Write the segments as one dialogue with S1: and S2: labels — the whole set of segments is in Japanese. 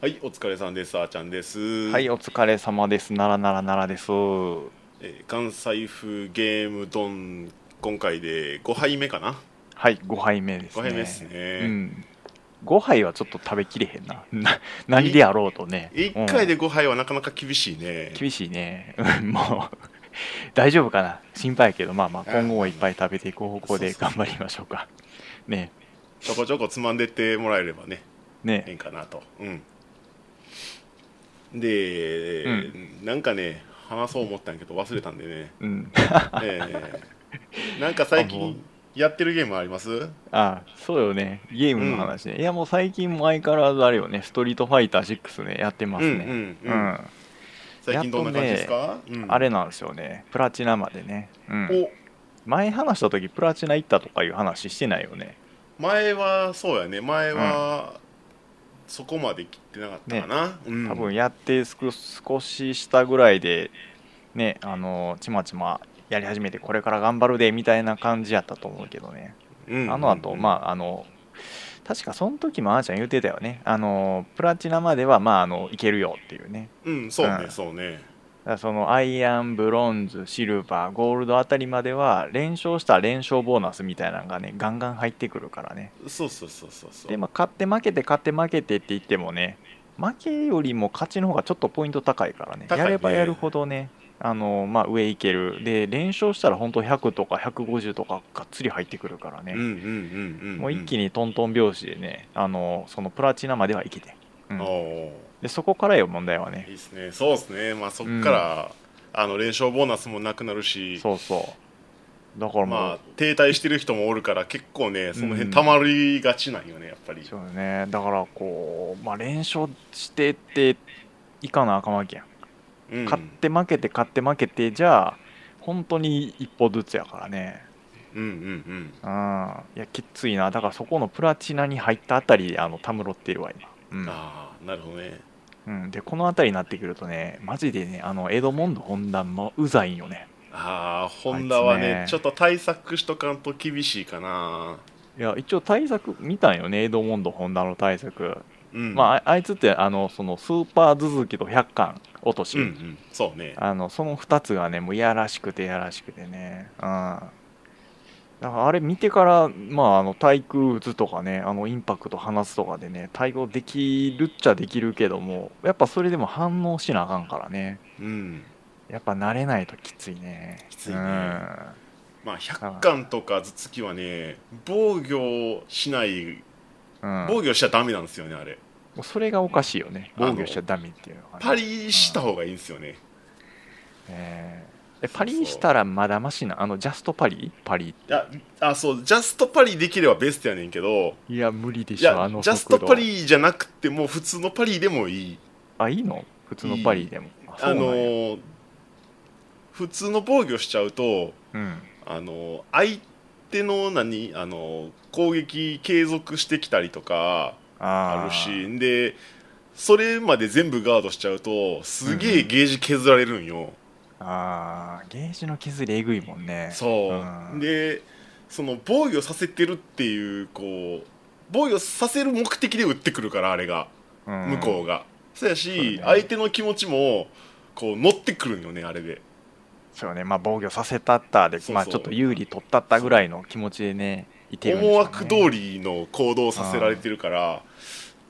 S1: はい、お疲れさんです。あーちゃんです。
S2: はい、お疲れ様です。ならならならです。は
S1: えー関西風ゲームドン、今回で5杯目かな。
S2: い、5杯目ですね。
S1: 5杯目ですね
S2: うん。5杯はちょっと食べきれへんな。な何であろうとね。
S1: 1回
S2: で、
S1: で5杯はなかなか厳しいね。
S2: 厳しいね。 うんもう、大丈夫かな心配やけど、まあまあ、今後もいっぱい食べていく方向で
S1: そうそう
S2: 頑張りましょうか。ね
S1: ちょこちょこつまんでってもらえればね、え
S2: ね
S1: えんかなと。うん。で、
S2: う
S1: なんかね、話そう思ったんやけど忘れたんでね。
S2: うん。
S1: えーなんか最
S2: あもう
S1: 近やってるゲームあります
S2: あそうよね。ゲームの話ね。いや、もう最近も相変わらずあれよね。ストリートファイター6ね、やってますね。
S1: うんうんうん。最近どんな感じですか、うん
S2: あれなんですよね。プラチナまでね。うん。
S1: お
S2: 前話した時プラチナ行ったとかいう話してないよね
S1: 前はそうやね前はそこまで切ってなかったかな、うん
S2: 多分やってすく少ししたぐらいでねあのちまちまやり始めてこれから頑張るでみたいな感じやったと思うけどね
S1: うん
S2: あの後、
S1: うん
S2: まああの確かその時もあーちゃん言ってたよねあのプラチナまではまああのいけるよっていうね
S1: うんそうね
S2: うん
S1: そうね
S2: だからそのアイアンブロンズシルバーゴールドあたりまでは連勝したら連勝ボーナスみたいなのがねガンガン入ってくるからね
S1: そうそうそうそうそう
S2: でまあ勝って負けて勝って負けてって言ってもね負けよりも勝ちの方がちょっとポイント高いからね
S1: 高いね
S2: やればやるほどねあの、まあ、上いけるで連勝したら本当100とか150とかがっつり入ってくるから
S1: うんう
S2: ね、
S1: んうんうんうん
S2: もう一気
S1: に、
S2: にトントン拍子でねあのそのプラチナまではいけて、うん
S1: おー
S2: でそこからよ問題はい
S1: い
S2: ね
S1: ですねそうですねまあそっから、あの連勝ボーナスもなくなるし
S2: そうそうだからもう、
S1: まあ停滞してる人もおるから結構ねその辺たまりがちなんよねやっぱり、
S2: そうよねだからこう、まあ、連勝してっていかなあかんわけやん
S1: うん
S2: 勝って負けて勝って負けてじゃあ本当に一歩ずつやからね
S1: うんうん
S2: うんいやきっついなだからそこのプラチナに入ったあたりであのたむろっているわ
S1: うん
S2: 今、
S1: ああなるほどね
S2: うんうん、でこのあたりになってくるとねマジでねあのエドモンド・ホンダもうざいんよね
S1: ああホンダは
S2: あいつね
S1: ねちょっと対策しとかんと厳しいかない
S2: や一応対策見たんよねエドモンド・ホンダの対策、
S1: うん
S2: まあああいつってあのそのスーパー続きと100巻落とし、
S1: うんうん、そうね
S2: あのその2つがねもういやらしくていやらしくてねうんだからあれ見てから、まあ、あの対空打つとかねあのインパクト放つとかでね対応できるっちゃできるけどもやっぱそれでも反応しなあかんからね
S1: うん
S2: やっぱ慣れないときついね
S1: きついね
S2: うん
S1: まあ100巻とか頭突きはね防御しない
S2: うん
S1: 防御しちゃダメなんですよねあれ
S2: もうそれがおかしいよね防御しちゃダメっていうのがね
S1: パリした方がいいんですよね
S2: えええパリしたらまだましなあのジャストパリパリ
S1: いやあそうジャストパリできればベストやねんけど
S2: いや無理で
S1: い
S2: しょ
S1: や
S2: あの
S1: ジャス
S2: 速
S1: ト
S2: 度
S1: パリじゃなくてもう普通のパリでもいい
S2: あいいの普通のパリでもあそう
S1: あ
S2: なんや
S1: のー普通の防御しちゃうと
S2: うん
S1: あのー相手の何あのー攻撃継続してきたりとかあ
S2: あ
S1: る
S2: ー
S1: しでそれまで全部ガードしちゃうとすげえゲージ削られるんよ、
S2: あーゲージの削りえぐいもんね
S1: そう、
S2: ん
S1: でその防御させてるっていうこう防御させる目的で打ってくるからあれが
S2: うん
S1: 向こうが、そうやし、
S2: そうだね
S1: 相手の気持ちもこう乗ってくるんよねあれで
S2: そうねまあ防御させたったで
S1: そうそう
S2: まあちょっと有利取ったったぐらいの気持ちでねいてるんでしょう
S1: 思
S2: ね
S1: 惑通りの行動をさせられてるから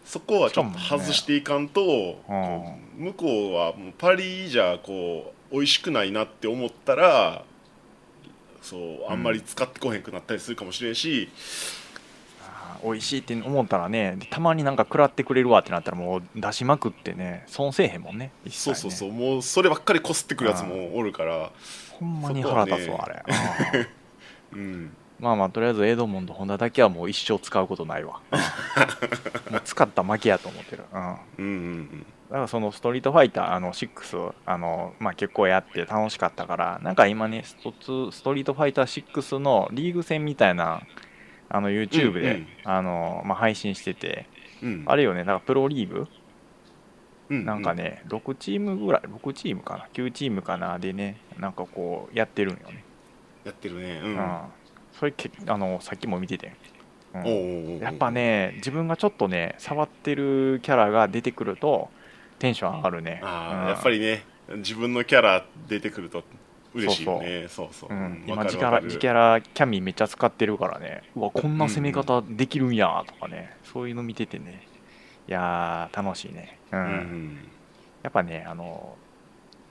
S1: そこはちょっと
S2: しかもね
S1: 外していかんと、こう向こうはもうパリじゃこう美味しくないなって思ったらそうあんまり使ってこへんくなったりするかもしれんし、
S2: あー美味しいって思ったらねでたまになんか食らってくれるわってなったらもう出しまくってね損せえへんもんね一切
S1: そう
S2: ね
S1: そうそうもうそればっかりこすってくるやつもおるから、
S2: ほんまに腹立つわ、あれあー
S1: うん、
S2: まあまあとりあえずエドモンドホンダだけはもう一生使うことな いわもう使った負けやと思ってるうん
S1: うんうん
S2: だからそのストリートファイターあの6をあの、まあ、結構やって楽しかったからなんか今ねストツストリートファイター6のリーグ戦みたいなあの YouTube で、
S1: うんうん
S2: あのまあ、配信してて
S1: うんうん
S2: あれよねなんかプロリーグ
S1: うう
S2: なんかね6チームぐらい6チームかな9チームかなでねなんかこうやってるんよね、
S1: やってるねう
S2: うんんそれけあのさっきも見ててうん
S1: おうおうおう
S2: やっぱね自分がちょっとね触ってるキャラが出てくるとテンション上がるね
S1: あ
S2: う
S1: あ
S2: ん
S1: やっぱりね自分のキャラ出てくると嬉しいよねそうそう
S2: う、
S1: うんん
S2: 今
S1: わか
S2: 自
S1: る
S2: キャ
S1: わ
S2: ラ
S1: か
S2: 自
S1: る
S2: キャラキャミめっちゃ使ってるからねうわこんな攻め方できるんやとかね、そういうの見ててねいやー楽しいね、うん
S1: うんうん
S2: やっぱねあの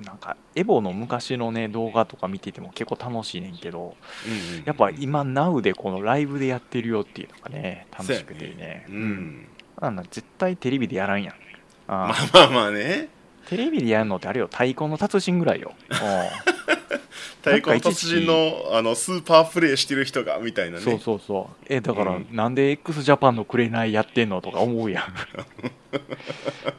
S2: なんかエボの昔のね動画とか見てても結構楽しいねんけど
S1: うんうん
S2: やっぱ今 NOW でこのライブでやってるよっていうのがね楽しくていい
S1: そうや
S2: ね
S1: うん
S2: あんな絶対テレビでやらんやんあー
S1: まあまあまあね
S2: テレビでやるのってあれよ太鼓の達人ぐら いよ、うん
S1: 太鼓の達人のあのスーパープレイしてる人がみたいなね
S2: そうそうそうえだから、
S1: うん
S2: なんで x ジャパンの紅やってんのとか思 うやん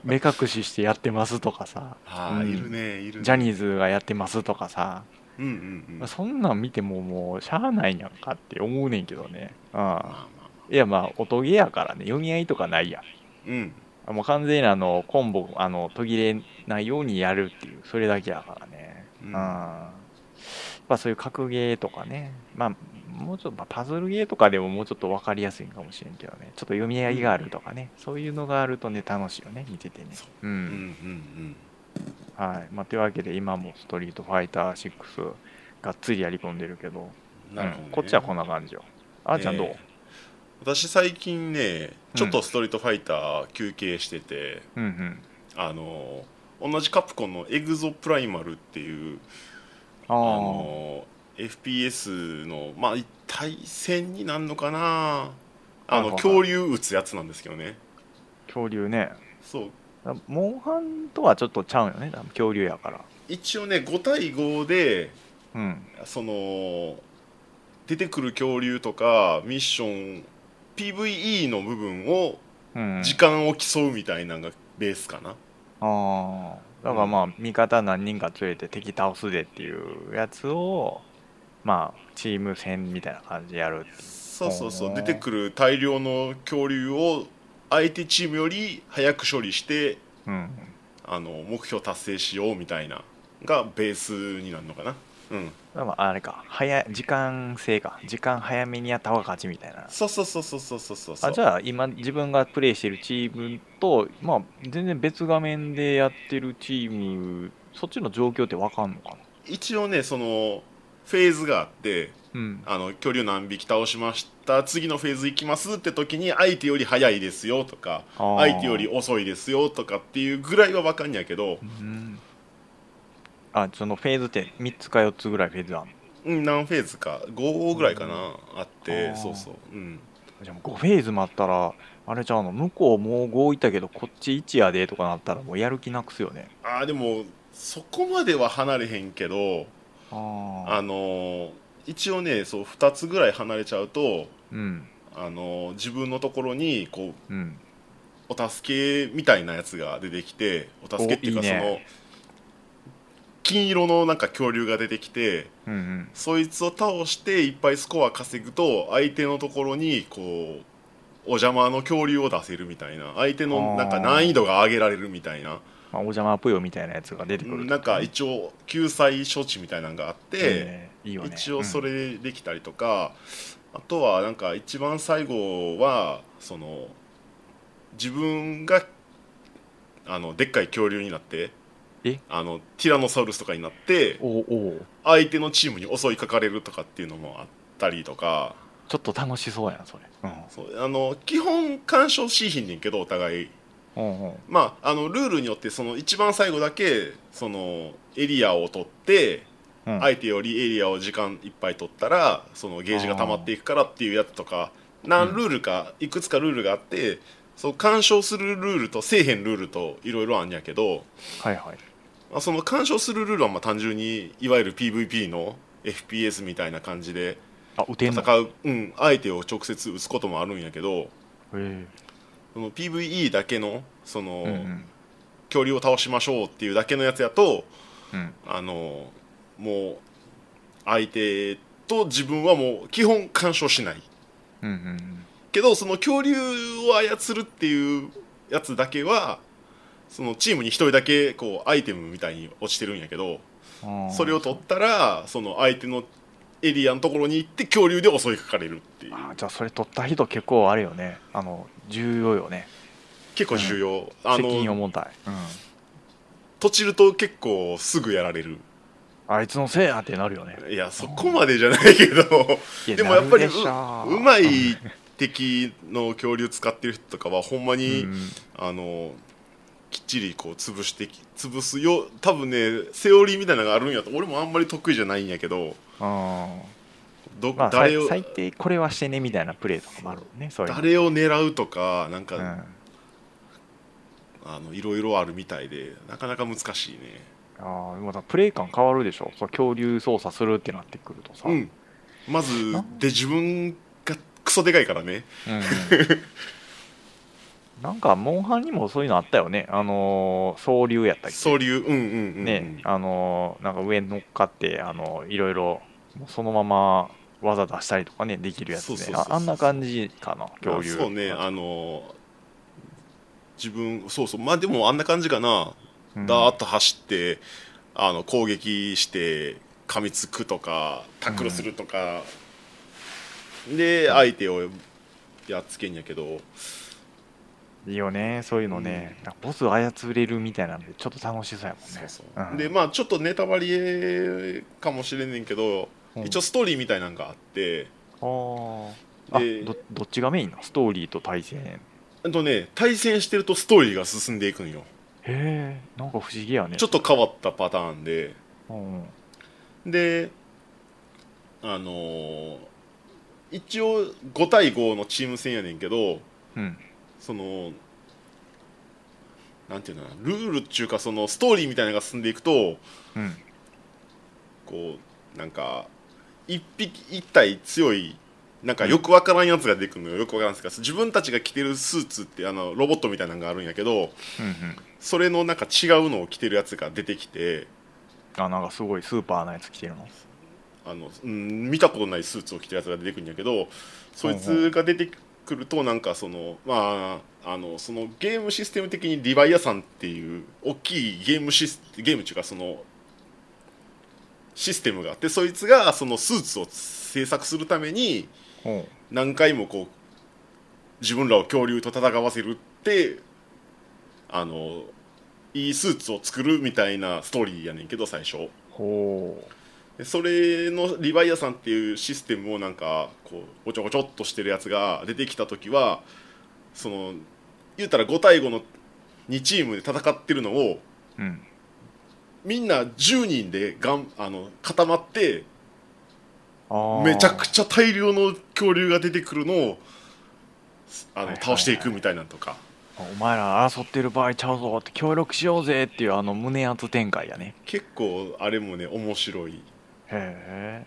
S2: 目隠ししてやってますとかさ
S1: ああ
S2: うん
S1: いるねいるね
S2: ジャニーズがやってますとかさ、
S1: うんうんうん
S2: そんなん見てももうしゃあないやんかって思うねんけどねあ
S1: まあまあ
S2: いやまあ音ゲーやからね読み合いとかないやん
S1: うん
S2: あもう完全にあのコンボあの途切れないようにやるっていうそれだけやからね、
S1: う
S2: うんんまあ、そういう格ゲーとかね、まあ、もうちょっと、まあパズルゲーとかでももうちょっと分かりやすいんかもしれんけどねちょっと読み合いがあるとかね、そういうのがあるとね楽しいよね見ててね、
S1: そううんうん
S2: ん
S1: うん
S2: はいまあ、というわけで今も「ストリートファイター6」がっつりやり込んでるけど
S1: なるほど
S2: う
S1: ね
S2: んこっちはこんな感じよあーちゃんどう、
S1: ええ私最近ねちょっとストリートファイター休憩してて
S2: うんうん
S1: あの同じカプコンのエグゾプライマルっていう
S2: あ
S1: あ
S2: ー
S1: の FPS のまあ対戦になるのかなあ
S2: はいはい
S1: の
S2: はい
S1: 恐竜撃つやつなんですけどね
S2: 恐竜ね
S1: そう
S2: だからモンハンとはちょっとちゃうんよね多分恐竜やから
S1: 一応ね5対5で
S2: うん
S1: その出てくる恐竜とかミッション PVE の部分を
S2: うん
S1: 時間を競うみたいなのがベースかな、
S2: ああだからまあ味方何人か連れて敵倒すでっていうやつをまあチーム戦みたいな感じでやる
S1: そうそうそ
S2: ほ
S1: う
S2: う
S1: 出てくる大量の恐竜を相手チームより早く処理して
S2: うん
S1: あの目標達成しようみたいながベースになるのかなうん
S2: だからあれか早い時間制か時間早めにやった方が勝ちみたいな
S1: そうそうそうそうそうそうそう
S2: あじゃあ今自分がプレイしてるチームとまあ全然別画面でやってるチームそっちの状況って分かんのかな
S1: 一応ねそのフェーズがあって
S2: うん
S1: あの恐竜何匹倒しました次のフェーズ行きますって時に相手より早いですよとか
S2: あー
S1: 相手より遅いですよとかっていうぐらいは分かんやけど
S2: う、んあそのフェーズって3つか4つぐらいフェーズあんの
S1: うん、何フェーズか5ぐらいかな、あって
S2: あー
S1: そうそううん
S2: じゃあもう5フェーズもあったら、あれちゃうの、向こうもう5いったけど、こっち1やでとかなったら、もうやる気なくすよね。
S1: あーでもそこまでは離れへんけど
S2: あ
S1: あ
S2: あ。
S1: のー一応ねそう2つぐらい離れちゃうと
S2: うん、
S1: あのー自分のところにこう
S2: うん。
S1: お助けみたいなやつが出てきてお助けっていうか
S2: おいい
S1: その
S2: ね
S1: 金色のなんか恐竜が出てきて
S2: うん、うん。
S1: そいつを倒していっぱいスコア稼ぐと相手のところにこうお邪魔の恐竜を出せるみたいな相手のなんか
S2: あー
S1: 難易度が上げられるみたいな
S2: まあ、お邪魔ぷよみたいなやつが出てくる。
S1: なんか一応救済処置みたいなのがあって。
S2: ええいいよね。
S1: 一応そ
S2: うん、
S1: れできたりとか、あとはなんか一番最後はその自分があのでっかい恐竜になって
S2: え
S1: あのティラノサウルスとかになって
S2: おうおう
S1: 相手のチームに襲いかかれるとかっていうのもあったりとか
S2: ちょっと楽しそうやな、それ。うん。
S1: そうあの基本干渉しいひんねんけどお互い。
S2: うんうん、
S1: まあ、あのルールによってその一番最後だけそのエリアを取って
S2: うん
S1: 相手よりエリアを時間いっぱい取ったらそのゲージが溜まっていくからっていうやつとか何ルールかいくつかルールがあってそう干渉するルールとせえへんルールといろいろあんやけど、
S2: はいはい。
S1: まあ、その干渉するルールはまあ単純にいわゆる PVP の FPS みたいな感じで
S2: あ、打てんの
S1: 戦う、うん、相手を直接打つこともあるんやけど
S2: え
S1: その PVE だけのそ
S2: え
S1: の、
S2: うんうん。
S1: 恐竜を倒しましょうっていうだけのやつやと
S2: うん。
S1: あのもう相手と自分はもう基本干渉しない
S2: うんうんうん。
S1: けどその恐竜を操るっていうやつだけはそのチームに1人だけこうアイテムみたいに落ちてるんやけど
S2: あー
S1: それを取ったらその相手のエリアのところに行って恐竜で襲いかかれるっていう
S2: あーじゃあそれ取った人結構あれよねあの重要よね
S1: 結構重要、あ
S2: 責任
S1: の
S2: を問題、うん、
S1: とちると結構すぐやられる
S2: あいつのせいやってなるよね
S1: いやそこまでじゃないけど
S2: いや
S1: でもやっぱり
S2: なるでしょ
S1: うまい敵の恐竜使ってる人とかはほんまに、
S2: うん
S1: あのきっちりこう潰してき潰すよ多分ねセオリーみたいなのがあるんやと俺もあんまり得意じゃないんやけど
S2: うん
S1: ど、
S2: まあ、さい
S1: 誰を
S2: 最低これはしてねみたいなプレーとかもあるもんねそういうの
S1: 誰を狙うとかなんか、
S2: うん、
S1: あのいろいろあるみたいでなかなか難しいね
S2: ああでもさプレイ感変わるでしょそう恐竜操作するってなってくるとさ、
S1: う、んまずで自分がクソでかいからね
S2: うんなんかモンハンにもそういうのあったよねあのー総流やったっけ
S1: 総流うんうんうんうん、
S2: ねあのーなんか上に乗っかってあのいろいろもうそのまま技出したりとかねできるやつ
S1: そうそ
S2: ね
S1: うそう
S2: あ
S1: そう
S2: あんな感じかな恐竜
S1: まあそうねあの自分そうそうまあでもあんな感じかな、
S2: うん
S1: ダーッと走ってあの攻撃して噛みつくとかタックルするとか、で相手をやっつけんやけど
S2: いいよねそういうのね、なんかボス操れるみたいなんでちょっと楽しそうやもんねうん
S1: でまあちょっとネタバレかもしれんねんけど、
S2: うん
S1: 一応ストーリーみたいなんがあって
S2: ああ
S1: で
S2: どどっちがメインなのストーリーと対戦へ
S1: あとね対戦してるとストーリーが進んでいくんよ
S2: えなんか不思議やね
S1: ちょっと変わったパターンで
S2: うんうん
S1: であのー一応5対5のチーム戦やねんけど
S2: うん
S1: そのなんていうのかなルールっていうかそのストーリーみたいなのが進んでいくと
S2: うん
S1: こうなんか一匹一体強いなんかよくわからんやつが出てくるのよよくわからんですか自分たちが着てるスーツってあのロボットみたいなのがあるんやけど
S2: うん
S1: それのなんか違うのを着てるやつが出てきて
S2: あなんかすごいスーパーなやつ着てるの
S1: あの、うん、見たことないスーツを着てるやつが出てくるんやけどそいつが出てくるとなんかそのまああのそのゲームシステム的にリヴァイアさんっていう大きいゲームシスゲームっていうかそのシステムがあってそいつがそのスーツを制作するために
S2: うん
S1: 何回もこう自分らを恐竜と戦わせるってあのいいスーツを作るみたいなストーリーやねんけど最初。
S2: ほ
S1: でそれのリヴァイアさんっていうシステムをなんかこうごちょごちょっとしてるやつが出てきた時はその言うたら5対5の2チームで戦ってるのを
S2: ううん
S1: みんな10人でがんあの固まって
S2: あー
S1: めちゃくちゃ大量の恐竜が出てくるのをあの
S2: はいはいはい
S1: 倒していくみたいなのとか、
S2: お前ら争ってる場合ちゃうぞって協力しようぜっていうあの胸圧展開やね
S1: 結構あれもね面白い
S2: へ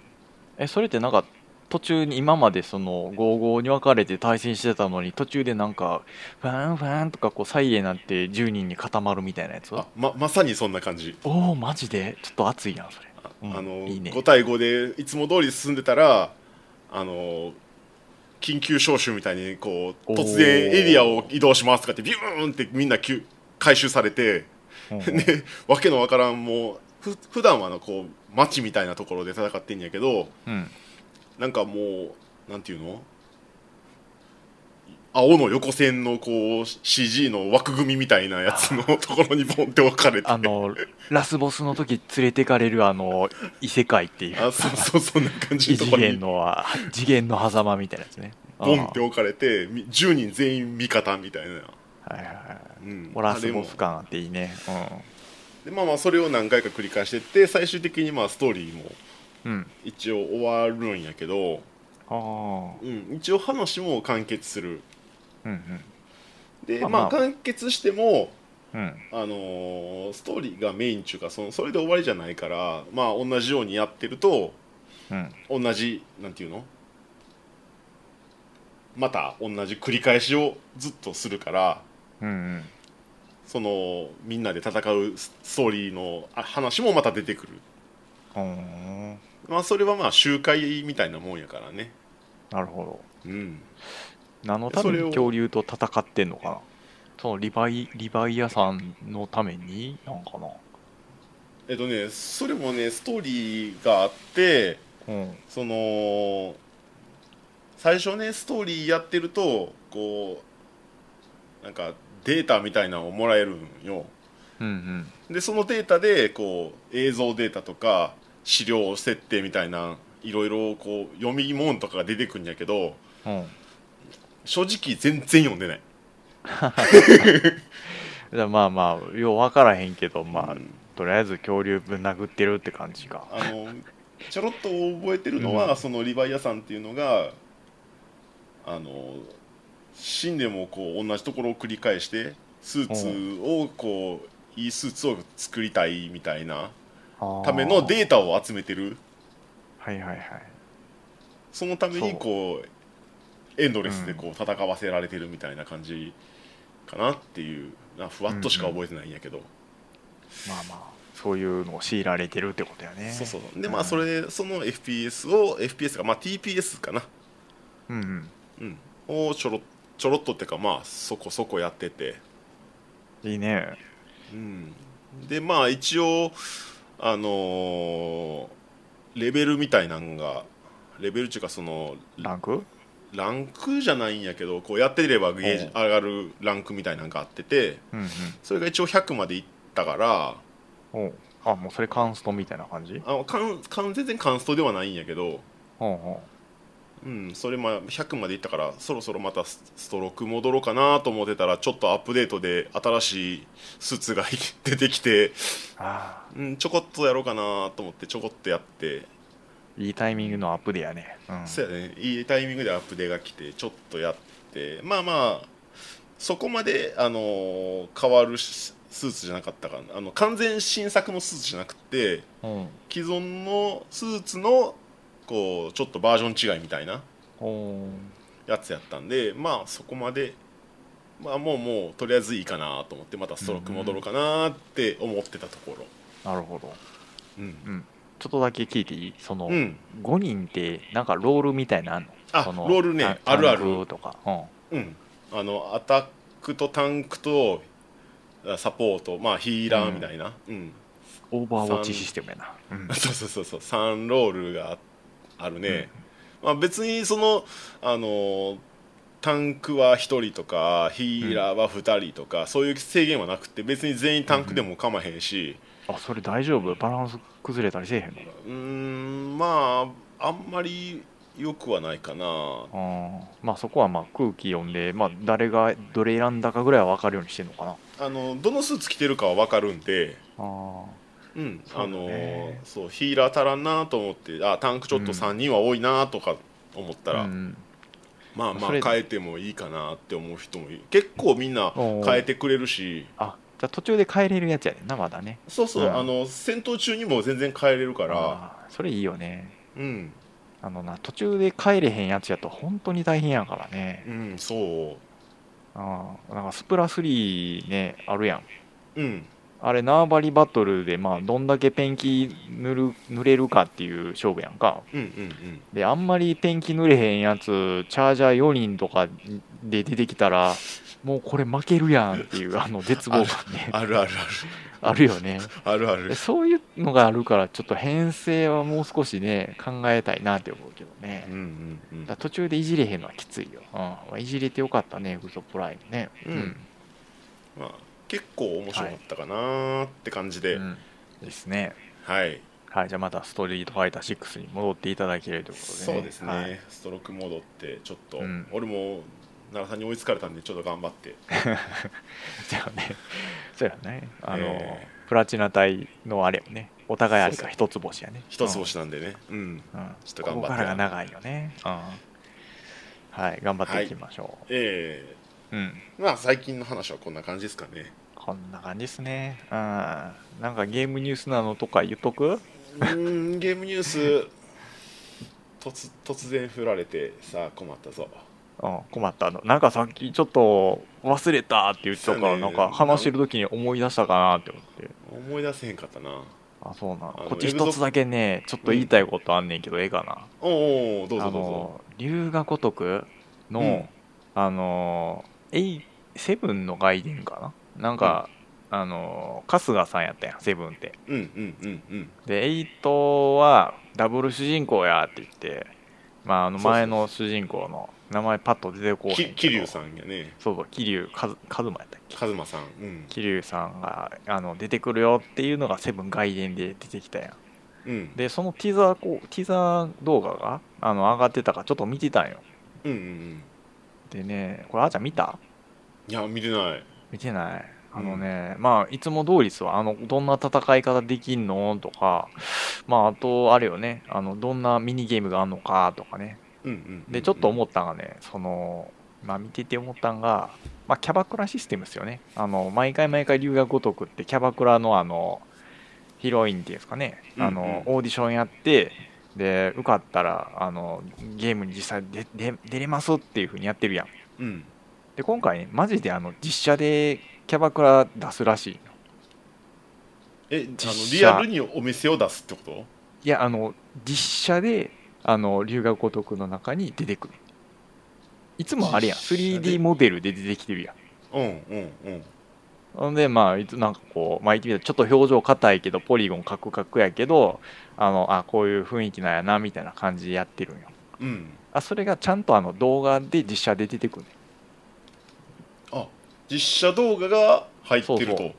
S2: ええそれってなんか途中に今までその55に分かれて対戦してたのに途中でなんかファンファンとかこうサイレンなんて10人に固まるみたいなやつ
S1: あままさにそんな感じ
S2: おおマジでちょっと熱いなそれうん
S1: あの
S2: いいね
S1: 5対5でいつも通り進んでたらあの緊急招集みたいにこう
S2: おー
S1: 突然エリアを移動しますとかってビューンってみんな急回収されて、
S2: うん
S1: でわけのわからんもうふ普段はあのこう街みたいなところで戦ってんやけど
S2: うん
S1: なんかもうなんていうの青の横線のこう CG の枠組みみたいなやつのところにボンって分かれて
S2: あのラスボスの時連れてかれるあの異世界っていう
S1: あそう そうそんな感じ
S2: 異
S1: のと
S2: 次
S1: ころに
S2: 元のあ次元の狭間みたいなやつね
S1: ボンって置かれてみ10人全員味方みたいな、
S2: あーはいはいはい
S1: うん、
S2: もうラ
S1: あ
S2: ス
S1: れも
S2: ボス感あっていいね
S1: でまあまあそれを何回か繰り返してって最終的にまあストーリーも
S2: うんうん
S1: 一応終わるんやけど、
S2: ああー
S1: うん、一応話も完結する
S2: うんうん
S1: で、
S2: ま
S1: ま
S2: あ
S1: あ
S2: まあ
S1: 完結しても、
S2: うん
S1: あのーストーリーがメインっていうかそのそれで終わりじゃないからまあ同じようにやってると
S2: うん
S1: 同じなんていうのまた同じ繰り返しをずっとするから
S2: うんうん
S1: そのみんなで戦うスストーリーのあ話もまた出てくる、
S2: うん
S1: まあ、それはまあ集会みたいなもんやからね
S2: なるほど
S1: うん
S2: 何のため
S1: それ
S2: に
S1: を
S2: 恐竜と戦ってんのかなそのリヴァイリヴァイアさんのためになんかな
S1: えっとねそれもねストーリーがあって
S2: うん
S1: その最初ねストーリーやってるとこうなんかデータみたいなのをもらえるんよ
S2: うん
S1: でそのデータでこう映像データとか資料設定みたいないろいろこう読み物とかが出てくるんやけど
S2: うんうん
S1: 正直全然読んでない
S2: じゃあまあまあよう分からへんけどまあ、
S1: うん
S2: とりあえず恐竜ぶん殴ってるって感じか
S1: あのちょろっと覚えてるのは、
S2: うん
S1: そのリヴァイアさんっていうのがあの死んでもこう同じところを繰り返してスーツをこういいスーツを作りたいみたいなためのデータを集めてる
S2: はいはいはい
S1: そのために
S2: そう
S1: こうエンドレスでこう戦わせられてるみたいな感じかなっていうなふわっとしか覚えてないんやけど、
S2: まあまあそういうのを強いられてるってことやね
S1: そうそうでま
S2: う
S1: あ
S2: ん
S1: それその FPS を FPS がまあ TPS かな
S2: うんうん
S1: うん、をちょろちょろっとってかまあそこそこやってて、
S2: いいね
S1: うん、でまあ一応あのーレベルみたいなんがレベルっていうかその
S2: ランク
S1: ランクじゃないんやけどこうやってればゲージ上がるランクみたいなんがあってて
S2: うん
S1: それが一応100までいったから
S2: うんおうあもうそれカンストみたいな感じ
S1: あのかんかん全然カンストではないんやけど、
S2: ほうほ
S1: うん、それまあ100までいったからそろそろまたスストローク戻ろうかなと思ってたらちょっとアップデートで新しいスーツが 出てきて、
S2: うあ
S1: うん、ちょこっとやろうかなと思ってちょこっとやって、
S2: ーいいタイミングのアップでやねうん
S1: そうやねいいタイミングでアップデートが来てちょっとやってまあまあそこまで、あのー変わるしスーツじゃなかったかなあの完全新作のスーツじゃなくて
S2: うん
S1: 既存のスーツのこうちょっとバージョン違いみたいな
S2: おー
S1: やつやったんでまあそこまでまあもうもうとりあえずいいかなと思ってまたストローク戻ろうかなって思ってたところ
S2: なるほど
S1: うん、
S2: ちょっとだけ聞いていいその、
S1: うん
S2: 5人ってなんかロールみたいなの
S1: あ
S2: その
S1: ロールね
S2: タン
S1: あるある
S2: タンクとか、うん、
S1: うん、あのアタックとタンクとあサポートまあヒーラーみたいな、うん
S2: オーバーウォッチシステムやな、うん
S1: そうそうそうそう3ロールがあるね、まあ、別にそのあのータンクは1人とかヒーラーは2人とか、そういう制限はなくて別に全員タンクでも構まへんし、
S2: あそれ大丈夫バランス崩れたりせえへん
S1: うーんまああんまり良くはないかな
S2: のあーまあそこはまあ空気読んで、まあ、誰がどれ選んだかぐらいは分かるようにしてんのかな
S1: あのどのスーツ着てるかは分かるんで、
S2: あ
S1: うん
S2: そう
S1: あ
S2: だ
S1: の
S2: ね
S1: そうヒーラー足らんなと思ってあタンクちょっと
S2: うん
S1: 3人は多いなとか思った
S2: あ
S1: ら、
S2: うん
S1: まあまあ
S2: それ
S1: 変えてもいいかなって思う人もいる結構みんな
S2: おー
S1: 変えてくれるし
S2: あじゃあ途中で変えれるやつやねんなまだね
S1: そうそう、
S2: うん
S1: あの戦闘中にも全然変えれるから
S2: あーそれいいよね
S1: うん、
S2: あのな途中で帰れへんやつやと本当に大変やからね
S1: うん、そ
S2: あーなんかスプラ3ねあるやん
S1: ううん
S2: あれ縄張りバトルでまあどんだけペンキ塗る塗れるかっていう勝負やんか
S1: うんうん
S2: であんまりペンキ塗れへんやつチャージャー4人とかで出てきたらもうこれ負けるやんっていうあの絶望感
S1: う
S2: ね
S1: んあるある
S2: あるよね
S1: あるあるあ
S2: で
S1: る
S2: そういうのがあるからちょっと編成はもう少しね考えたいなって思うけどね
S1: うんうんうん
S2: だから途中でいじれへんのはきついよ、うんまあ、いじれてよかったねグゾプライムね
S1: うんまあ、結構面白かったかなって感じ
S2: う
S1: で、
S2: んですね
S1: はい、
S2: はいじゃあまたストリートファイター6に戻っていただけるということで、ね、
S1: そうですね、
S2: はい
S1: ストローク戻って、ちょっと、
S2: うん
S1: 俺も奈良さんに追いつかれたんで、ちょっと頑張って、
S2: じゃあね、そうやね、あの、
S1: え
S2: プラチナ隊のあれよね、お互いあれ
S1: そう
S2: か一つ星やね。
S1: 一つ星なんでね、うん、
S2: うん、うん、
S1: ちょっと頑張って
S2: ここからが長いよね。うん、はい、頑張っていきましょ
S1: え
S2: う。うん、
S1: えまあ、最近の話はこんな感じですか ね。
S2: こんな感じですね。うん、なんかゲームニュースなのとか言っとく
S1: うーん、ゲームニュース、突突然振られて、さあ、困ったぞ。
S2: うん、困ったの。なんかさっきちょっと忘れたって言ってたか
S1: そう
S2: ら、
S1: ね
S2: なんか話してる時に思い出したかなって思って。
S1: 思い出せへんかったな。
S2: あ、そうなん。
S1: あの
S2: こっち一つだけね、ちょっと言いたいことあんねんけど、ええかな。
S1: おうおう、どう
S2: あ
S1: ぞどうぞ。
S2: の龍が如くの、
S1: うん
S2: あの A7 の外伝かななんか、あの春日さんやったやんセブンって
S1: うんうんうんうん
S2: でエイトはダブル主人公やって言ってまああの前の主人公の名前パッと出てこうへんけ
S1: き
S2: ど
S1: 桐生さんやね
S2: そうそう桐生かず和馬やったっけ
S1: カズマさんうん
S2: 桐生さんがあの出てくるよっていうのがセブン外伝で出てきたやん
S1: うん
S2: でそのティザーこうティザー動画があの上がってたからちょっと見てたんよ
S1: うんうんうん
S2: でねこれあーちゃん見た
S1: いや見てない
S2: 見てないあのね、まあいつも通りですわあのどんな戦い方できんのとかまああとあれよねあのどんなミニゲームがあんのかとかね
S1: うんうんうん
S2: でちょっと思ったんがねそのまあ見てて思ったんが、まあ、キャバクラシステムですよねあの毎回毎回留学ごとくってキャバクラのあのヒロインっていうんですかねあの、
S1: うん
S2: オーディションやってで受かったらあのゲームに実際でで出れますっていうふうにやってるやん
S1: うん
S2: で今回ねマジであの実写でキャバクラ出すらしいの
S1: えあ
S2: 実
S1: の
S2: 写
S1: リアルにお店を出すってこと
S2: いやあの実写であの留学ごとくの中に出てくるいつもあれやん
S1: 実写で
S2: 3D モデルで出てきてるやん
S1: うんうんうん
S2: ほんでまあいつなんかこうまあ言ってみたらちょっと表情硬いけどポリゴンカクカクやけどあのあこういう雰囲気なんやなみたいな感じでやってるんよ
S1: うん
S2: あそれがちゃんとあの動画で実写で出てくるね
S1: あ実写動画が入ってると
S2: そうそう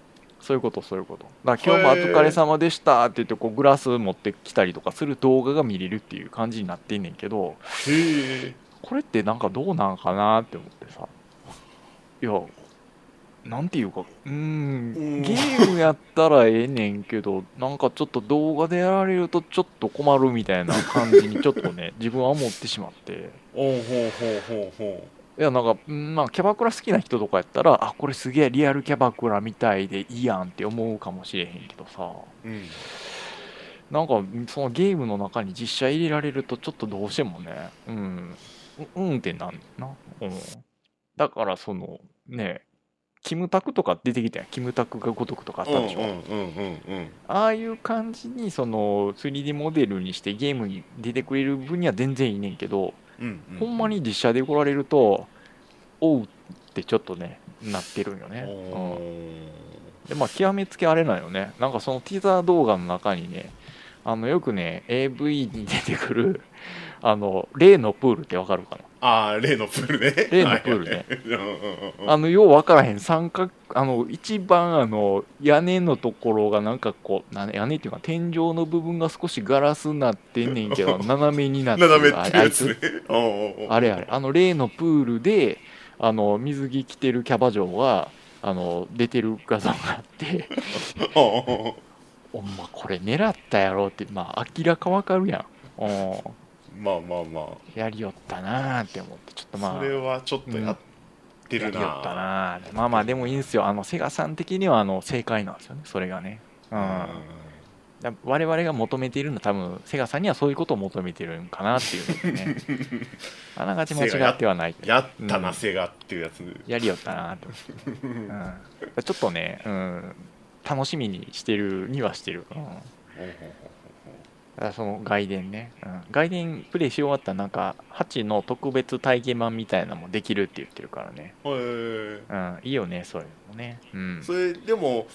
S2: そういうことそういうことだから今日もお疲れ様でしたって言ってこうグラス持ってきたりとかする動画が見れるっていう感じになってんねんけど
S1: へえ
S2: これってなんかどうなんかなって思ってさいやなんていうかう
S1: う
S2: ー
S1: ん
S2: んゲームやったらええねんけどなんかちょっと動画でやられるとちょっと困るみたいな感じにちょっと ね自分は思ってしまって
S1: おうほうほうほうほ
S2: いやなんかうんまあキャバクラ好きな人とかやったらあこれすげえリアルキャバクラみたいでいいやんって思うかもしれへんけどさ
S1: ううん
S2: なんかそのゲームの中に実写入れられるとちょっとどうしてもねうんううんってなんな、うん、だからそのねキムタクとか出てきたやんキムタクがごとくとかあっ
S1: うんう
S2: た
S1: ん
S2: でしょ、
S1: うんうん
S2: ああいう感じにその 3D モデルにしてゲームに出てくれる分には全然いいねんけど、
S1: うんうん
S2: ほんまに実写で来られるとおうってちょっとねなってるんよね、うんでまあ極めつけあれなんよねなんかそのティザー動画の中にねあのよくね AV に出てくる あの例のプールってわかるかな
S1: ああ例のプールね
S2: 例のプールね
S1: はいはいはいうんうんうん
S2: あのようわからへん三角あの一番あの屋根のところがなんかこうな屋根っていうか天井の部分が少しガラスになってんねん けど斜めになってる
S1: 斜めっ
S2: あ
S1: てる
S2: れあ
S1: や
S2: い
S1: つね
S2: つ
S1: うんうんうん
S2: あれあれあの例のプールであの水着着てるキャバ嬢があの出てる画像があって
S1: うんうんうん
S2: お前これ狙ったやろってまあ明らかわかるやんうん
S1: まあまあま
S2: やりよったなーって思ってちょっと
S1: あ、
S2: ま
S1: そ
S2: あ
S1: れ
S2: や
S1: はちょっとやって
S2: り
S1: る
S2: よった
S1: な,、
S2: なーってまあまあでもいいんですよあのセガさん的にはあの正解なんですよねそれがねうん、だ我々が求めているのは多分セガさんにはそういうことを求めてるんかなっていうのが ねあながち間違ってはない
S1: やったな、
S2: うん
S1: セガっていうやつ
S2: やりよったなーって思って、うん、ちょっとね、うん、楽しみにしてるにはしてる、うんあその外伝ね、うん、外伝プレイし終わったらなんか8の特別体験版みたいなのもできるって言ってるからね、
S1: へー
S2: うん、いいよねそういうのもね、うん
S1: それでも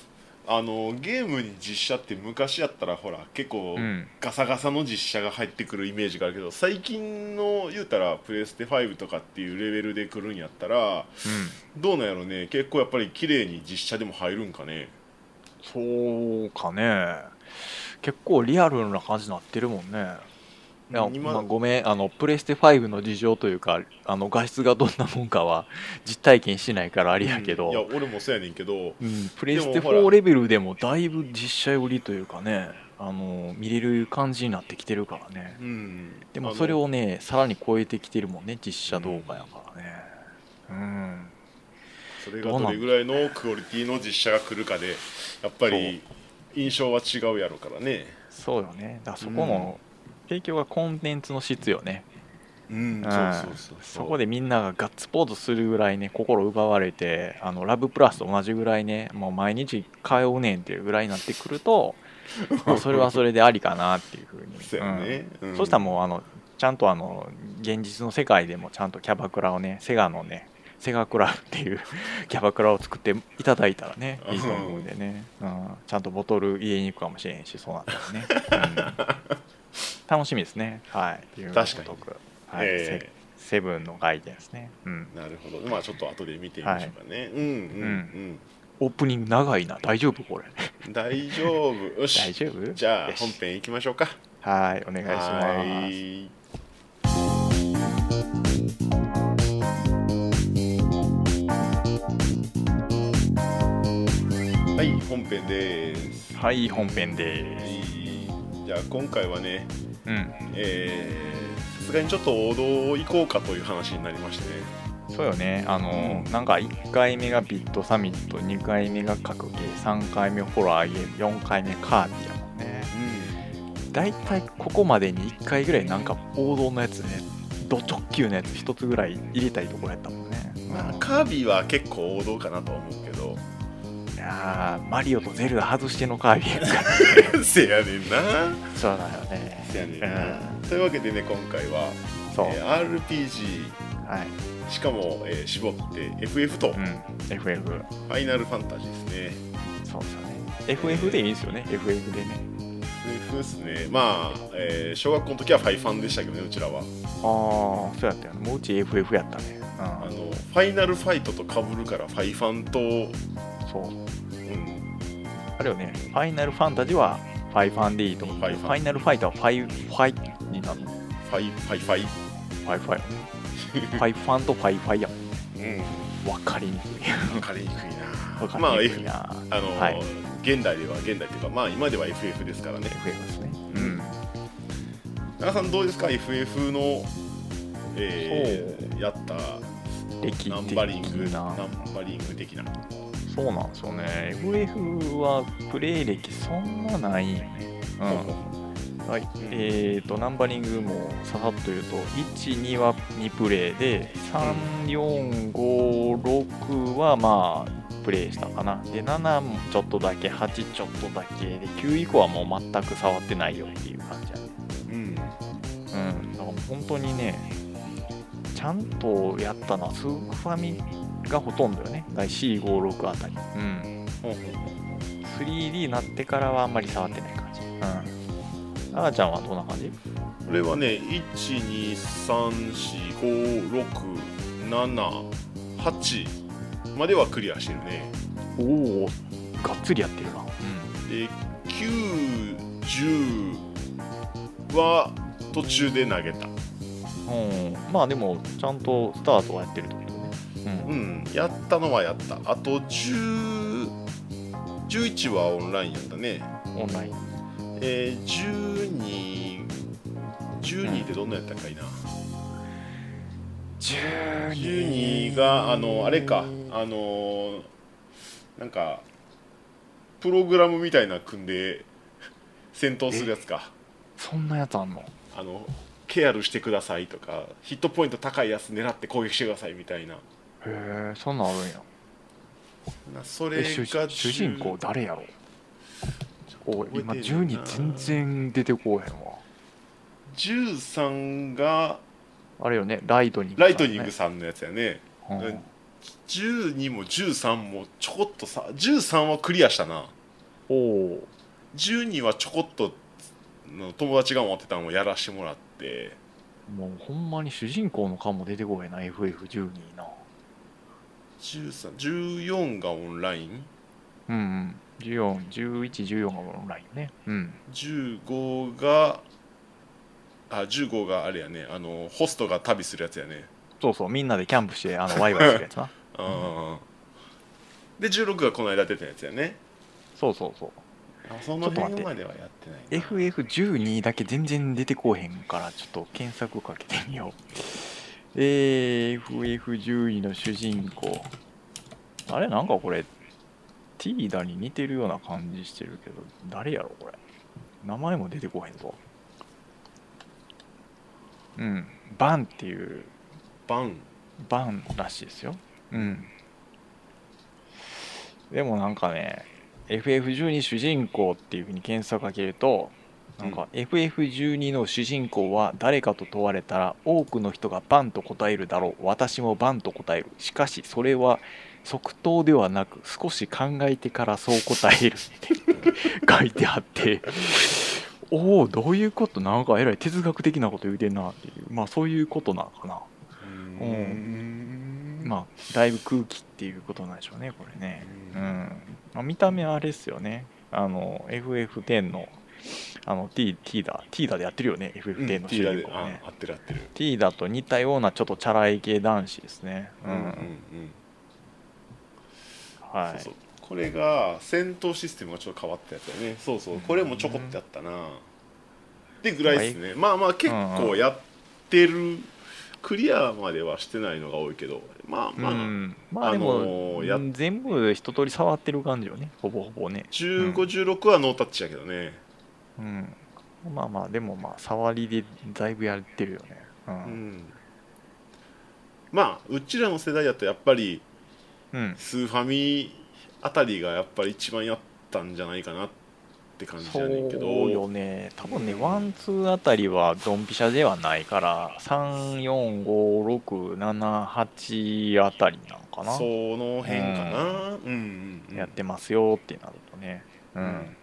S1: あのゲームに実写って昔やったらほら結構
S2: うん、
S1: ガサガサの実写が入ってくるイメージがあるけど最近の言うたらプレステ5とかっていうレベルで来るんやったらどうなんやろね結構やっぱり綺麗に実写でも入るんかね
S2: うん、そうかね結構リアルな感じになってるもんねいや、
S1: 今
S2: まあごめんあのプレステ5の事情というかあの画質がどんなもんかは実体験しないからあれやけ
S1: うんいや
S2: ど、
S1: 俺もそうやねんけど
S2: うんプレス
S1: で
S2: テ
S1: もほら
S2: 4レベルでもだいぶ実写寄りというかねあの見れる感じになってきてるからね
S1: うん
S2: で
S1: あ
S2: も
S1: の
S2: それをねさらに超えてきてるもんね実写動画やからねうん
S1: それがどれぐらいのクオリティの実写が来るかでやっぱり印象は違うやろからね
S2: そうよねだからそこの提供がコンテンツの質よね、
S1: うん
S2: うん
S1: そうそうそう
S2: そこでみんながガッツポーズするぐらいね心奪われてあのラブプラスと同じぐらいねもう毎日通うねんっていうぐらいになってく ると、まあそれはそれでありかなっていうふうに
S1: そうやね、
S2: うん
S1: ん
S2: そしたらもうあのちゃんとあの現実の世界でもちゃんとキャバクラをねセガのねセガクラっていう キャバクラを作っていただいたらねいいと思うんでね、うん、ちゃんとボトル家に行くかもしれんしそうなったらね、 うん楽しみですねはいっていう
S1: 確かに
S2: ごとくはい
S1: え
S2: セセブンの概念ですね、うん、
S1: なるほどまあちょっと後で見てみましょうかね、うんうん
S2: オープニング長いな大丈夫これ
S1: うん大 丈夫よ
S2: 大
S1: し
S2: 丈夫
S1: じゃあ
S2: よし
S1: 本編行きましょうか
S2: はいお願いし
S1: は
S2: ます
S1: ーいはい本編です
S2: はい、本編で
S1: は
S2: す。
S1: いじゃあ今回はね
S2: うん、
S1: えーさすがにちょっと王道を行こうかという話になりましてね
S2: そうよね。あの、なんか1回目がビットサミット、2回目が格ゲー、3回目ホラーゲーム、4回目カービィやもんね。だいたいここまでに1回ぐらいなんか王道のやつね、ド直球のやつ1つぐらい入れたいところやったもんね。
S1: まあ
S2: うん
S1: カービィは結構王道かなとは思うけ ど
S2: いやーマリオとゼルダ外してのカービィやから。
S1: せやねんな
S2: そうだよね。
S1: せやねんな
S2: う
S1: というわけでね今回は、
S2: ん、そう、
S1: えー RPG
S2: はい。
S1: しかも、えー絞って FF と、
S2: う
S1: フ
S2: ん、FF。
S1: ァイナルファンタジーですね
S2: そうですよね。FF でいいですよね、FF でね。
S1: FF ですねまあ、えー小学校の時はファイファンでしたけどねうちらは
S2: ああ、そうやったよね。もううち FF やったね。
S1: あ
S2: うん
S1: のファイナルファイトとかぶるからファイファンと、
S2: そう。
S1: うん、
S2: あれよね、ファイナルファンタジーはファイファンでいいと思う。フ
S1: ファイファン
S2: ァイナルファイターはファイファイになるの。フ
S1: ファイファイファイ、
S2: ァイ ファイ。ファイファンとファイファイやも。
S1: うん
S2: わか りにくい。
S1: 分かりにくいな
S2: わか
S1: まあ
S2: りにくい
S1: F
S2: な。
S1: あの、
S2: はい
S1: 現代では現代っていうかまあ今では FF ですからね
S2: FF ですね。
S1: うん皆さんどうですか FF の、えーやった
S2: 歴
S1: ナン
S2: 的
S1: バリングナ
S2: な。
S1: ンバリング的な
S2: そうなんですよね。FF はプレイ歴そんなないよね。うん。はい、えー、とナンバリングもささっと言うと12は2プレイで3456はまあプレイしたかなで7もちょっとだけ8ちょっとだけで9以降はもう全く触ってないよっていう感じやね
S1: うん
S2: うんだからもう本当にねちゃんとやったのはスーファミがほとんどよね第 C56 あたりうん
S1: ほんほんほん
S2: 3D になってからはあんまり触ってない感じうんあーちゃんはどんな感じ
S1: これはね123456788まではクリアしてるね
S2: おおがっつりやってるな、う
S1: で910は途中で投げた
S2: んまあでもちゃんとスタートはやってるってことねう
S1: うん
S2: ん、
S1: やったのはやったあと10 11はオンラインやったね
S2: オンライン
S1: えー、12 12ってどんなやったかいな12があのあれかあのーなんかプログラムみたいな組んで戦闘するやつか
S2: そんなやつあんの
S1: あのケアルしてくださいとかヒットポイント高いやつ狙って攻撃してくださいみたいな
S2: へえそんなんあるんや
S1: なそれ
S2: え
S1: が
S2: 主
S1: 10
S2: 主人公誰やろおい今
S1: 覚えてないな
S2: 12全然出てこへんわ
S1: 13が
S2: あれよねライトニング、
S1: ライトニング、さんのやつやね
S2: うん
S1: うん12も13もちょこっとさ13はクリアしたな
S2: おお
S1: 12はちょこっとの友達が持ってたのをやらしてもらって
S2: もうほんまに主人公の顔も出てこへんな FF12 な
S1: 1314がオンライン
S2: うんうん141114がオンラインねうん
S1: 15があ15があれやねあのホストが旅するやつやね
S2: そうそうみんなでキャンプしてあのワイワイするやつな
S1: あーで16がこの間出たやつやね
S2: そうそうそう
S1: あそ
S2: ちょ
S1: の
S2: っと待って
S1: 辺まではやってないな
S2: FF12 だけ全然出てこうへんからちょっと検索かけてみようえー、FF12 の主人公あれなんかこれティーダに似てるような感じしてるけど誰やろこれ名前も出てこへんぞうんバンっていう
S1: バン
S2: バンらしいですようんでもなんかね FF12 主人公っていうふうに検索かけるとなんか FF12 の主人公は誰かと問われたら多くの人がバンと答えるだろう私もバンと答えるしかしそれは即答ではなく少し考えてからそう答える 書いてあっておおどういうことなんかえらい哲学的なこと言うてんなっていうまあそういうことなのかな
S1: うん
S2: うんまあだいぶ空気っていうことなんでしょうねこれねうん、まあ、見た目はあれですよねあの FF10 のあの T ティーダティーダでやってるよね
S1: うん
S2: FF10 の
S1: テ
S2: 主
S1: ィーラで
S2: 人公
S1: あ
S2: ね
S1: 合ってる合ってる
S2: ティーダと似たようなちょっとチャラい系男子ですねうん、
S1: うん
S2: は
S1: そう
S2: い
S1: そうこれが戦闘システムがちょっと変わったやつだよねそうそうこれもちょこってあったなってぐらいですねまあまあ結構やってるクリアまではしてないのが多いけどまあま
S2: う
S1: あ
S2: ん、まあで
S1: あの
S2: も、
S1: ーや
S2: うん全部一通り触ってる感じよねほぼほぼね、
S1: 1516はノータッチやけどね
S2: うん、まあまあでもまあ触りでだいぶやってるよねう、
S1: うんんまあうちらの世代だとやっぱり
S2: うん、
S1: スーファミあたりがやっぱり一番やったんじゃないかなって感じじゃねんけど
S2: そうよね多分ね
S1: うん
S2: ワンツーあたりはドンピシャではないから345678あたりなのかな
S1: その辺かなうんうんうん
S2: やってますよってなるとねうん、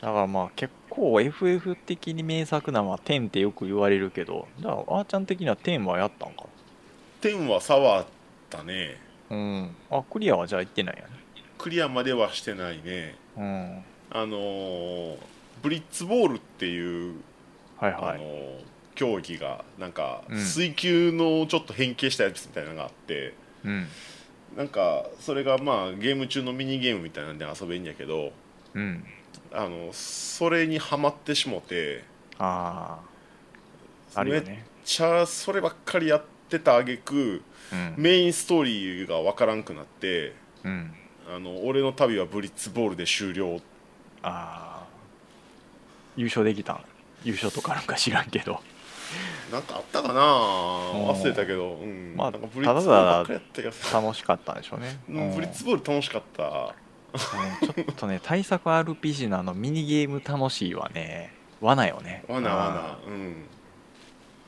S2: だからまあ結構 FF 的に名作なのは10ってよく言われるけどじゃああーちゃん的には10はやったんか
S1: 天は触ったね
S2: うんあクリアはじゃあ行ってないや
S1: クリアまではしてないね
S2: ね
S1: あのーブリッツボールっていう、
S2: うんはい
S1: あ
S2: は
S1: の
S2: い
S1: ー競技がなんか
S2: うん
S1: 水球のちょっと変形したやつみたいなのがあって、
S2: うん
S1: なんかそれがまあゲーム中のミニゲームみたいなんで遊べんやけど
S2: うん
S1: あのそれにはまってしもて
S2: あああるよ
S1: めっ
S2: ね
S1: ちゃそればっかりやってた挙句
S2: うん
S1: メインストーリーがわからんくなって
S2: うん
S1: あの俺の旅はブリッツボールで終了
S2: ああ優勝できたん優勝とかなんか知らんけど
S1: なんかあったかな忘れたけど、うん
S2: まあ
S1: なんかブリッツボールばっかりやったけど
S2: 楽しかったんでしょうね、
S1: うんブリッツボール楽しかった
S2: うんちょっとね対策 RPG のあのミニゲーム楽しいはね罠よね
S1: わなわ
S2: うん
S1: なうん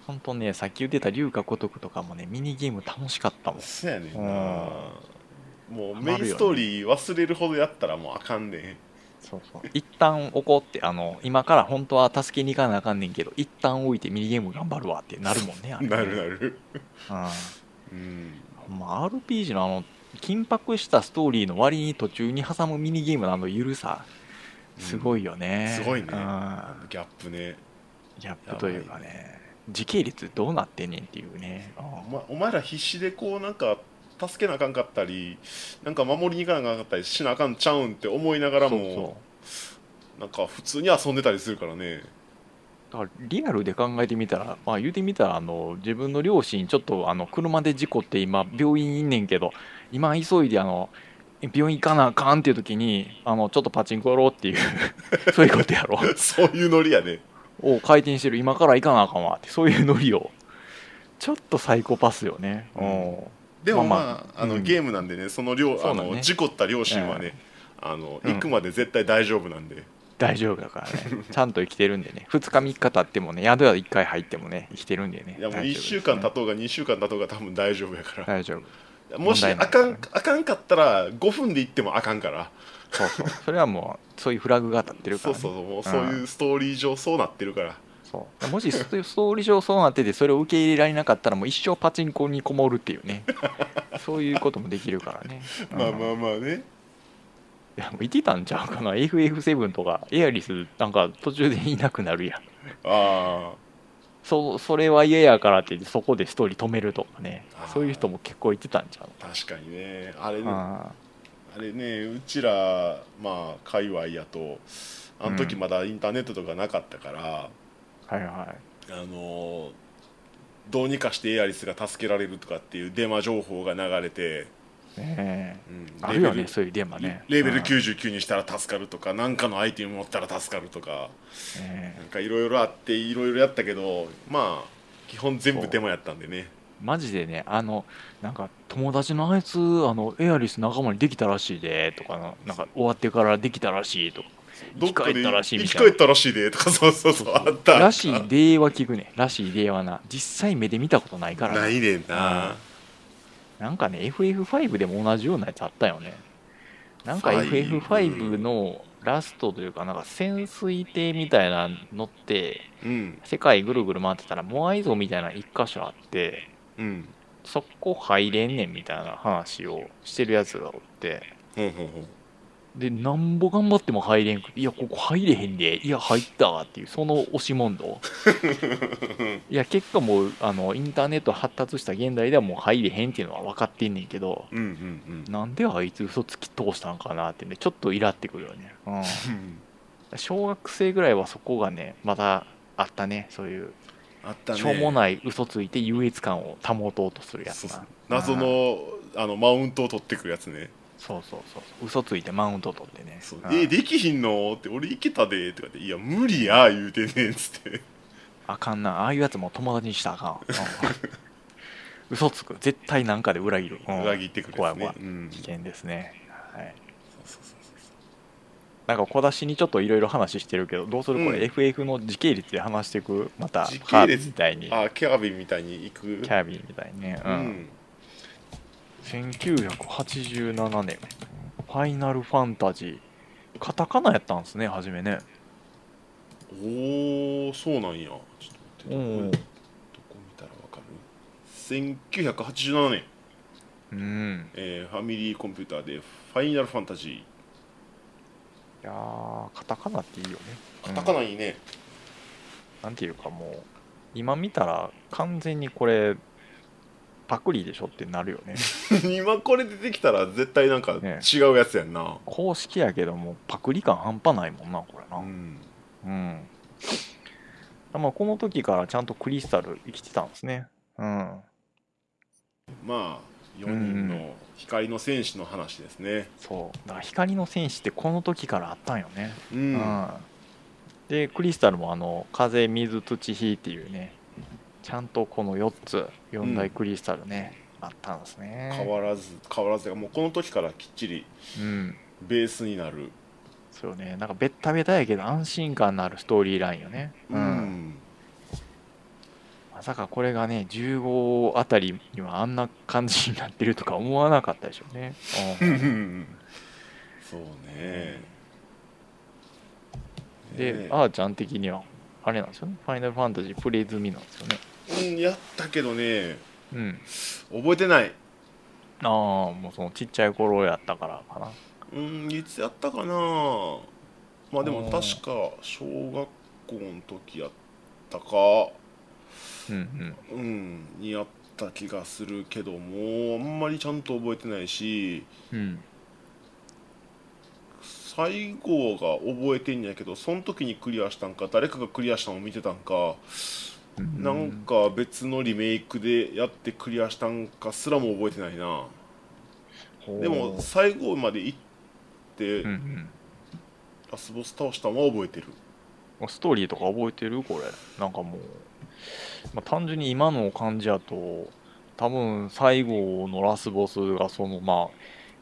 S2: ほんとねさっき言ってた龍が如くとかもねミニゲーム楽しかったもん
S1: そうやねんな
S2: うん
S1: もう
S2: ハマる
S1: メ
S2: よね
S1: インストーリー忘れるほどやったらもうあかんね
S2: そうそう一旦怒ってあの今から本当は助けに行かなあかんねんけど一旦置いてミニゲーム頑張るわってなるもんねあれ
S1: んなるなる
S2: うん
S1: うん
S2: まあ、RPG のあの緊迫したストーリーの割に途中に挟むミニゲームのあの緩さすごいよね、
S1: すごいね
S2: う
S1: ギ
S2: ん
S1: ャップね
S2: ギャップというかね時系列どうなってんねんっていうね
S1: お前お前ら必死でこうなんか助けなあかんかったりなんか守りに行かなあかんかったりしなあかんちゃうんって思いながらも
S2: そうそ
S1: なんか普通に遊んでたりするからね
S2: うだからリアルで考えてみたら、まあ、言うてみたらあの自分の両親ちょっとあの車で事故って今病院いんねんけど今急いであの病院行かなあかんっていう時にあのちょっとパチンコやろう っていうそういうことやろ
S1: そういうノリやね
S2: を回転してる今から行かなあかんわってそういうノリをちょっとサイコパスよね、
S1: うん
S2: お
S1: でもまあ,、
S2: まあまあ
S1: あの
S2: うん
S1: ゲームなんでねその両
S2: そ
S1: あ
S2: うだね
S1: の事故った両親はね、あの行くまで絶対大丈夫なんで、
S2: 大丈夫だからねちゃんと生きてるんでね2日3日経ってもね宿屋1回入ってもね生きてるんでね
S1: いやもう
S2: 大
S1: 1
S2: 丈夫です
S1: 週間経とうが2週間経とうが多分大丈夫やから、
S2: 大丈夫
S1: もし
S2: 問題な
S1: あ
S2: いか
S1: からんあかんかったら5分で行ってもあかんから
S2: そうそうそれはもうそういうフラグが立ってるか
S1: そ
S2: ら、
S1: う
S2: ね、
S1: そうもうそういうストーリー上そうなってるから
S2: そうもしストストーリー上そうなっててそれを受け入れられなかったらもう一生パチンコにこもるっていうねそういうこともできるからね、
S1: まあま
S2: うん
S1: あまあね
S2: いやもういてたんちゃうかな FF7 とかエアリスなんか途中でいなくなるやん
S1: あ
S2: そそれは嫌やからって言ってそこでストーリー止めるとかね
S1: あー
S2: そういう人も結構いてたんちゃう
S1: あ確かにねあれねあ
S2: あ
S1: れねうちらまあ界隈やとあの時
S2: うん
S1: まだインターネットとかなかったから、
S2: ーはいはい
S1: あのーどうにかしてエアリスが助けられるとかっていうデマ情報が流れて、
S2: ね
S1: うん
S2: えある
S1: レ
S2: よ
S1: ベ
S2: ね
S1: ル
S2: そういうデマね
S1: レベル
S2: うん
S1: 99にしたら助かるとか何かのアイテム持ったら助かるとか
S2: ね
S1: な
S2: え
S1: んかいろいろあっていろいろやったけどまあ基本全部デマやったんでね
S2: マジでねあのなんか友達のあいつあのエアリス仲間にできたらしいでとかななんか終わってからできたらしいとか
S1: どっか
S3: 生き
S1: で
S3: 返ったらしいみたいな
S1: 生き返ったらしいでとかそうそうそうあった
S2: らしい例は聞くね。らしい例はな。実際目で見たことないから
S1: ないねんな、
S2: うんなんかね、FF5 でも同じようなやつあったよね。なんか
S1: ファイ
S2: FF5 のラストというか、なんか潜水艇みたいなの乗って、
S1: うん
S2: 世界ぐるぐる回ってたら、モアイ像みたいな一箇所あって、
S1: うん
S2: そこ入れんねんみたいな話をしてるやつがおって、
S1: ほんほんほん
S2: で、なんぼ頑張っても入れんくて、いや、ここ入れへんで、いや、入ったわっていう、その押し問 答。いや、結果もう、あの、インターネット発達した現代ではもう入れへんっていうのは分かってんねんけど、
S1: うんうん
S2: なんであいつ嘘つき通したんかなってね、ちょっとイラってくるよね。う
S1: うん
S2: ん。小学生ぐらいはそこがね、またあったね、そういう、
S1: あったね
S2: しょうもない嘘ついて優越感を保とうとするやつ
S1: そうそう
S2: な。
S1: 謎のあのマウントを取ってくるやつね
S2: そうそうそうそう。嘘ついてマウント取ってね。
S1: そう
S2: うん
S1: えできひんのって俺いけたでとかっていや無理や言うてねんつって
S2: あかんな、ああいうやつも友達にしたらあかん。うん嘘つく、絶対なんかで裏切る。うん
S1: 裏切ってくるやつね
S2: 怖い怖い
S1: うん
S2: 危険ですね。はい。
S1: そうそうそ
S2: なんか小出しにちょっといろいろ話してるけど、どうするこれ、
S1: うん
S2: FF の時系列で話していく、また
S1: 時系列
S2: カービィみたいに、
S1: う
S2: キ
S1: そうあキャービンみたいに行く
S2: ャービィみたいにね、う
S1: うんん
S2: 1987年、ファイナルファンタジー、カタカナやったんですね、初めね。
S1: おおそうなんやちょっと待って
S2: うん
S1: どこ見たらわかる1987年、
S2: うん。
S1: えーファミリーコンピューターで「ファイナルファンタジ
S2: いやー、カタカナっていいよね。
S1: ー」カタカナいいね、
S2: なんていうかもう今見たら完全にこれパクリでしょってなるよ ね
S1: 今これ出てきたら絶対なんか
S2: ね
S1: 違うやつやんな、
S2: 公式やけどもパクリ感半端ないもんなこれ
S1: う
S2: なうん、
S1: ん
S2: まあ、この時からちゃんとクリスタル生きてたんですねうん
S1: まあ4人の光の戦士の話ですね
S2: そうだから光の戦士ってこの時からあったんよね
S1: う、
S2: うんん、でクリスタルもあの風水土火っていうねちゃんとこの4つ4大クリスタルね、あったんですね
S1: 変わらず変わらずもうこの時からきっちり
S2: うん
S1: ベースになる
S2: そうよねなんかベッタベタやけど安心感のあるストーリーラインよね、
S1: うん、
S2: まさかこれがね15あたりにはあんな感じになってるとか思わなかったでしょうね、
S1: そうね
S2: うん、であーちゃん的にはあれなんですよねファイナルファンタジープレイ済みなんですよね
S1: うんやったけどね
S2: うん
S1: 覚えてない
S2: ああもうそのちっちゃい頃やったからかな
S1: うんいつやったかなまあでも
S2: うん
S1: 確か小学校の時やったか
S2: うんうん
S1: うんにやった気がするけどもあんまりちゃんと覚えてないし
S2: うん
S1: 最後が覚えてんやけどその時にクリアしたんか誰かがクリアしたのを見てたんか
S2: うん
S1: なんか別のリメイクでやってクリアしたんかすらも覚えてないな
S2: ほう
S1: でも最後まで行って
S2: うんうん
S1: ラスボス倒したのは覚えてる
S2: もうストーリーとか覚えてるこれなんかもう、まあ、単純に今の感じやと多分最後のラスボスがそのまあ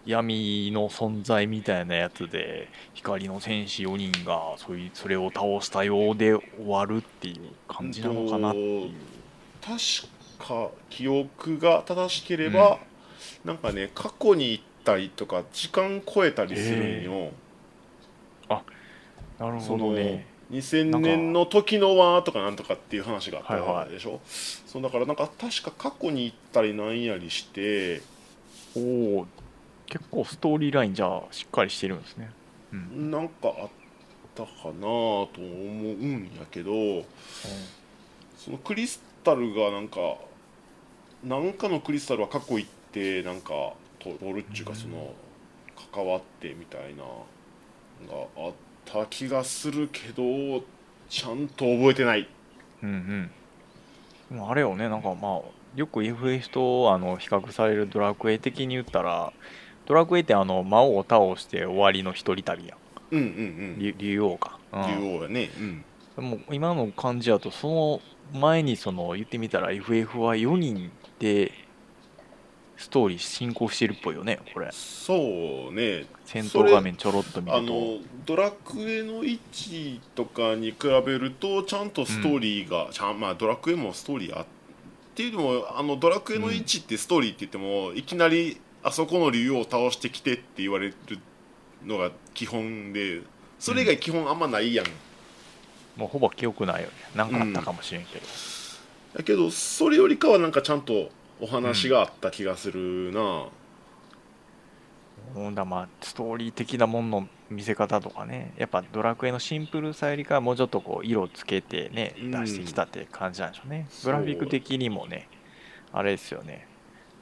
S2: 闇の存在みたいなやつで光の戦士4人がそいそれを倒したようで終わるっていう感じなのかなっていう
S1: 確か記憶が正しければ、なんかね過去に行ったりとか時間超えたりするんよ、
S2: なる
S1: そ
S2: ほど
S1: の
S2: ね
S1: 2000年の時のはとかなんとかっていう話が
S2: はい
S1: あ
S2: は
S1: っ
S2: い
S1: たでしょ、そうだからなんか確か過去に行ったりなんやりして
S2: おおー結構ストーリーラインじゃあしっかりしてるんですねうん
S1: なんかあったかなと思うんやけどそのクリスタルがなんかなんかのクリスタルは過去行ってなんか取るっちゅう
S2: う
S1: か
S2: ん
S1: その関わってみたいなのがあった気がするけどちゃんと覚えてない
S2: うんうん。でもあれよね、なんかまあ、よく FF とあの比較されるドラクエ的に言ったら、ドラクエってあの魔王を倒して終わりの一人旅やん。
S1: うんうん
S2: 竜竜王か。う
S1: うん
S2: ん
S1: 竜王やねうん
S2: でも今の感じだと、その前にその言ってみたら FF は4人でストーリー進行してるっぽいよねこれ
S1: そうね
S2: 戦闘画面ちょろっと見
S1: あ
S2: ると
S1: のドラクエの1とかに比べるとちゃんとストーリーが、ちゃんまあ、ドラクエもストーリーあっていうのもあのドラクエの1ってストーリーって言っても、いきなりあそこの竜王を倒してきてって言われるのが基本でそれ以外基本あんまないやん、
S2: もうほぼ記憶ないよねなんかあったかもしれんけど、
S1: だけどそれよりかはなんかちゃんとお話があった気がするな、
S2: ほんだまあストーリー的なものの見せ方とかねやっぱドラクエのシンプルさよりかはもうちょっとこう色つけてね
S1: うん
S2: 出してきたって感じなんでしょうね、
S1: そう
S2: グラフィック的にもねあれですよね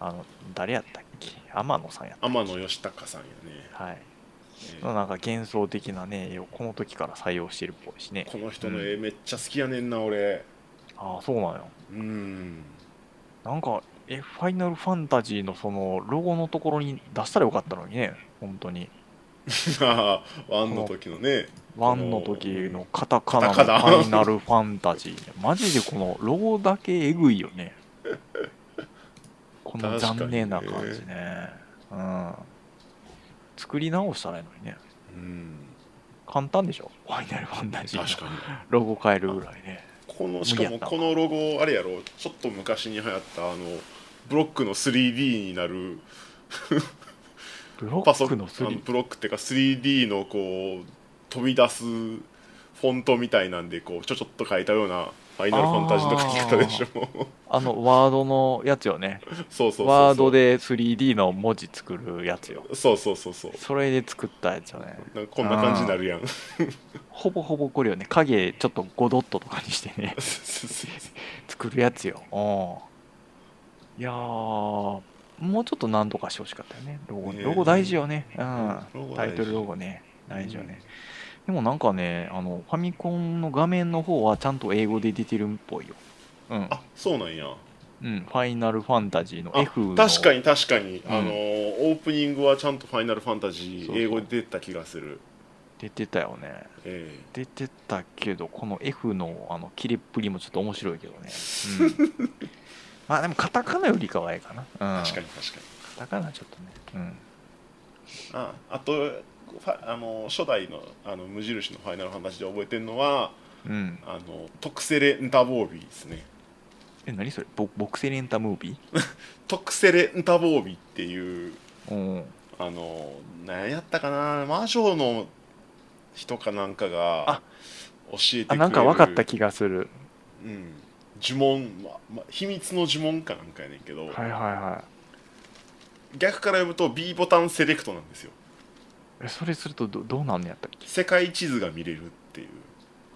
S2: あの誰やったっけ天野さんやったっけ
S1: 天野義高さんやね、
S2: はい
S1: えー
S2: のなんか幻想的なね絵をこの時から採用してるっぽいしね
S1: この人の絵めっちゃ好きやねんな俺
S2: ああそうなんよ
S1: うん
S2: なんかえファイナルファンタジーのそのロゴのところに出したらよかったのにね本当に
S1: ああワンの時のね
S2: ワンの時のカタカナのフ
S1: カタカナ
S2: ァイナルファンタジー。マジでこのロゴだけえぐいよ ね。この残念な感じ
S1: 確
S2: ね。うん。作り直したらいいのにね。
S1: うん
S2: 簡単でしょファイナルファンタジー
S1: 確
S2: の
S1: かに
S2: ロゴ変えるぐらいね。
S1: この
S2: 無理
S1: しか
S2: や
S1: も
S2: った
S1: このロゴあれやろちょっと昔に流行ったあのブロックの 3D になる
S2: ブロ
S1: パソ
S2: ッ
S1: コ
S2: ク
S1: ン
S2: の
S1: あの
S2: 3。
S1: ブロックっていうか 3D のこう飛び出すフォントみたいなんでこうちょちょっと書いたようなファイナルファンタジーの書き方でしょ
S2: あのワードのやつよね。
S1: そうそうそうそう
S2: ワードで 3D の文字作るやつよ。
S1: そうそうそうそう
S2: それで作ったやつよね。
S1: なんかこんな感じになる やん
S2: ほぼほぼこれよね。影ちょっと5ドットとかにしてね。作るやつよ。うんいやー、もうちょっと何とかしてほしかったよね。ロゴ
S1: ねえ
S2: ロゴ大事よね。うん
S1: ロゴ大事
S2: タイトルロゴね。大事よね。でもなんかねあの、ファミコンの画面の方はちゃんと英語で出てるっぽいよ。うん。
S1: あそうなんや
S2: うん、ファイナルファンタジーの
S1: あ
S2: F の。
S1: 確かに確かに、
S2: ん
S1: あのオープニングはちゃんと「ファイナルファンタジー
S2: そ」うそう
S1: 英語で出てた気がする
S2: 出てたよね。
S1: ええ
S2: 出てたけど、この F のあの切れっぷりもちょっと面白いけど ね。うん、まあでも、カタカナよりかはええかな。うん、
S1: 確かに確かに
S2: カタカナちょっとね。うん
S1: ああとファあの初代のあの無印の「ファイナルファンタジー」で覚えてるのは
S2: うん、
S1: あのトクセレンタボービーですね
S2: え何それボボクセレンタムービ
S1: トクセレンタボービーっていう
S2: ーうん
S1: あの何やったかな魔女の人かなんかが教
S2: あ
S1: えてくれ
S2: あ
S1: る
S2: なんか分かった気がする
S1: うん呪文、まま秘密の呪文かなんかやねんけど、
S2: はいはいは
S1: 逆から読むと B ボタンセレクトなんですよ
S2: いえそれするとどどうなんのやったっけ
S1: 世界地図が見れるっていう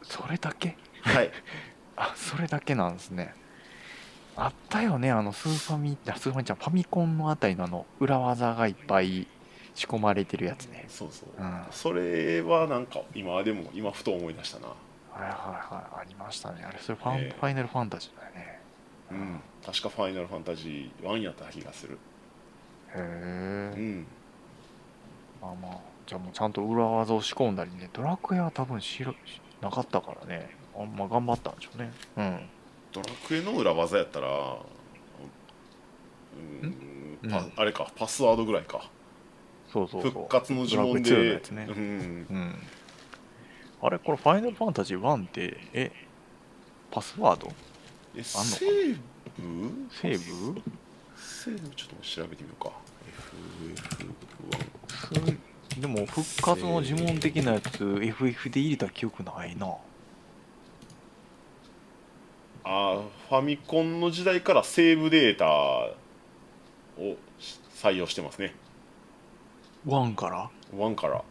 S2: それだけ
S1: はい
S2: あそれだけなんですねあったよねあのスーファミあスーファミちゃんファミコンのあたりのあの裏技がいっぱい仕込まれてるやつね
S1: そうそう、
S2: うん
S1: それはなんか今でも今ふと思い出したな
S2: はいはいはいありましたねあれそれファン、
S1: ええ
S2: ファイナルファンタジーだよね
S1: うん確か「ファイナルファンタジー1」やった気がする
S2: へ
S1: う
S2: え
S1: ん
S2: まあまあじゃあもうちゃんと裏技を仕込んだりねドラクエは多分知らなかったからねあんま頑張ったんでしょうねうん
S1: ドラクエの裏技やったらうん
S2: ん
S1: パ
S2: うん
S1: あれかパスワードぐらいか
S2: そうそうそう
S1: 復活の呪文
S2: ドラクエ2の
S1: で
S2: やつね
S1: うん
S2: うん、あれこれ「ファイナルファンタジー1」ってえパスワード
S1: え
S2: あんのか
S1: セーブ
S2: セーブ
S1: セーブちょっと調べてみようか FF1
S2: すでも復活の呪文的なやつ FF で入れた記憶ないな
S1: あーファミコンの時代からセーブデータを採用してますね
S2: 1から
S1: 1から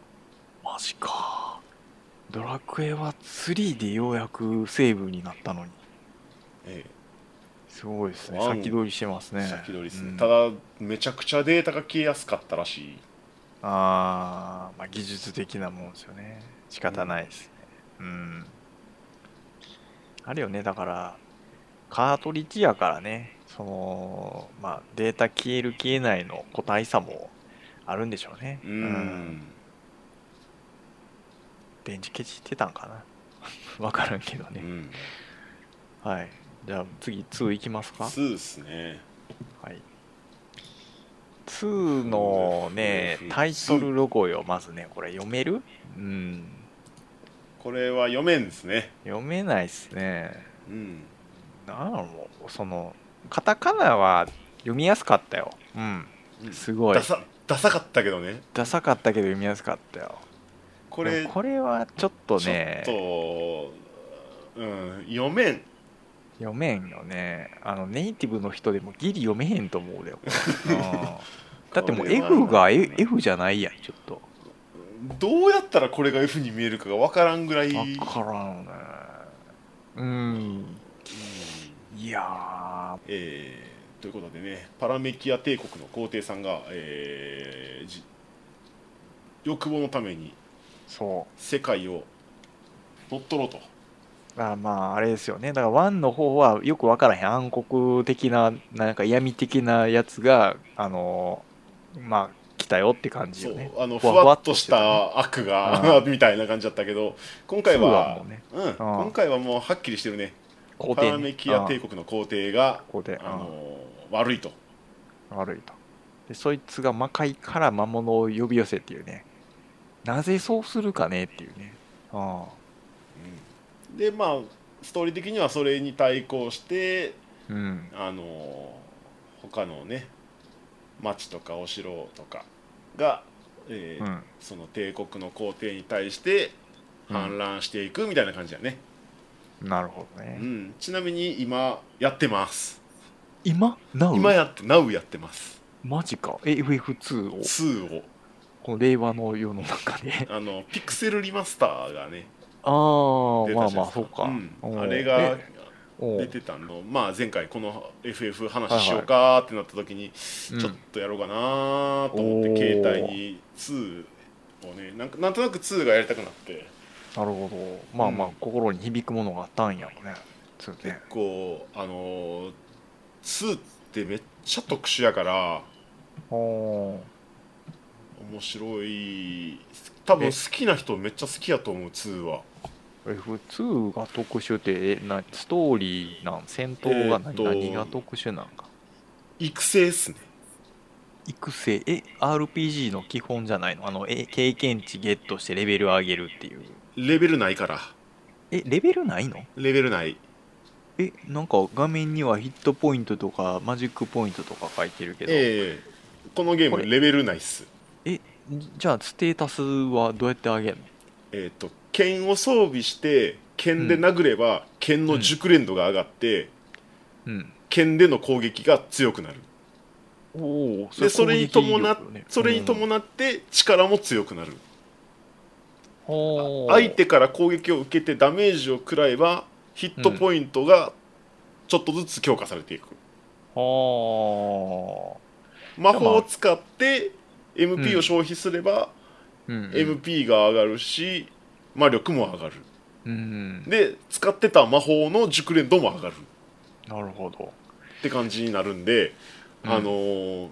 S2: マジかドラクエは3でようやくセーブになったのに
S1: え
S2: すごいですね
S1: ワン
S2: 先取りしてます
S1: え
S2: ね
S1: 先取りですね、
S2: うん
S1: ただめちゃくちゃデータが消えやすかったらしい
S2: あー、まあ技術的なもんですよね仕方ないですねうん、あるよねだからカートリッジやからねそのまあデータ消える消えないの個体差もあるんでしょうね
S1: うん、
S2: 電池消してたんかな わからんけど
S1: う
S2: ね、
S1: ん、
S2: はいじゃあ次2いきますか
S1: 2ですね
S2: はい2のね
S1: うん
S2: タイトルロゴよまずねこれ読めるうん
S1: これは読めんですね
S2: 読めないっすね
S1: うん
S2: なんだろうそのカタカナは読みやすかったようん
S1: うん
S2: すごい
S1: ダサダサかったけどね
S2: ダサかったけど読みやすかったよ
S1: こ
S2: で
S1: れ
S2: もこれはちょっとね
S1: ちょっと、うん、読めん
S2: 読めんよねあのネイティブの人でもギリ読めへんと思うだよ、 うんだっても
S1: こ
S2: う
S1: れは
S2: F が F, F じゃないやんちょっと
S1: どうやったらこれが F に見えるかが分からんぐらい
S2: 分からんねうんいや
S1: えーということでねパラメキア帝国の皇帝さんが、えーじ欲望のために
S2: ーそ
S1: 世界を乗っ取ろうと
S2: うあまああれですよねだからワンの方はよく分からへん暗黒的ななんか闇的なやつがあのーまあ来たよって感じ
S1: そ
S2: よ
S1: う
S2: ね
S1: あのふ
S2: ふわ
S1: わっとし
S2: ふわ
S1: た悪が
S2: う
S1: みたいな感じだったけど今回
S2: ツーはも
S1: は
S2: うね
S1: うん今回はもうはっきりしてるね
S2: 皇
S1: パ
S2: 帝
S1: ラメ
S2: ね
S1: キア
S2: うん
S1: 帝国の皇帝が、
S2: 皇帝
S1: あ
S2: うん
S1: の悪いと
S2: 悪いとでそいつが魔界から魔物を呼び寄せっていうねなぜそうするかねっていうねあ
S1: でまあストーリー的にはそれに対抗して
S2: あうん
S1: あの他のね町とかお城とかが、え
S2: う
S1: ー
S2: ん
S1: その帝国の皇帝に対して反乱していくみたいな感じだね、
S2: なるほど
S1: うん
S2: ね
S1: ちなみに今やってます
S2: 今な
S1: 今
S2: う
S1: やって NOW やってます
S2: マジかえ FF2 を
S1: 2を
S2: この令和の世の中で
S1: あのピクセルリマスターがね
S2: ああ
S1: 出
S2: ま
S1: た
S2: あ
S1: じゃ
S2: ま
S1: ないで
S2: あ
S1: す
S2: そうか、
S1: ん
S2: おう
S1: あれが
S2: えおう
S1: 出てたのまあ前回この FF 話しようかってなった時に
S2: うん
S1: ちょっとやろうかなと思って、
S2: おー
S1: 携帯に2をねなんかなんとなく2がやりたくなって
S2: なるほどまあまあ、
S1: うん
S2: 心に響くものがあったんやろねそう
S1: 結
S2: ね
S1: 構あのー2ってめっちゃ特殊やから
S2: おー
S1: 面白い多分
S2: え
S1: 好きな人めっちゃ好きやと思う2は
S2: F2 が特殊ってえなストーリーなん戦闘が
S1: えーっ
S2: 何,、
S1: と
S2: 何が特殊なんか
S1: 育成っすね
S2: 育成え RPG の基本じゃないのあのえ経験値ゲットしてレベル上げるっていう
S1: レベルないから
S2: えレベルないの
S1: レベルない
S2: えなんか画面にはヒットポイントとかマジックポイントとか書いてるけど、
S1: ええこのゲー
S2: こ
S1: ム
S2: れ
S1: レベルないっす
S2: じじゃあステータスはどうやって上げるの
S1: えっ、と剣を装備して剣で殴れば、剣の熟練度が上がって、
S2: うん
S1: 剣での攻撃が強くなる
S2: おお
S1: でそれに伴っそれに伴って力も強くなる、相手から攻撃を受けてダメージを食らえばヒットポイントがちょっとずつ強化されていく、
S2: は
S1: 魔法を使って MP を消費すれば
S2: あ、うん、
S1: MP が上がるし魔力も上がる
S2: うん、
S1: で使ってた魔法の熟練度も上がる
S2: なるほど、
S1: って感じになるんで、
S2: うん
S1: あのー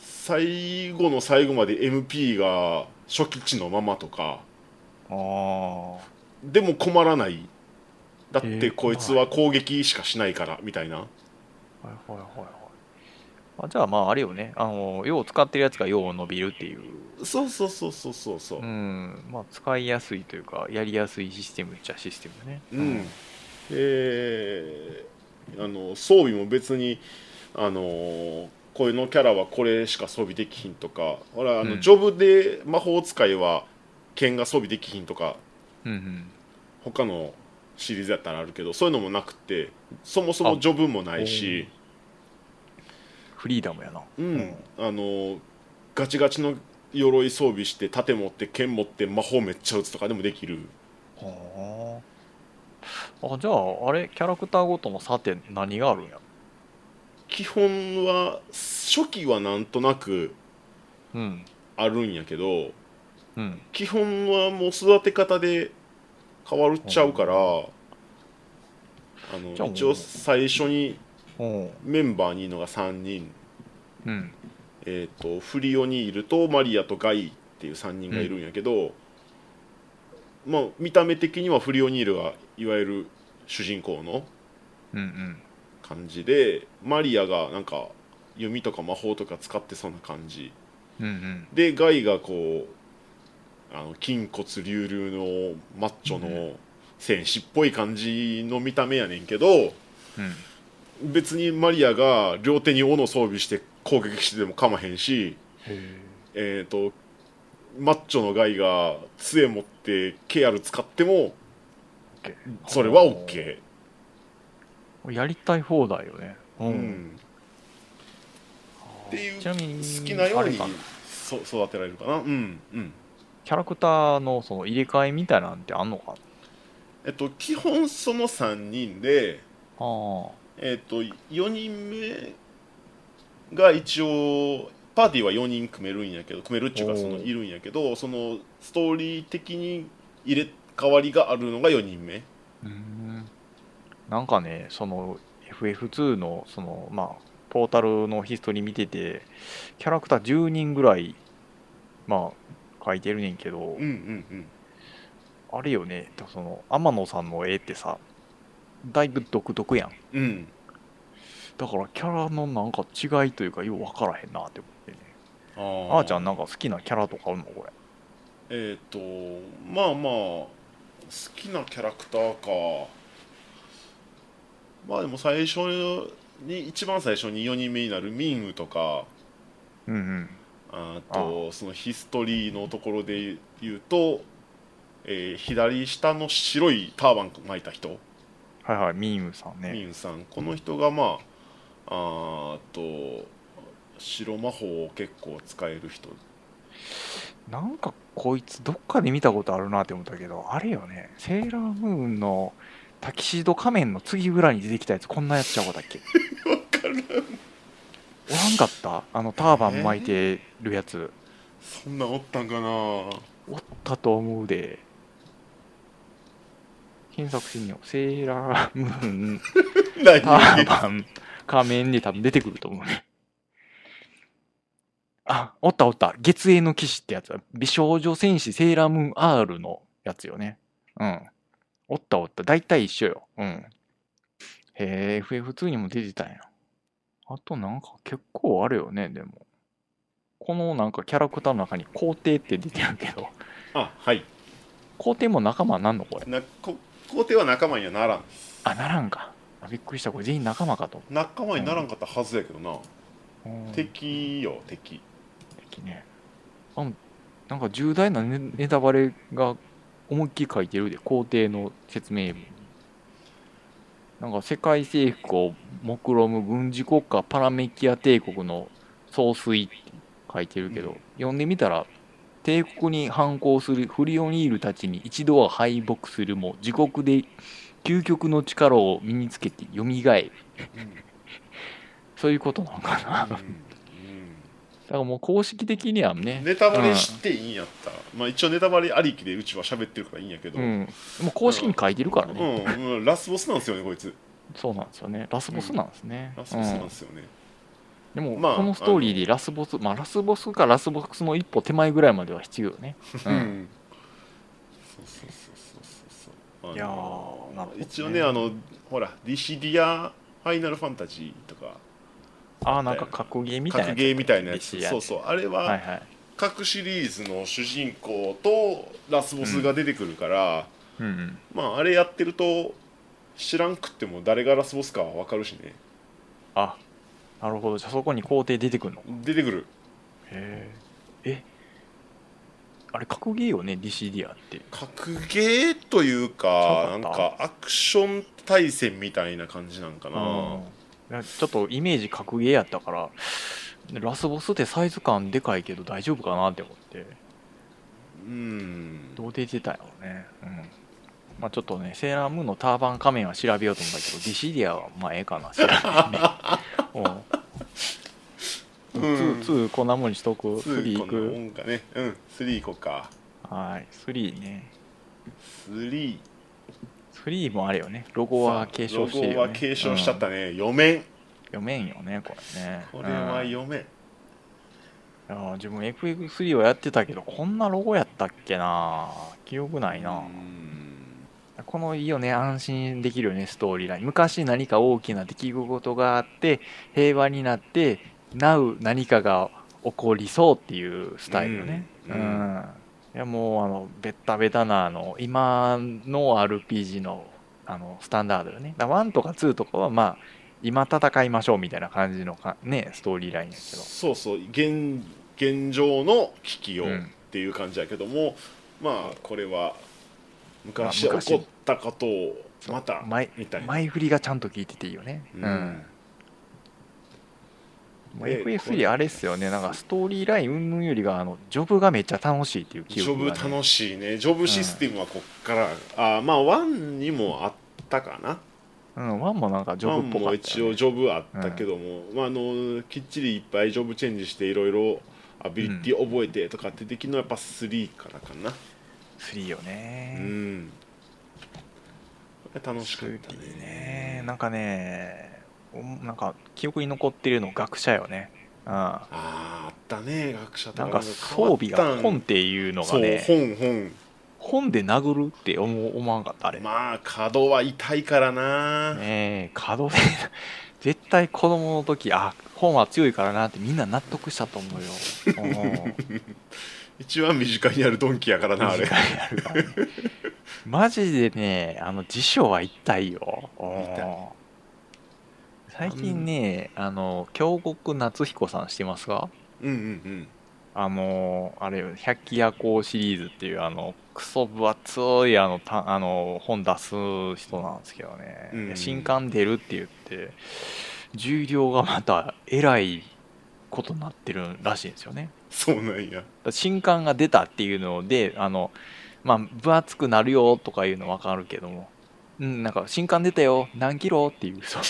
S1: 最後の最後まで MP が初期値のままとか
S2: ああ
S1: でも困らないだっ
S2: え
S1: て
S2: ー
S1: こいつは攻撃しかしないからみたいな、
S2: はいはいはいはいあじゃあまああれよねあの用を使ってるやつが用を伸びるっていう
S1: そうそうそうそうそうそうう、
S2: んまあ使いやすいというかやりやすいシステムっちゃシステムだね
S1: うん、えーあの装備も別にあのーこういうのキャラはこれしか装備できひんとかほらあの、
S2: うん
S1: ジョブで魔法使いは剣が装備できひんとか
S2: うんうん
S1: 他のシリーズやったらあるけどそういうのもなくてそもそもジョブもないし
S2: フリーダムやな
S1: うん、あのガチガチの鎧装備して盾持って剣持って魔法めっちゃ打つとかでもできる
S2: はああじゃああれキャラクターごとの差って何があるんや
S1: 基本は初期はなんとなく
S2: うん
S1: あるんやけど
S2: うん
S1: 基本はもう育て方で変わるっちゃうから、あ
S2: じゃあ
S1: の
S2: もう
S1: 一応最初に
S2: うん
S1: メンバーにいるのが3人
S2: うん
S1: えー、とフリオにいるとマリアとガイっていう3人がいるんやけど、まあ、見た目的にはフリオニールがいわゆる主人公の
S2: うんうん
S1: 感じでマリアがなんか弓とか魔法とか使ってそうな感じ
S2: うんうん
S1: でガイがこうあの筋骨隆々のマッチョ
S2: う
S1: の戦士っぽい感じの見た目やねんけど
S2: うん
S1: 別にマリアが両手に斧装備して攻撃してでもかまへんし
S2: へ
S1: えっ、とマッチョのガイが杖持ってケアル使っても
S2: え
S1: それは OK、
S2: やりたい放題よねう
S1: うんん、っていう
S2: ちなみに
S1: 好きなよ
S2: あ
S1: う
S2: れ
S1: に
S2: かな
S1: そ育てられるかなうんうん
S2: キャラクターのその入れ替えみたいなんてあんのかな
S1: えっと基本その3人で
S2: あ
S1: えっと4人目が一応パーティーは4人組めるんやけど組めるっていう
S2: お
S1: か
S2: ー
S1: そのいるんやけどそのストーリー的に入れ替わりがあるのが4人目
S2: あうんなんかねその FF2 のそのまあポータルのヒストリー見ててキャラクター10人ぐらいまあ書いてるねんけど
S1: うんうんうん
S2: あれよねでもその天野さんの絵ってさだいぶ独特やん
S1: うん
S2: だからキャラのなんか違いというかよう分からへんなって思ってね
S1: あー
S2: あーちゃんなんか好きなキャラとかあるのこれ
S1: えっ、とまあまあ好きなキャラクターかまあでも最初に一番最初に4人目になるミンウとか
S2: うんうん
S1: あとそのヒストリーのところで言うと、えー左下の白いターバン巻いた人、
S2: はいはいミームさんね
S1: ミンウさんこの人がまああーっと白魔法を結構使える人
S2: なんかこいつどっかで見たことあるなって思ったけどあれよねセーラームーンのタキシード仮面の次ぐらいに出てきたやつこんなやつちゃうかったっけ
S1: わからん
S2: おらんかったあのターバン巻いてるやつ、
S1: そんなんおったんかな
S2: おったと思うで検索してみようセーラームーン
S1: 何
S2: ターバン仮面で多分出てくると思うねあおったおった月影の騎士ってやつだ美少女戦士セーラームーン R のやつよねうんおったおった大体一緒ようんへえ FF2 にも出てたんやあとなんか結構あるよねでもこのなんかキャラクターの中に皇帝って出てるけど
S1: あはい
S2: 皇帝も仲間なんのこれ
S1: なこ皇帝は仲間にはならん
S2: あならんかあびっくりしたこれ全員仲間かと思
S1: 仲間にならんかったはずやけどな、
S2: ううん
S1: 敵よ敵
S2: 的ねあのなんか重大なネネタバレが思いっきり書いてるで皇帝の説明文になんか世界征服を目論む軍事国家パラメキア帝国の総帥って書いてるけど、
S1: うん
S2: 読んでみたら帝国に反抗するフリオニールたちに一度は敗北するも自国で究極の力を身につけて蘇るそういうことなのかな、
S1: うん
S2: だからもう公式的にはね
S1: ネタバレしていいんやったら、まあ一応ネタバレありきでうちは喋ってるからいいんやけど、
S2: う
S1: うん
S2: ん、もう公式に書いてるからね、
S1: うんラスボスなんですよねこいつ
S2: そうなんですよねラスボスなんですね、
S1: ラスボスなん
S2: う
S1: で
S2: ん
S1: すよね、
S2: でも、
S1: まあ
S2: このストーリーでラスボスまあラスボスかラスボスの一歩手前ぐらいまでは必要よね、う
S1: うん
S2: ん、
S1: そうそうそうそうそうそうあの
S2: いやーなるほどね
S1: 一応ねあのほら「ディシディア・ファイナル・ファンタジー」とか
S2: ああなんか格ゲーみたいな
S1: 格ゲーみたいなやつそう
S2: う
S1: そうあれは、
S2: はいはい
S1: 各シリーズの主人公とラスボスが出てくるから、
S2: うんうん
S1: まああれやってると知らんくっても誰がラスボスかは分かるしね
S2: あなるほどじゃあそこに皇帝出てくるの
S1: 出てくる
S2: へええあれ格ゲーよねディシディアって
S1: 格ゲーという
S2: ち
S1: かな
S2: ょっ
S1: ん
S2: と
S1: かアクション対戦みたいな感じなんかな、
S2: いやちょっとイメージ格ゲーやったからラスボスってサイズ感でかいけど大丈夫かなって思って
S1: うん
S2: どう出てたんやろうね。うん。まあちょっとね、セーラームーンのターバン仮面は調べようと思ったけど、ディシディアはまあええかな、調べね。うん。
S1: うん
S2: 2、2こんなもんにしとく。3
S1: 2
S2: 行
S1: こんなもん
S2: く。
S1: かねうん3行こうか
S2: はい。3ね。
S1: 3
S2: 3もあれよね。ロゴは継承してるよ、ね。
S1: ロゴは継承しちゃったね、読めん
S2: うん読めんよね、これね。
S1: これは
S2: うんい
S1: 読めん、
S2: や自分 FF3 はやってたけど、こんなロゴやったっけな記憶ないな、
S1: うん
S2: このいいよね、安心できるよね、ストーリーライン。昔何か大きな出来事があって、平和になって、なう何かが起こりそうっていうスタイルね。
S1: う
S2: うんん。
S1: うん
S2: いやもうあのベッタベタなあの今の RPG のあのスタンダードよね。だから1とか2とかはまあ今戦いましょうみたいな感じのかねストーリーラインやけど。
S1: そうそう現現状の危機をっ
S2: うん
S1: ていう感じやけども、まあこれは昔
S2: まあ
S1: 起
S2: 昔
S1: こったことをまた
S2: 前
S1: みたいな
S2: 前振りがちゃんと聞いてていいよね。
S1: う
S2: うんん。まあ
S1: で
S2: FF3 あれっすよね、なんかストーリーライン云々よりが、あのジョブがめっちゃ楽しいっていう記
S1: ジョ
S2: 憶
S1: ブ
S2: が、ね、
S1: 楽しいねジョブシステムはこっから、あーまあワンにもあったかな
S2: うん、ワンもなんかジ
S1: ワ
S2: ョ
S1: ン
S2: ブっぽか
S1: も
S2: った
S1: 一
S2: よね、
S1: 応ジョブあったけども、まあ、あのきっちりいっぱいジョブチェンジしていろいろアビリティ覚えてとかってできるのはやっぱ3からかな
S2: 3よ
S1: うん、
S2: ね。
S1: これ楽しかったね
S2: 3ね。なんかね、おなんか記憶に残ってるの学者よね。うん。な
S1: あーあったね学者と
S2: んか装備が本っていうのが
S1: そう
S2: ね、
S1: 本本
S2: 本で殴るって思思わんかった、あれ。
S1: まあ角は痛いからな、
S2: ねえ、角で、 絶対子供の時、あ、本は強いからなってみんな納得したと思うよ。うん
S1: 一番身近にあるドンキやからなあれ
S2: 短いやるからねマジでね、あの辞書は痛いよ。
S1: 痛
S2: 最近ね、あの、京極夏彦さんしてますか
S1: うんうん
S2: あの、あれよ、百鬼夜行シリーズっていう、あの、クソ分厚いあのたあの本出す人なんですけどね、
S1: うん
S2: 新刊出るって言って、重量がまたえらいことになってるらしいんですよね。
S1: そうなんや
S2: だから新刊が出たっていうのであの、まあ、分厚くなるよとかいうの分かるけども、うん、なんか新刊出たよ何キロっていうそう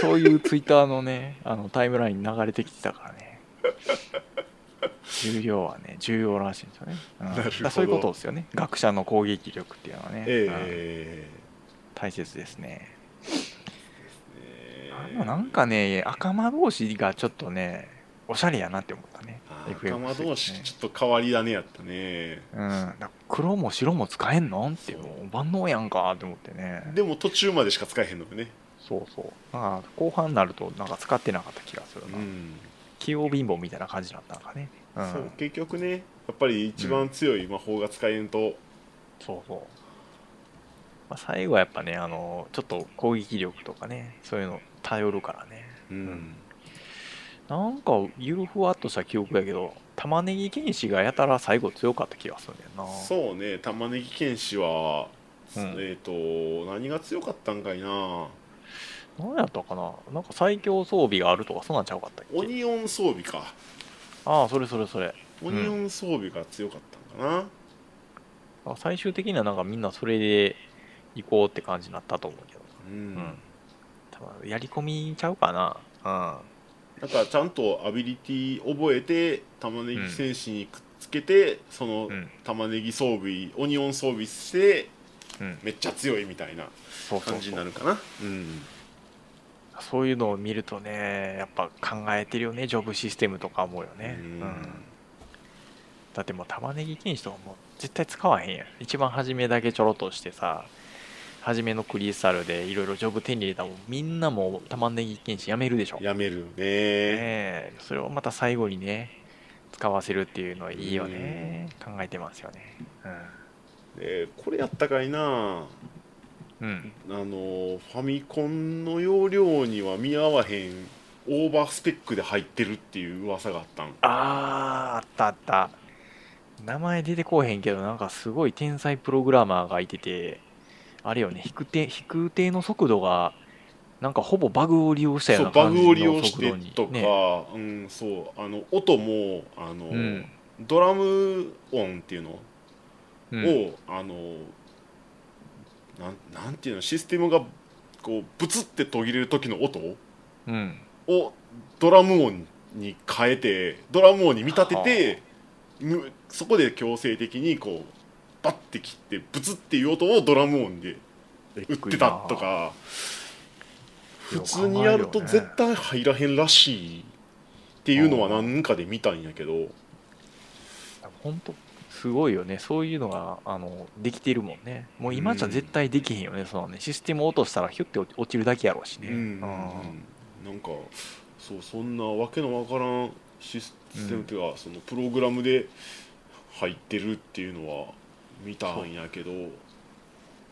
S2: そういうツイッターのね あのタイムラインに流れてきてたからね重要はね重要らしいんですよね、うん、
S1: るほど
S2: だからそういうことですよね学者の攻撃力っていうのはね、うん
S1: え
S2: 大切ですね
S1: え
S2: あでもなんかね赤間同士がちょっとねおしゃれやなって思ったね
S1: あ
S2: FF
S1: ー赤間同士
S2: ね
S1: ちょっと変わり種やったね
S2: うん、だから黒も白も使えんのってもう万能やんかって思ってね
S1: でも途中までしか使えへんのよね
S2: そうそうなんか後半になるとなんか使ってなかった気がするな、
S1: うん、
S2: 器用貧乏みたいな感じだったのかね、うん、
S1: そう結局ねやっぱり一番強い魔法が使えんと、
S2: そうそうまあ、最後はやっぱねあのちょっと攻撃力とかねそういうの頼るからね
S1: うん
S2: なんかゆるふわっとした記憶やけど玉ねぎ剣士がやたら最後強かった気がするんだよな
S1: そうね玉ねぎ剣士は、
S2: うん
S1: えっ、と何が強かったんかいな
S2: 何やったかななんか最強装備があるとかそんなんちゃうかったっ
S1: オ
S2: け
S1: ニオン装備か
S2: ああそれそれそれ
S1: オニオン装備が強かったんかな、
S2: あ最終的にはなんかみんなそれで行こうって感じになったと思うけど
S1: うん
S2: ん多分やり込みちゃうかな
S1: なんかちゃんとアビリティ覚えて玉ねぎ戦士にくっつけて、その
S2: うん
S1: 玉ねぎ装備オニオン装備して
S2: うんうん
S1: めっちゃ強いみたいな
S2: そうそう
S1: 感じに
S2: そ
S1: な
S2: う
S1: るかなうん
S2: そういうのを見るとねやっぱ考えてるよねジョブシステムとか思うよね、
S1: うん
S2: うんだってもう玉ねぎ禁止とかもう絶対使わへんやん一番初めだけちょろっとしてさ初めのクリスタルでいろいろジョブ手に入れたらもうみんなもう玉ねぎ禁止やめるでしょね
S1: やめるね
S2: えそれをまた最後にね使わせるっていうのはいいよね、考えてますよね
S1: でこれやったかいな
S2: うん、うん、
S1: あのファミコンの容量には見合わへんオーバースペックで入ってるっていう噂があったん
S2: あーあったあった名前出てこうへんけどなんかすごい天才プログラマーがいててあれよね引く手引く手の速度がなんかほぼバグを利用したよ
S1: そ
S2: う
S1: う
S2: な
S1: バ
S2: 感じ
S1: グを利
S2: の
S1: 用し
S2: 速
S1: て
S2: 度に
S1: とか、
S2: ね
S1: うん、そうあの音もあの、
S2: うん
S1: ドラム音っていうのを、
S2: うん
S1: あのなんなんていうのシステムがこうブツって途切れる時の音
S2: うん
S1: をドラム音に変えてドラム音に見立ててむそこで強制的にこうバッて切ってブツっていう音をドラム音で打ってたとか
S2: び
S1: 普
S2: っくりな
S1: 通にやると
S2: よく考えるよね
S1: 絶対入らへんらしいっていうのは何かで見たんやけど
S2: 本当すごいよねそういうのがあのできてるもんねもう今じゃ絶対できへんよね、そのねシステム落としたらヒュッて落ちるだけやろうしね、
S1: うん
S2: あー
S1: なんかそうそんなわけのわからんシステムっていうか、そのプログラムで入ってるっていうのは見たんやけど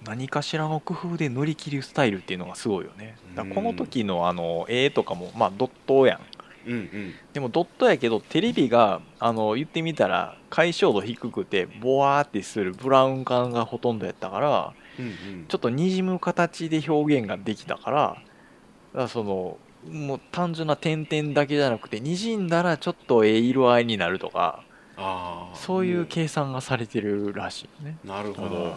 S2: 何かしらの工夫で乗り切るスタイルっていうのがすごいよね
S1: うん
S2: だからこの時のあの絵とかもまあドットやん
S1: うんうん
S2: でもドットやけどテレビがあの言ってみたら解消度低くてボワーってするブラウン管がほとんどやったから
S1: うんうん
S2: ちょっとにじむ形で表現ができたからだからそのもう単純な点々だけじゃなくてにじんだらちょっとええ色合いになるとか
S1: ああ
S2: そういう計算がされてるらしいよね
S1: なるほ
S2: うん
S1: ど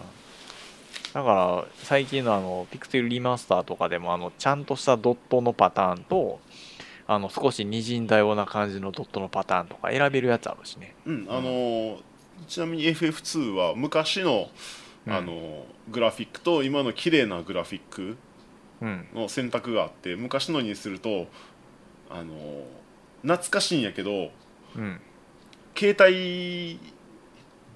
S2: だから最近のあのピクセルリマスターとかでもあのちゃんとしたドットのパターンとあの少しにじんだような感じのドットのパターンとか選べるやつあるしね、
S1: うんあのーちなみに FF2 は昔の
S2: うん
S1: あのーグラフィックと今の綺麗なグラフィック
S2: うん、
S1: の選択があって昔のにするとあのー懐かしいんやけど
S2: うん、
S1: 携帯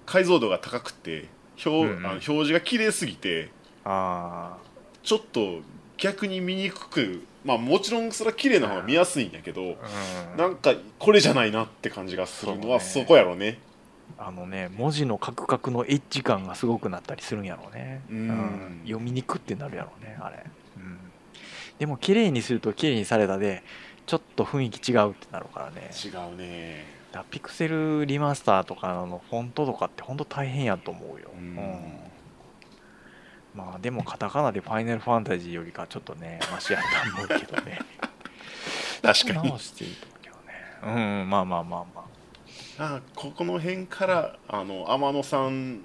S1: 解像度が高くて表,、
S2: うんうん
S1: あの表示が綺麗すぎて
S2: あ
S1: ちょっと逆に見にくくまあもちろんそれは綺麗な方が見やすいんやけど
S2: あ、うん、
S1: なんかこれじゃないなって感じがするのは
S2: そうね
S1: そこやろね
S2: あのね文字のカクカクのエッジ感がすごくなったりするんやろうね、
S1: うん
S2: 読みにくってなるやろうねあれ、うん、でも綺麗にすると綺麗にされたでちょっと雰囲気違うってなるからね
S1: 違うね
S2: だからピクセルリマスターとかのフォントとかって本当大変やと思うよ、
S1: う
S2: う
S1: ん
S2: んまあでもカタカナで「ファイナルファンタジー」よりかちょっとねマシやと思うけどね
S1: 確かに
S2: 直していいと思うけどねうんうんまあまあまあまあ
S1: あここの辺からあの天野さん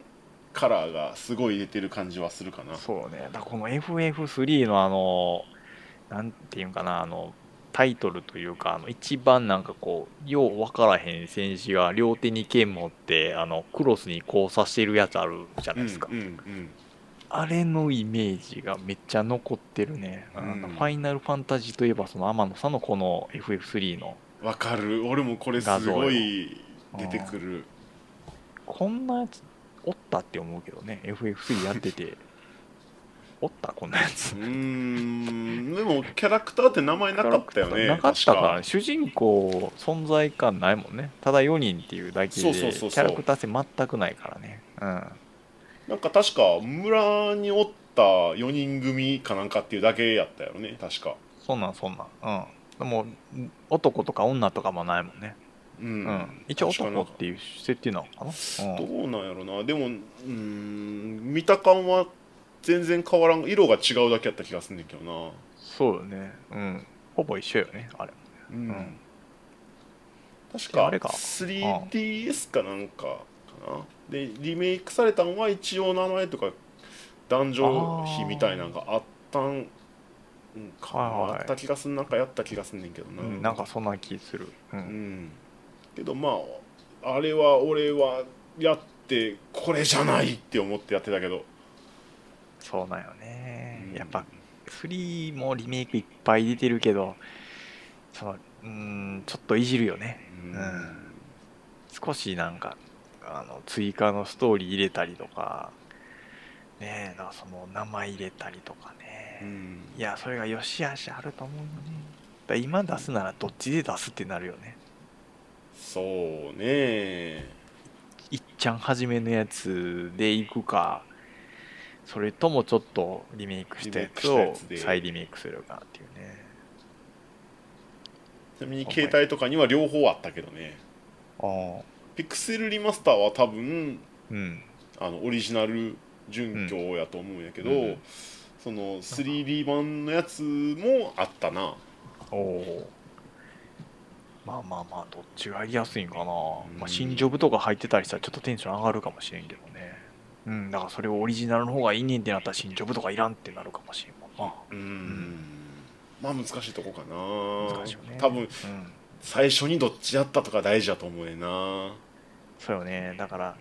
S1: カラーがすごい出てる感じはするかな
S2: そうね、だからこの FF3 のあの、なんていうんかな、あの、タイトルというか、あの一番なんかこう、よう分からへん選手が両手に剣持って、あの、クロスに交差してるやつあるじゃないですか。
S1: うんうん
S2: あれのイメージがめっちゃ残ってるね。
S1: うん
S2: あのファイナルファンタジーといえば、その天野さんのこの FF3 の、
S1: うんわかる俺もこれすごい出てくる
S2: こんなやつおったって思うけどね、FF3 やって て、おったこんなやつ
S1: う。ーんでもキャラクターって名前なかったよね
S2: なかったから、
S1: 確
S2: ね、主人公存在感ないもんねただ4人っていうだけ
S1: そ
S2: で
S1: うそうそう
S2: キ
S1: そう
S2: ャラクター性全くないからねうん
S1: なんか確か村におった4人組かなんかっていうだけやったよね確か
S2: そんなんそんなんうんもう男とか女とかもないもんね、
S1: う、
S2: うんん一応
S1: 確か
S2: 男
S1: なん
S2: っ
S1: か
S2: ていう設定なのかな、うん
S1: どうなんやろなでもうーん見た感は全然変わらん色が違うだけやった気がするんだけどな
S2: そうよねうんほぼ一緒よねあれ
S1: うん、
S2: うん
S1: 確
S2: で
S1: か
S2: あれか
S1: 3DS かなんかかなでリメイクされたんは一応名前とか男女比みたいなのがあったんんかな
S2: はいはい
S1: あった気がすんなんかやった気がすんねんけどな、
S2: うんなんかそんな気する、
S1: う
S2: う
S1: んんけどまああれは俺はやってこれじゃないって思ってやってたけど、
S2: そうなんよね、
S1: うん
S2: やっぱ3もリメイクいっぱい出てるけどそのうんちょっといじるよね
S1: うん
S2: ん少しなんかあの追加のストーリー入れたりとかねえなんかその名前入れたりとか
S1: う
S2: ね、
S1: ん
S2: いやそれが良し悪しあると思うよねだから今出すならどっちで出すってなるよね
S1: そうね
S2: いっちゃん初めのやつでいくかそれともちょっとリメイクしたやつ
S1: リメイ
S2: を
S1: クしたやつで
S2: 再リメイクするかっていうね
S1: ちなみに携帯とかには両方あったけどね
S2: ああ
S1: ピクセルリマスターは多分
S2: うん
S1: あのオリジナル準拠やと思うんやけど、
S2: うんうん
S1: その 3D 版のやつもあったな
S2: おおまあまあまあどっちがやりやすいんかな、
S1: うん
S2: まあ、新ジョブとか入ってたりしたらちょっとテンション上がるかもしれんけどねうんだからそれをオリジナルの方がいいねんってなったら新ジョブとかいらんってなるかもしれんもんな
S1: うん、まあ難しいとこかな
S2: 難しいよね
S1: 多分
S2: うん
S1: 最初にどっちやったとか大事だと思うねんな
S2: そうよねだから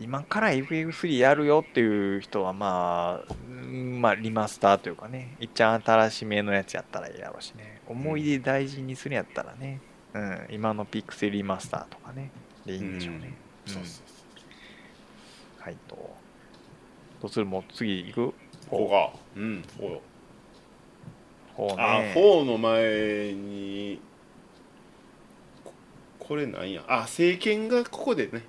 S2: 今から FF3 やるよっていう人はまあ、うんまあリマスターというかねいっちゃん新しめのやつやったらいいやろうしね思い出大事にするんやったらね、うん、今のピクセルリマスターとかねでいいんでしょうね、
S1: うんそう
S2: うん
S1: そうそう
S2: はいと。どうするもう次行く
S1: ここがうんこうよ
S2: ほう
S1: あ
S2: ね。
S1: 4の前にこれなんやあ政権がここでね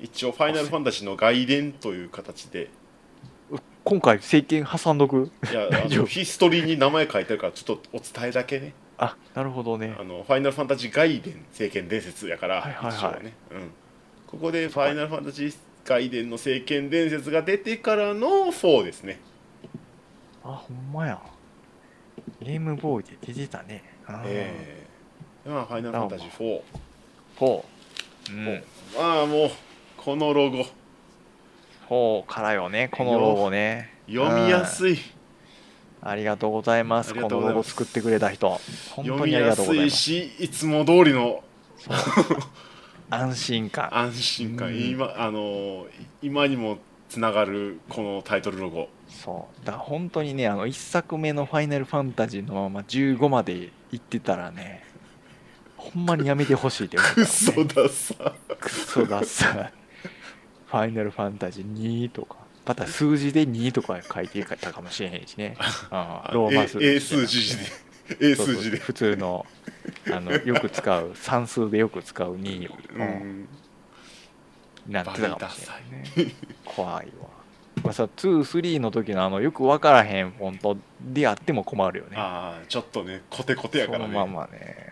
S1: 一応「ファイナルファンタジー」の外伝という形で
S2: 今回政権挟んどく
S1: いやあ
S2: 大丈
S1: の
S2: 夫
S1: ヒストリーに名前書いてるからちょっとお伝えだけね
S2: あなるほどね
S1: あのファイナルファンタジー外伝聖剣伝説やから、
S2: はいはいはい
S1: 一応ね、うん、ここでファイナルファンタジー外伝の聖剣伝説が出てからの4ですね、
S2: あほんまやゲームボーイで出てたねあー
S1: ええまあファイナルファンタジー4
S2: ほう、うん
S1: ほ、まあもうこのロゴ
S2: ほうからよねこのロゴね
S1: 読みや
S2: い
S1: すい
S2: ありがとうございます
S1: ありが
S2: こと
S1: う
S2: の
S1: ござい
S2: ロ
S1: ま
S2: ゴ
S1: す
S2: 作ってくれた人本当
S1: 読み
S2: にありが
S1: や
S2: とう
S1: す
S2: ございま
S1: い
S2: す
S1: しいつも通りの
S2: 安心感
S1: 安心感、
S2: うん
S1: 今あの今にもつながるこのタイトルロゴ
S2: そうだ本当にねあの1作目の「ファイナルファンタジー」のまま15まで行ってたらねほんまにやめてほしいって思ったも
S1: クソ
S2: んね、
S1: ださ
S2: クソだっさ「ファイナルファンタジー2」とかまた数字で2とか書いてたかもしれへんしねあ あローマ数
S1: A, A 数字で A
S2: そうそう
S1: 数字で
S2: 普通のあのよく使う算数でよく使う2を、
S1: う
S2: うん
S1: ん
S2: なってたかもしれないね怖いわまあさ23の時のあのよく分からへんフォントであっても困るよね
S1: ああちょっとねコテコテやからね
S2: そのままね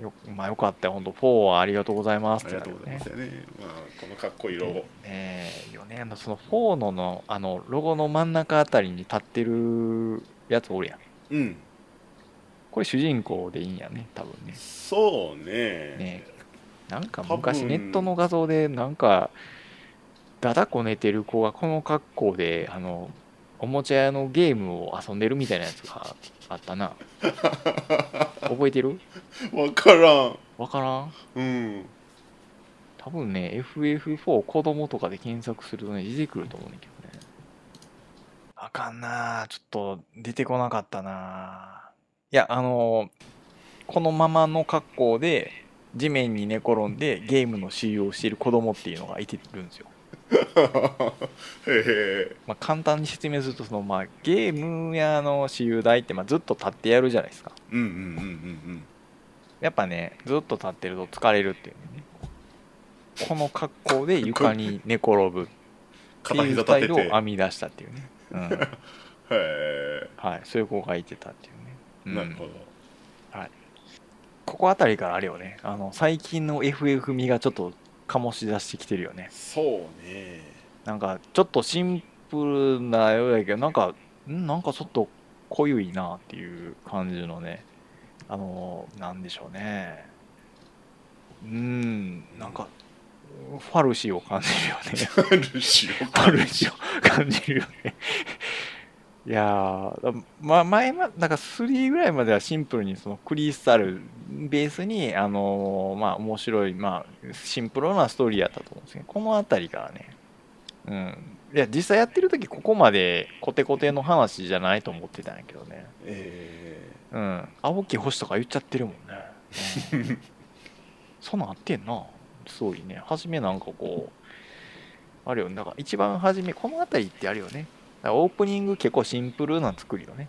S2: よまあよかったよ本当4はありがとうございます
S1: ありがとうございますよねまあ、このかっこいいロゴ、
S2: ええよねあのその4ののあのロゴの真ん中あたりに立ってるやつおるやん
S1: うん
S2: これ主人公でいいんやね多分ね
S1: そうね
S2: ねなんか
S1: 多分
S2: 昔ネットの画像でなんかだだこ寝てる子がこの格好であのおもちゃ屋のゲームを遊んでるみたいなやつがあっ たな覚えてる
S1: 分からん
S2: わからん
S1: うん
S2: 多分ね FF4 子供とかで検索するとね出てくると思うねんだけどねあかんなあちょっと出てこなかったなあいやあのこのままの格好で地面に寝転んでゲームの使用をしている子供っていうのがいてるんですよ、
S1: へえ
S2: まあ、簡単に説明するとその、まあ、ゲームやの私有台って、まあ、ずっと立ってやるじゃないですか
S1: うんうんうんうん
S2: やっぱねずっと立ってると疲れるっていうねこの格好で床に寝転
S1: う
S2: ぶ
S1: ん
S2: って
S1: 片
S2: いう
S1: 膝
S2: ス
S1: 立
S2: タ
S1: てて
S2: イルを
S1: へ
S2: 編み出したってい うね、うん、
S1: え
S2: はいそういう子がいてたっていうね、うん
S1: なるほど、
S2: ここあたりからあれよねあの最近の FF 味がちょっと醸し出してきてるよね
S1: そうね
S2: なんかちょっとシンプルなようだけどなんかんなんかちょっと濃ゆいなっていう感じのねあのなんでしょうねうんなんかファルシーを感じるよね
S1: あるしよ
S2: あるしを感じるよね。 いやー、だま、前ま、なんか3ぐらいまではシンプルにそのクリスタルベースに、あのーまあ面白い、まあシンプルなストーリーやったと思うんですけど、このあたりからね、うん。いや、実際やってる時ここまでコテコテの話じゃないと思ってたんやけどね。
S1: え
S2: うん。青き星とか言っちゃってるもんね。うん、そんなんあってんな。ストーリーね。初めなんかこう、あるよね。だから一番初め、この辺りってあるよね。だからオープニング結構シンプルな作りよね。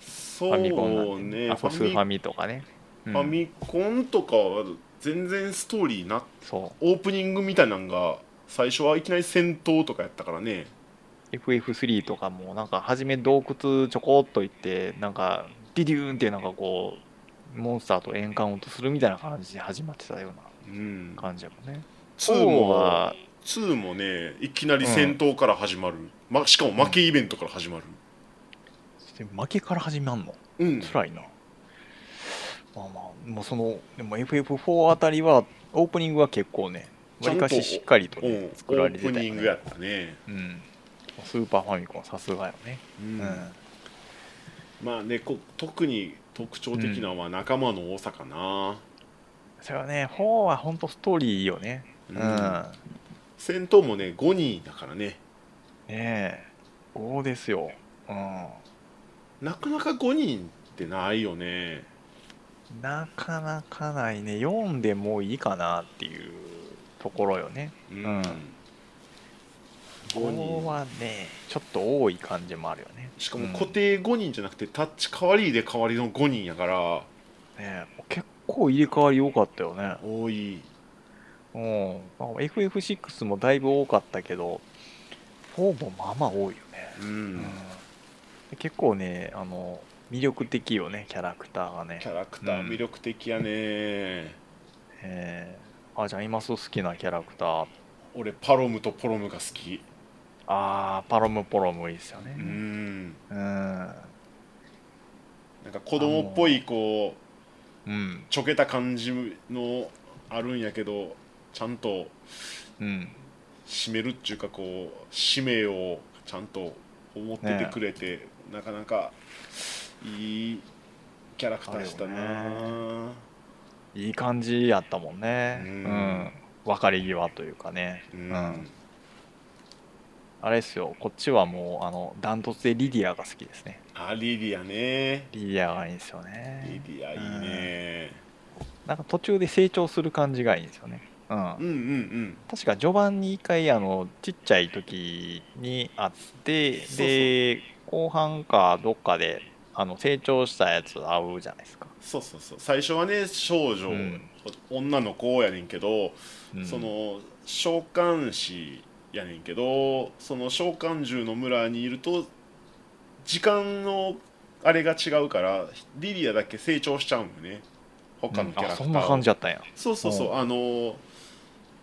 S1: ー
S2: フ
S1: そ
S2: ァミコンな
S1: うん
S2: て
S1: ね
S2: ね。あ、そうスー
S1: フ
S2: フ
S1: ァ
S2: ァ
S1: ミ
S2: ミとかね。うん
S1: ファミコンとかは全然ストーリーな
S2: そ
S1: オープニングみたいなんが最初はいきなり戦闘とかやったからね
S2: う。FF3 とかも、なんか初め洞窟ちょこっと行って、なんか、ディデューンってなんかこう、モンスターとエンカウントするみたいな感じで始まってたような
S1: うん
S2: 感じやもんね。
S1: 2も
S2: は、
S1: 2もねいきなり戦闘から始まる、ま、しかも負けイベントから始まる
S2: 負けから始まんの
S1: うん
S2: 辛いな。まあまあ、もうその、でも FF4 あたりは、オープニングは結構ね、
S1: ちゃ
S2: わ
S1: ん
S2: り
S1: と
S2: かししっかりと
S1: うん
S2: ね、
S1: オ
S2: 作られ
S1: ー
S2: てた
S1: プ
S2: よ、ね。
S1: ニングやったね、
S2: うん。スーパーファミコン、さすがよね。
S1: うん
S2: うん。
S1: まあねこ特に特徴的なのは仲間の多さかな、
S2: それはね、4は本当ストーリーいいよね。
S1: う
S2: うんん。ね
S1: 戦闘もね5人だからね
S2: え。5ですよ。うん。
S1: なかなか5人ってないよね
S2: なかなかないね。4でもういいかなっていうところよね。
S1: うん
S2: うん
S1: 5
S2: 5
S1: 人
S2: はね、ちょっと多い感じもあるよね。
S1: しかも
S2: うん
S1: 固定5人じゃなくてタッチ代わりで代わりの5人やから
S2: ねえ結構入れ替わり多かったよね
S1: 多い
S2: うん、まあ FF6 もだいぶ多かったけど、4もまあまあ多いよね。
S1: う
S2: うんんで結構ね、あの、魅力的よね、キャラクターがね
S1: キ。ャラクター
S2: うん
S1: 魅力的やね、
S2: えー、あ、じゃあ今そう好きなキャラクター。
S1: 俺パロムとポロムが好き
S2: あー、パロムポロムいいですよ
S1: うん
S2: ね。うん。
S1: なんか子供っぽいこう
S2: うん。
S1: ちょけた感じのあるんやけどちゃんと
S2: うん。
S1: 締めるっていうかこう使命をちゃんと思っててくれて、なかなかいいキャラクターでしたな、
S2: あるいい感じやったもんね。
S1: う
S2: うんん。別れ際というかね。
S1: う
S2: うん
S1: ん、
S2: あれですよ、こっちはもう、あの、ダントツでリディアが好きですね。
S1: あリディアね
S2: リディアがいいんですよ
S1: リ
S2: ね。
S1: ディアいいね
S2: なんか途中で成長する感じがいいんですよね。うん
S1: うんうんうん
S2: 確か序盤に一回あのちっちゃい時にあって
S1: そうそう
S2: で後半かどっかであの成長したやつ会うじゃないですか、
S1: そうそうそう最初はね少女、
S2: うん
S1: 女の子やねんけど、
S2: うん
S1: その召喚師やねんけどその召喚獣の村にいると時間のあれが違うからリリアだけ成長しちゃうんよね他のキャラクターは、
S2: うんあそんな感じだったんや
S1: そうそうそううあの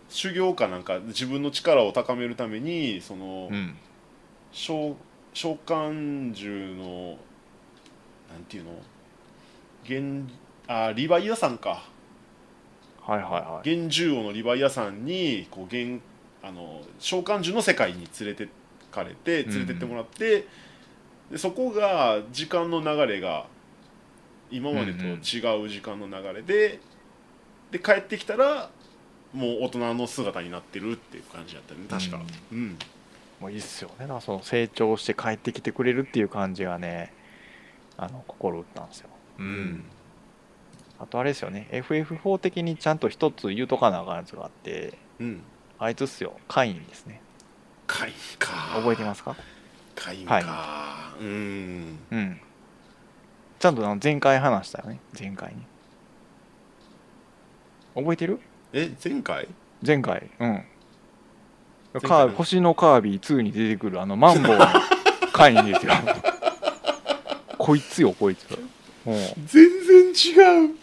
S1: 修行かなんか自分の力を高めるためにその、
S2: うん
S1: 召召喚獣のなんていうの現あリヴァイアさんか
S2: はいはいはい
S1: 幻獣王のリヴァイアさんにこう現あの召喚獣の世界に連れてかれて連れてってもらって、でそこが時間の流れが今までと違う時間の流れで、で帰ってきたらもう大人の姿になってるっていう感じだったよね確か、うん
S2: もういいっすよねだからその成長して帰ってきてくれるっていう感じがねあの心打ったんですようあとあれですよね FF4 的にちゃんと一つ言うとかなあかんやつがあって
S1: うん
S2: あいつっすよカインですね
S1: カインか
S2: 覚えてますか
S1: カインかうん
S2: うん。ちゃんとあの前回話したよね。前回に。覚えてる
S1: え前回
S2: 前回。うん。
S1: 回
S2: カービィ星のカービィ2に出てくるあのマンボウの会員 ですよ。こいつよ、こいつ。う
S1: 全然違う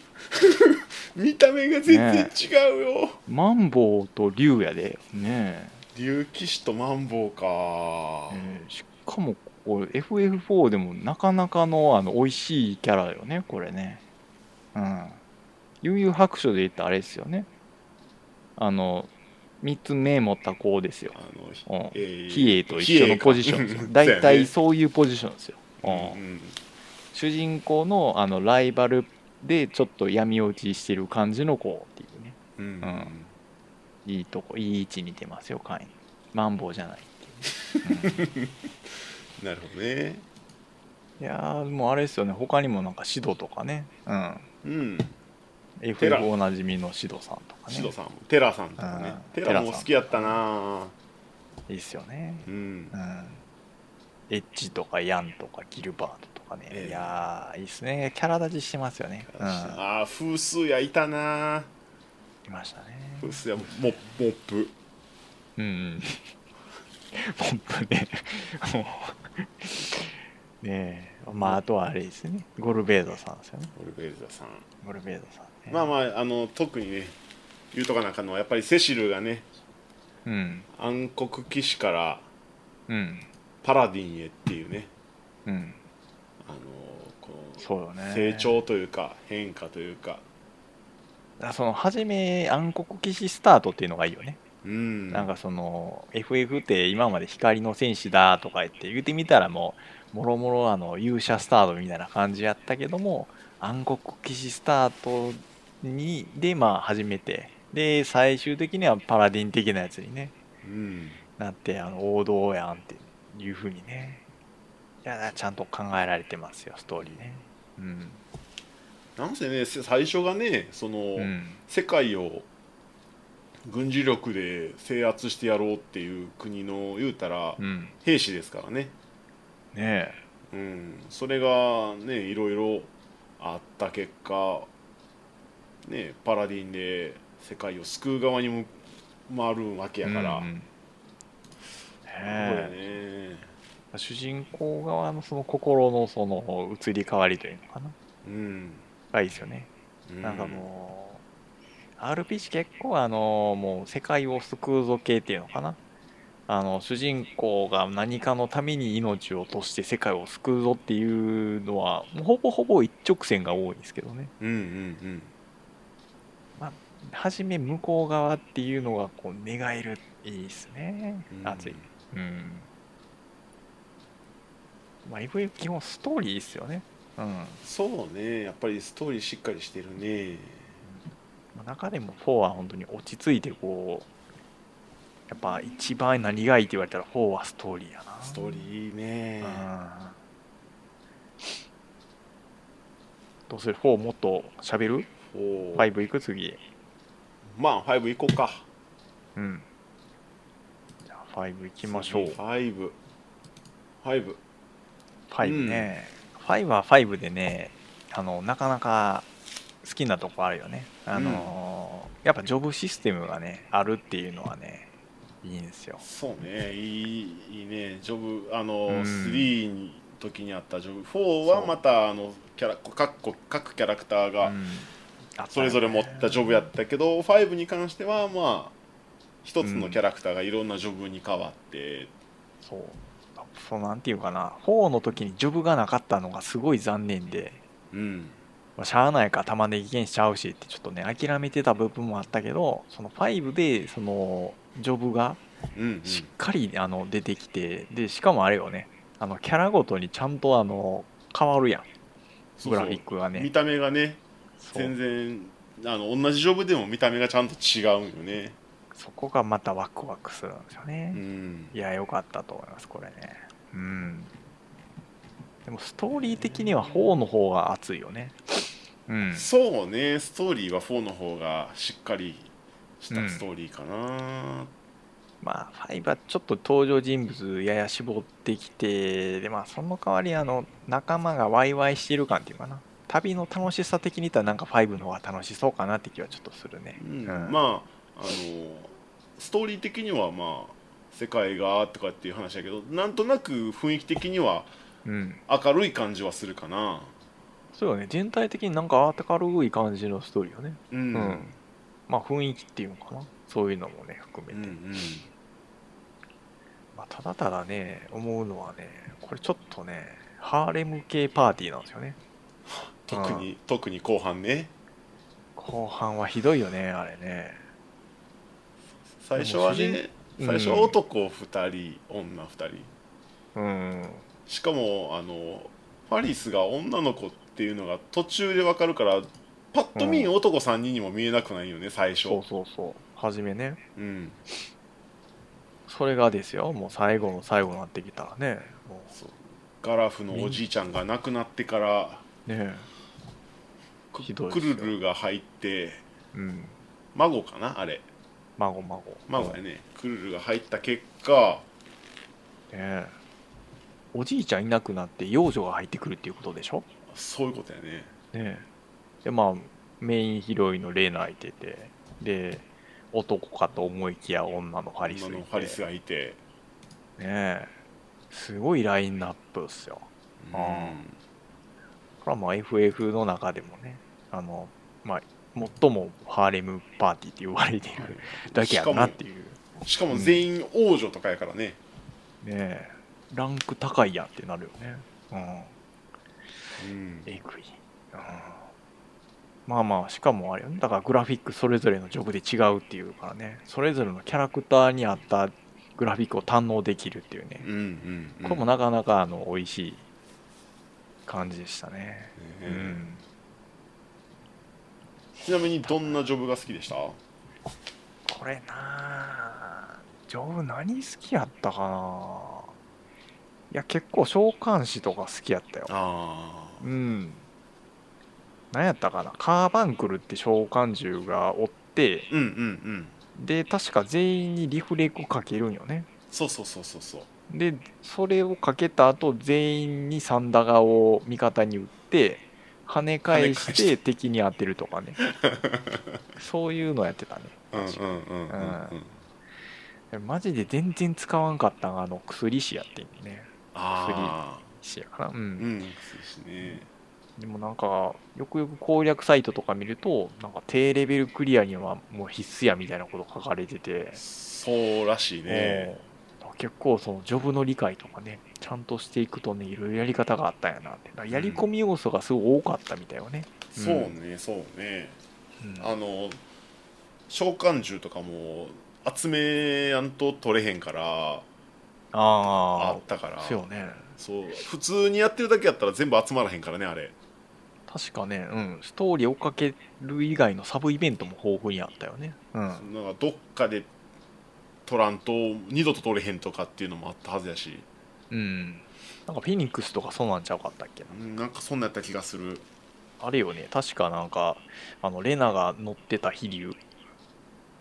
S1: 見た目が全然違うよ、
S2: ん、マンボウと竜やで。ね
S1: 竜騎士とマンボウ
S2: え
S1: か、
S2: えーしかも、これ FF4 でもなかなかのあの美味しいキャラよね、これね。うん。悠々白書で言ったあれですよね。あの、三つ目持った子ですよ。
S1: あのひ
S2: うん
S1: えー
S2: 比叡と一緒のポジショ ンですよ。大体
S1: そ
S2: そういうポジションですよ。
S1: うやね
S2: う
S1: うんん
S2: 主人公のあのライバルでちょっと闇落ちしてる感じの子っていうね。
S1: うん
S2: ういいとこ、いい位置に出ますよ、カイン。マンボウじゃないっていうね、
S1: なるほどね
S2: うんいやー、もうあれですよね、他にもなんかシドとかね、うん、
S1: うん、テラ
S2: FF おなじみのシドさんとかね
S1: シド、さんもテラさんとかね
S2: うん
S1: テラも好きやったない
S2: いっすよね。
S1: うん
S2: うん、エッジとかヤンとかギルバートとかね、
S1: ええ
S2: いやー、いいっすね、キャラ立ちしてますよね。うん、
S1: ああ風水屋いたない
S2: ましたね。
S1: 風水屋もモップモップ
S2: うんうん。 本当ね。もう。ねえ。まあ、あとはあれですね。ゴルベードさんですよね。
S1: オルベルザさん
S2: ゴルベードさん、ね。
S1: まあまああの特にね言うとかなあかんのはやっぱりセシルがね
S2: うん。
S1: 暗黒騎士から
S2: うん。
S1: パラディンへっていうね
S2: うん。
S1: あのこう
S2: そうよね。
S1: 成。長というか変化というか
S2: その、初め、暗黒騎士スタートっていうのがいいよね。
S1: うん
S2: なんかその、FF って今まで光の戦士だとか言って言ってみたらもう、もろもろあの、勇者スタートみたいな感じやったけども、暗黒騎士スタートに、で、まあ始めて、で、最終的にはパラディン的なやつにね、
S1: うん
S2: なって、あの、王道やんっていうふうにね、いや、ちゃんと考えられてますよ、ストーリーね。うん。
S1: なんせねせ最初がねその、
S2: うん。
S1: 世界を軍事力で制圧してやろうっていう国の言うたら
S2: うん。ね
S1: 兵士ですからね、
S2: え。
S1: うん、それがねいろいろあった結果ねパラディンで世界を救う側にむまあ、あるわけやから、
S2: うんうんね
S1: そうや
S2: え
S1: ね
S2: 主人公側のその心のその移り変わりというのかな
S1: うん、
S2: がいいですよね、
S1: うん、
S2: なんかもう RPG 結構あのもう世界を救うぞ系っていうのかなあの主人公が何かのために命を落として世界を救うぞっていうのはもうほぼほぼ一直線が多いですけどね
S1: うんうん
S2: 初め向こう側っていうのがこう寝返るいいですね
S1: うんうん
S2: 熱いうんまあ FF 基本ストーリーですよねうん、ま
S1: そうねやっぱりストーリーしっかりしてるね
S2: あ中でも4は本当に落ち着いてこうやっぱ一番何がいいって言われたら4はストーリーやな
S1: ストーリーいいね
S2: うんどうする4もっと喋る
S1: おー
S2: ?5 いく次
S1: まあ5行こうか
S2: うんじゃあ5いきましょう
S1: 5 5
S2: 5ね、5は5でねあのなかなか好きなとこあるよねあの、やっぱジョブシステムがねあるっていうのはねいいんですよ
S1: そうねいいいいねジョブあの、
S2: うん
S1: 3の時にあったジョブ4はまたあのキャラ各個各キャラクター
S2: う
S1: が
S2: んあったね
S1: それぞれ持ったジョブやったけど、5に関してはまあ一つのキャラクターがいろんなジョブに変わって、
S2: そうそうなんていうかな4の時にジョブがなかったのがすごい残念で、
S1: うん、
S2: まあ、しゃあないから玉ねぎ剣しちゃうしってちょっとね諦めてた部分もあったけどその5でそのジョブが
S1: うんうん
S2: しっかりあの出てきてでしかもあれよねあのキャラごとにちゃんとあの変わるやん
S1: そうそう
S2: グラフィックが
S1: 見
S2: ね
S1: た目がね
S2: そう
S1: 全然あの同じジョブでも見た目がちゃんと違うんよね
S2: そこがまたワクワクするんですよ
S1: う
S2: ね、
S1: ん
S2: いや良かったと思いますこれねうんでもストーリー的には4の方が熱いよねうん
S1: そうねストーリーは4の方がしっかりしたストーリーかな、
S2: まあ5はちょっと登場人物やや絞ってきてでまあその代わりあの仲間がワイワイしてる感っていうかな旅の楽しさ的に言ったらなんか5の方が楽しそうかなって気はちょっとするね
S1: うん
S2: うん
S1: まああのストーリー的にはまあ世界がとかっていう話だけどなんとなく雰囲気的には
S2: うん
S1: 明るい感じはするかな
S2: そうよね全体的になんか明るい感じのストーリーよね
S1: うん、
S2: うん、まあ雰囲気っていうのかなそういうのもね含め
S1: うんう
S2: て、
S1: ん
S2: まあ、ただただね思うのはねこれちょっとねハーレム系パーティーなんですよね
S1: 特に特に後半ね
S2: 後半はひどいよねあれね
S1: 最初は
S2: でも
S1: ね
S2: 主人
S1: 最初は男2人、女2人
S2: うん
S1: しかもあのファリスが女の子っていうのが途中でわかるからパッと見
S2: うん
S1: 男3人にも見えなくないよね最初
S2: そうそうそう初めね
S1: うん
S2: それがですよもう最後の最後になってきたらねも
S1: そうガラフのおじいちゃんが亡くなってから
S2: うね
S1: ク
S2: ひどい
S1: ク
S2: ですよ
S1: ルルが入って
S2: うん
S1: 孫かなあれ
S2: 孫孫
S1: 孫やねクルルが入った結果
S2: ねおじいちゃんいなくなって幼女が入ってくるっていうことでしょ
S1: そういうことやね
S2: ねでまあメインヒロインのレイナ相手でで男かと思いきや女のハリス
S1: 女
S2: い
S1: の
S2: て
S1: ハリスがいて
S2: ねえすごいラインナップっすよ
S1: う
S2: あ
S1: ん
S2: これはまあ FF の中でもねあのまあ最もハーレムパーティーって言われているだけやなっていう
S1: しかも全員王女とかやからね、
S2: ねえランク高いやんってなるよねうん
S1: うん
S2: えぐい、うん、まあまあしかもあれよねだからグラフィックそれぞれのジョブで違うっていうからねそれぞれのキャラクターに合ったグラフィックを堪能できるっていうね
S1: うんうんうん
S2: これもなかなかあの美味しい感じでしたねう
S1: ね
S2: ん
S1: ちなみにどんなジョブが好きでした
S2: これなあジョブ何好きやったかないや結構召喚師とか好きやったよ
S1: ああ
S2: うん。何やったかなカーバンクルって召喚獣がおって、
S1: うんうんうん
S2: で、確か全員にリフレクかけるんよね。
S1: そうそうそうそうそう
S2: で、それをかけた後、全員にサンダガを味方に打って、跳ね返
S1: 跳ね返
S2: し
S1: して
S2: 敵に当てるとかね。そういうのやってたね。
S1: うんうんうんうんうん
S2: うんマジで全然使わんかったんがあの薬師やってんね
S1: ああ
S2: 師やからう
S1: うんんそうですね
S2: でもなんかよくよく攻略サイトとか見るとなんか低レベルクリアにはもう必須やみたいなこと書かれてて、
S1: そうらしいね
S2: うん結構そのジョブの理解とかねちゃんとしていくとねいろいろやり方があったんやなってだからやり込み要素がすごい多かったみたいよね、うん
S1: そうねそうね
S2: うん
S1: あの召喚獣とかも集めやんと取れへんからあ
S2: あ
S1: ったから
S2: あそうよね
S1: そう普通にやってるだけやったら全部集まらへんからねあれ
S2: 確かね、うん、ストーリー追っかける以外のサブイベントも豊富にあったよね。うん。
S1: なんかどっかで取らんと二度と取れへんとかっていうのもあったはずやし
S2: うん。なんかフェニックスとかそうなんちゃうかったっけな。
S1: うんなんかそんなんやった気がする
S2: あれよね、確かなんか、あの、レナが乗ってた飛竜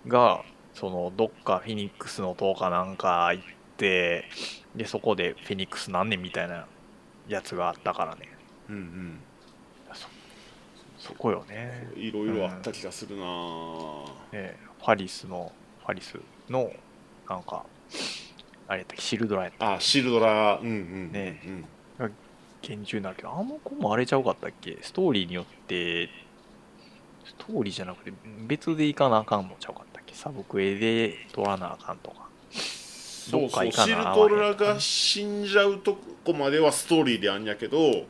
S2: が、その、どっかフェニックスの塔かなんか行って、で、そこでフェニックス何年みたいなやつがあったからね。
S1: うんうん
S2: そそこよね。
S1: いろいろあった気がするなぁ
S2: ええファリスの、ファリスの、なんか、あれやったっけシルドラやった
S1: あシールドラうんうんうん、
S2: ね
S1: うん、
S2: 拳銃になるけど、あの子もあれちゃうかったっけストーリーによって、ストーリーじゃなくて、別で行かなあかんのちゃうかったっけサブクエで取らなあかんとか。
S1: そ
S2: ど
S1: う
S2: っ
S1: そ
S2: か
S1: う
S2: 行か
S1: シル
S2: な
S1: ドラが死んじゃうとこまではストーリーであんやけど
S2: うん。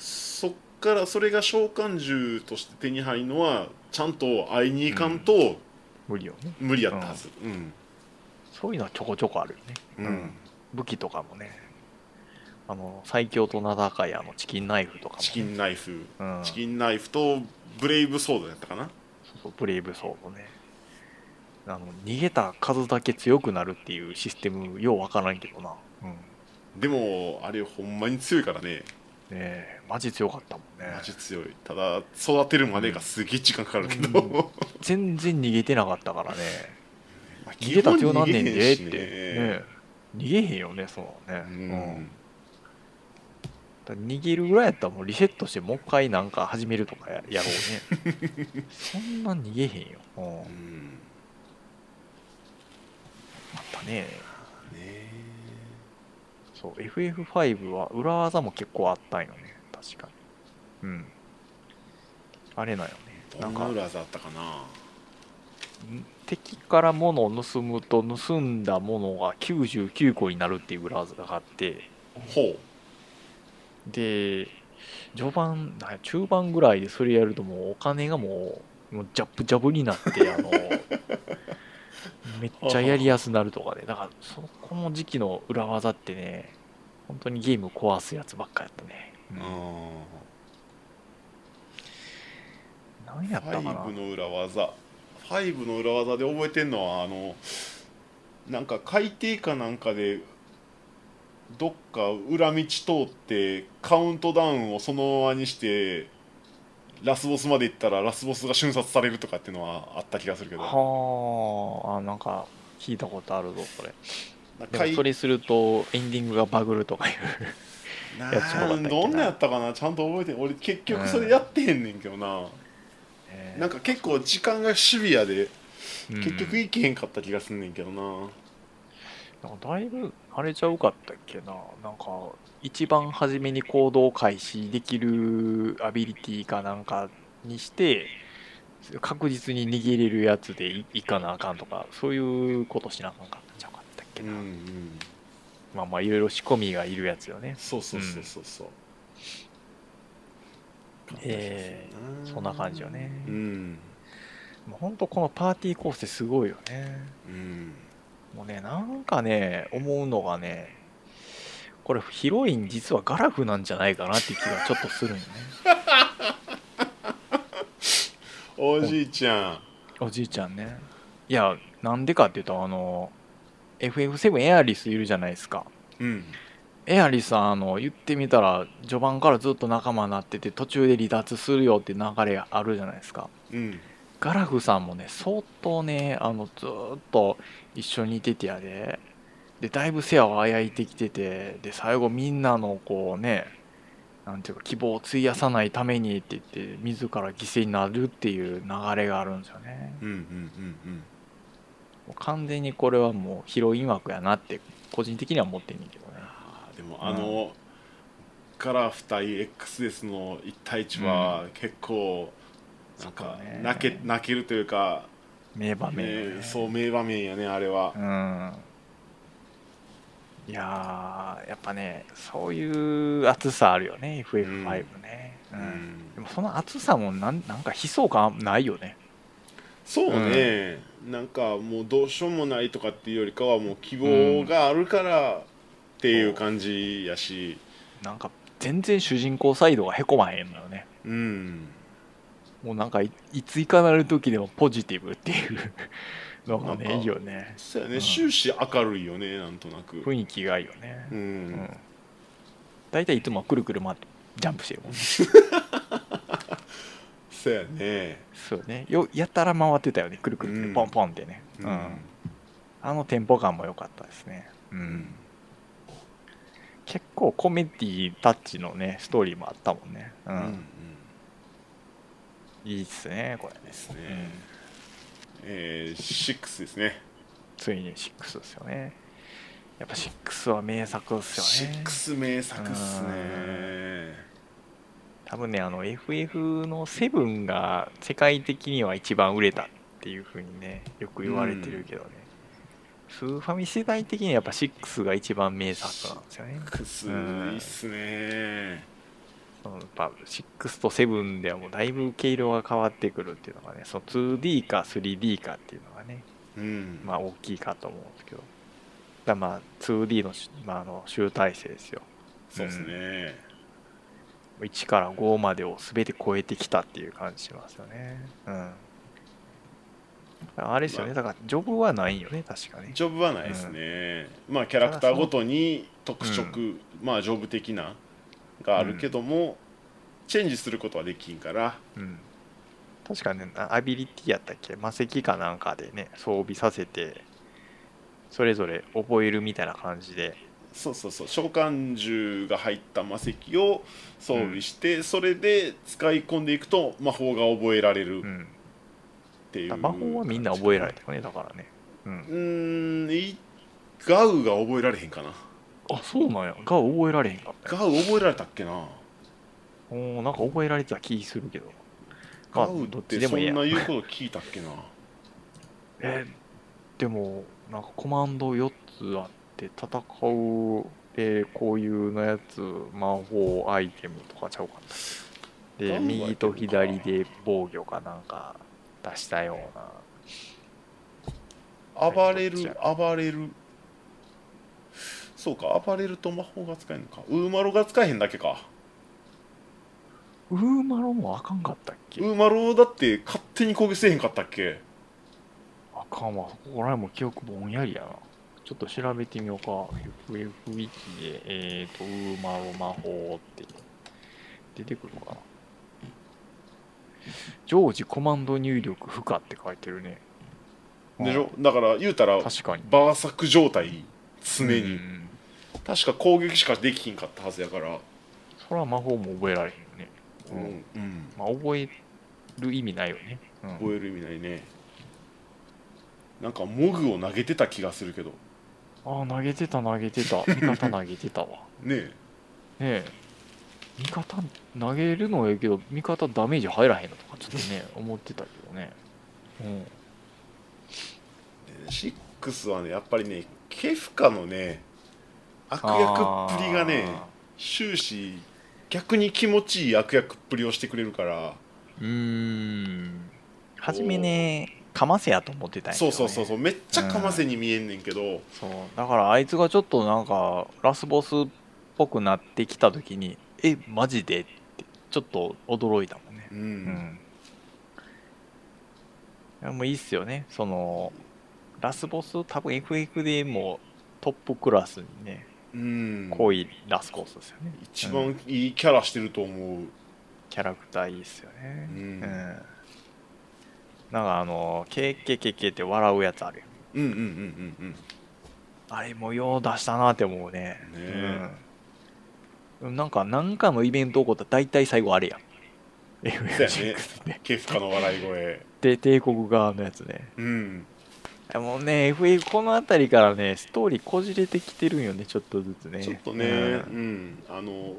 S1: そっからそれが召喚獣として手に入るのはちゃんと会いに行かんと
S2: 無理よね。
S1: 無理やったはずうん
S2: そういうのはちょこちょこあるよね。
S1: うん、
S2: 武器とかもね。あの、最強と名高いあのチキンナイフとかもね、
S1: チキンナイフ、
S2: うん、
S1: チキンナイフとブレイブソードやったかな
S2: そうそうブレイブソードね。あの、逃げた数だけ強くなるっていうシステム、ようわからんけどな。うん。ね
S1: でもあれほんまに強いからね
S2: え、マジ強かったもんね。
S1: マジ強いただ育てるまでがすげえ時間かかるけど、
S2: うん
S1: ま
S2: 全然逃げてなかったからね
S1: あ
S2: 逃げたってようなんねん
S1: 基本逃げへ
S2: で
S1: ん
S2: っ、
S1: してね
S2: ね逃げへんよねそのね、
S1: う
S2: うん
S1: ん
S2: だから逃げるぐらいやったらもうリセットしてもう一回なんか始めるとかややろうねそんな逃げへんよ、うん、あ
S1: う
S2: っ
S1: ん
S2: たね
S1: ねえ
S2: そう FF5 は裏技も結構あったんよね確かにうんあれなんよね
S1: ど
S2: なん
S1: ん
S2: か
S1: な裏技あったかな
S2: 敵から物を盗むと盗んだ物が99個になるっていう裏技があって
S1: ほう
S2: で序盤な中盤ぐらいでそれやるともうお金がもうもうジャブジャブになってあ のめっちゃやりやすなるとかでだからそこの時期の裏技ってね本当にゲーム壊すやつばっかやったね、
S1: あ
S2: 何やったかな
S1: 5の裏技5の裏技で覚えてんのはあのなんか海底かなんかでどっか裏道通ってカウントダウンをそのままにしてラスボスまで行ったらラスボスが瞬殺されるとかっていうのはあった気がするけど
S2: はああなんか聞いたことあるぞそれ
S1: なんか
S2: でもそれするとエンディングがバグるとかいう
S1: な
S2: やつもだったっけな
S1: どんなやったかなちゃんと覚えてん俺結局それやってへんねんけどな、
S2: ね
S1: なんか結構時間がシビアで
S2: うん
S1: 結局いけへんかった気がすんねんけどな、
S2: なんかだいぶあれちゃうかったっけななんか一番初めに行動開始できるアビリティかなんかにして確実に逃げれるやつでいいかなあかんとかそういうことしなあかんかったんちゃうかったっけ
S1: うんう
S2: な、
S1: ん
S2: まあまあいろいろ仕込みがいるやつよね
S1: そうそうそうそうそう、
S2: え
S1: う
S2: そんな感じよね
S1: うん
S2: もうほんとこのパーティー構成すごいよね
S1: うん
S2: もうねなんかね思うのがねこれヒロイン実はガラフなんじゃないかなって気がちょっとするんよね
S1: おじいちゃん
S2: おじいちゃんねいやなんでかっていうとあの FF7 エアリスいるじゃないですか
S1: うん
S2: エアリスはあの言ってみたら序盤からずっと仲間になってて途中で離脱するよって流れがあるじゃないですか
S1: うん
S2: ガラフさんもね相当ねあのずーっと一緒にいててやででだいぶ世話をあやいてきててで最後みんなのこうねなんていうか希望を費やさないためにって言って自ら犠牲になるっていう流れがあるんですよね
S1: うんうんうん
S2: もう完全にこれはもうヒロイン枠やなって個人的には思ってんねんけどね
S1: あーでもあの、から2人 XS の1対1は結構なん
S2: そう
S1: か
S2: だね
S1: 泣け,、泣けるというか、
S2: 名場面よね、
S1: ね、そう名場面やねあれは、
S2: うんいやーやっぱねそういう熱さあるよね FF5 ね、う
S1: うんん
S2: でもその熱さもなんなんか悲壮感ないよね
S1: そうね、なんかもうどうしようもないとかっていうよりかはもう希望があるからっていう感じやし
S2: なんか全然主人公サイドがへこまへんのよね
S1: うん
S2: もうなんかいいついかなる時でもポジティブっていうのが
S1: なん
S2: ね
S1: か
S2: いいよね
S1: そうや
S2: う
S1: ね
S2: ん
S1: 終始明るいよねなんとなく
S2: 雰囲気がいいよね
S1: う、
S2: うん
S1: ん
S2: 大体いつもはくるくる回ってジャンプしてるもんね
S1: そうやね
S2: そうねよやたら回ってたよねくるくるく
S1: う
S2: る
S1: ん
S2: ポンポンってね、うんあのテンポ感も良かったですね、う
S1: うんん、
S2: 結構コメディタッチのねストーリーもあったもんね、うん
S1: うんうん
S2: いいっすねこれね
S1: ですね、えー、6ですね
S2: ついに6ですよねやっぱ6は名作ですよね
S1: 6名作っすね
S2: 多分ねあの FF の7が世界的には一番売れたっていう風にねよく言われてるけどね、スーファミ世代的にはやっぱ6が一番名作なんですよ
S1: 6
S2: ね
S1: いいっすね
S2: うんやっぱ6と7ではもうだいぶ毛色が変わってくるっていうのがねその 2D か 3D かっていうのがね
S1: うん
S2: まあ大きいかと思うんですけどだからまあ 2D の,、まあ、あの集大成ですよ
S1: そうですね
S2: 1から5までを全て超えてきたっていう感じしますよねうんあれですよね
S1: ま
S2: だからジョブはないよね確かね
S1: ジョブはないですね、まあキャラクターごとに特色、まあジョブ的ながあるけども、チェンジすることはできんから
S2: うん確かねあアビリティやったっけ魔石かなんかでね装備させてそれぞれ覚えるみたいな感じで
S1: そうそうそう召喚獣が入った魔石を装備して、それで使い込んでいくと魔法が覚えられる
S2: う
S1: っ
S2: ん
S1: ていう、
S2: だから魔法はみんな覚えられたよねだからねうん
S1: うーんいガウが覚えられへんかな
S2: あそうなんやが覚えられへんかったよ
S1: ガウ覚えられたっけな
S2: おーなんか覚えられてた気するけど
S1: ガ
S2: まあ
S1: ウっ
S2: どっち
S1: て
S2: で
S1: そ
S2: もいいや
S1: んな言うこと聞いたっけな
S2: えでもなんかコマンド4つあって戦うでこういうのやつ魔法アイテムとかちゃうかなで
S1: どういうアイテムか
S2: 右と左で防御かなんか出したような
S1: 暴れる
S2: どっち
S1: 暴れるそうか暴れると魔法が使えるのかウーマロが使えへんだけか
S2: ウーマロもあかんかったっけ
S1: ウーマロだって勝手に攻撃せえへんかったっけ
S2: あかんわここら辺も記憶ぼんやりやなちょっと調べてみようか FF ウィキでえーとウーマロ魔法って出てくるのかな常時コマンド入力不可って書いてるね
S1: でし
S2: うん
S1: ょだから言うたら
S2: 確かに
S1: バーサク状態常に、
S2: うん
S1: 確か攻撃しかできひんかったはずやから
S2: それは魔法も覚えられへんよね、
S1: うん、うん
S2: まあ覚える意味ないよね、うん
S1: 覚える意味ないねなんかモグを投げてた気がするけど
S2: ああ投げてた投げてた味方投げてたわ
S1: ね
S2: ねえ味方投げるのはええけど味方ダメージ入らへんのとかちょっと ね思ってたけどねうん
S1: え6はねやっぱりねケフカのね悪役っぷりがね終始逆に気持ちいい悪役っぷりをしてくれるから、
S2: うーん初めねかませやと思ってたんやけど
S1: そう
S2: ね
S1: そうそうそうめっちゃかませに見えんねんけど、
S2: そうだからあいつがちょっとなんかラスボスっぽくなってきた時にえマジでってちょっと驚いたもんね
S1: うん
S2: うんいやもういいっすよねそのラスボス多分 FF でもトップクラスにね
S1: うん
S2: 濃いラスボスですよね
S1: 一
S2: う
S1: 番いいキャラしてると思う、
S2: キャラクターいいっすよね
S1: うん
S2: うんなんかあのケーケケケって笑うやつあるよ
S1: うん、うんうんうんうん
S2: あれもよう出したなって思うね
S1: ねえ
S2: うんなんか何かのイベント起こったら大体最後あれやん FF6
S1: ケフカの笑い声
S2: で帝国側のやつね
S1: うん
S2: いやもうね、FF この辺りからね、ストーリーこじれてきてるんよね、ちょっとずつね。
S1: ちょっとね、
S2: うん
S1: うん、あの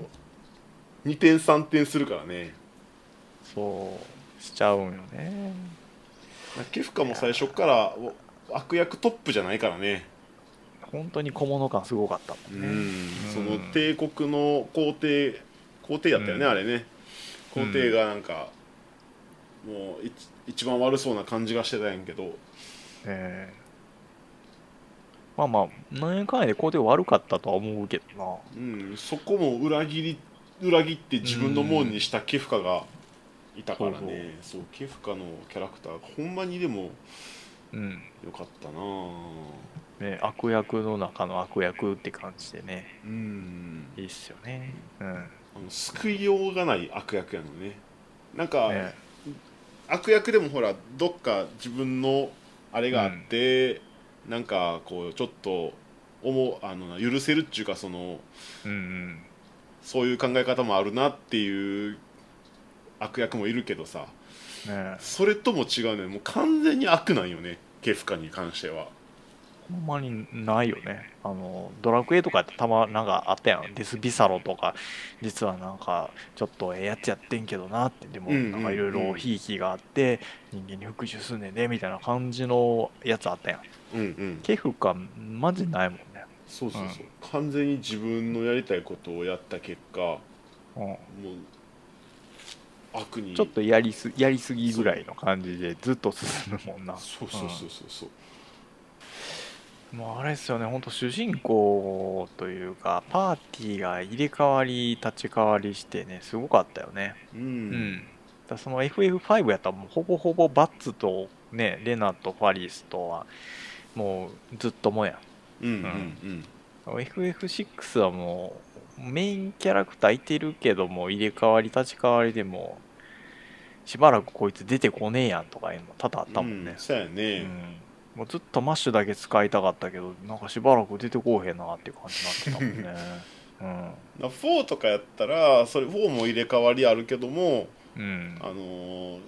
S1: 2点3点するからね
S2: そう、しちゃうんよね。
S1: ケフカも最初からお悪役トップじゃないからね、
S2: 本当に小物感すごかった
S1: う
S2: もんね。
S1: ん、その
S2: うん
S1: 帝国の皇帝皇帝やったよね、
S2: うん
S1: あれね皇帝がなんか、もういち一番悪そうな感じがしてたんやけど
S2: ええまあまあ、何やかんやで工程悪かったとは思うけど
S1: う
S2: な。
S1: ん、そこも裏切り裏切って自分のもんにしたケフカがいたからね、そうケフカのキャラクターほんまにでも
S2: うん。
S1: 良かったなあ
S2: ね、悪役の中の悪役って感じでね、
S1: うん
S2: いいっすよね。うん。
S1: あの救いようがない悪役やのねなんか、
S2: ね、
S1: 悪役でもほらどっか自分のあれがあって、なんかこうちょっと思うあの許せるっていうかその
S2: うんうん。
S1: そういう考え方もあるなっていう悪役もいるけどさ
S2: ね
S1: それとも違うねもう完全に悪なんよねケフカに関しては
S2: ほんまにないよね。あの、ドラクエとかやったらたま、なんかあったやん。デス・ビサロとか、実はなんか、ちょっとええやつやってんけどなって、でも、
S1: うんうんうん
S2: なんかいろいろひいきがあって、人間に復讐すんねんね、みたいな感じのやつあったや
S1: う
S2: ん。
S1: んうん
S2: ケフか、マジないもんね。
S1: そうそうそう、完全に自分のやりたいことをやった結果も
S2: うん。
S1: う悪に
S2: ちょっとやりすやりすぎぐらいの感じでずっと進むもんな。
S1: そうそうそうそうそう
S2: もうあれですよね、本当主人公というか、パーティーが入れ替わり、立ち替わりしてね、すごかったよね。
S1: うん、
S2: だからその FF5 やったらもうほぼほぼバッツとね、レナとファリスとは、もうずっともやん。
S1: うんうんうん、
S2: FF6 はもうメインキャラクターいてるけども入れ替わり立ち替わりでもしばらくこいつ出てこねえやんとかいうのも多々あったもんね
S1: う、そうや
S2: うん
S1: ね、
S2: もうずっとマッシュだけ使いたかったけどなんかしばらく出てこうへんなっていう感じになってたもんね
S1: な4とかやったらそれ4も入れ替わりあるけども、
S2: うんうん
S1: あのー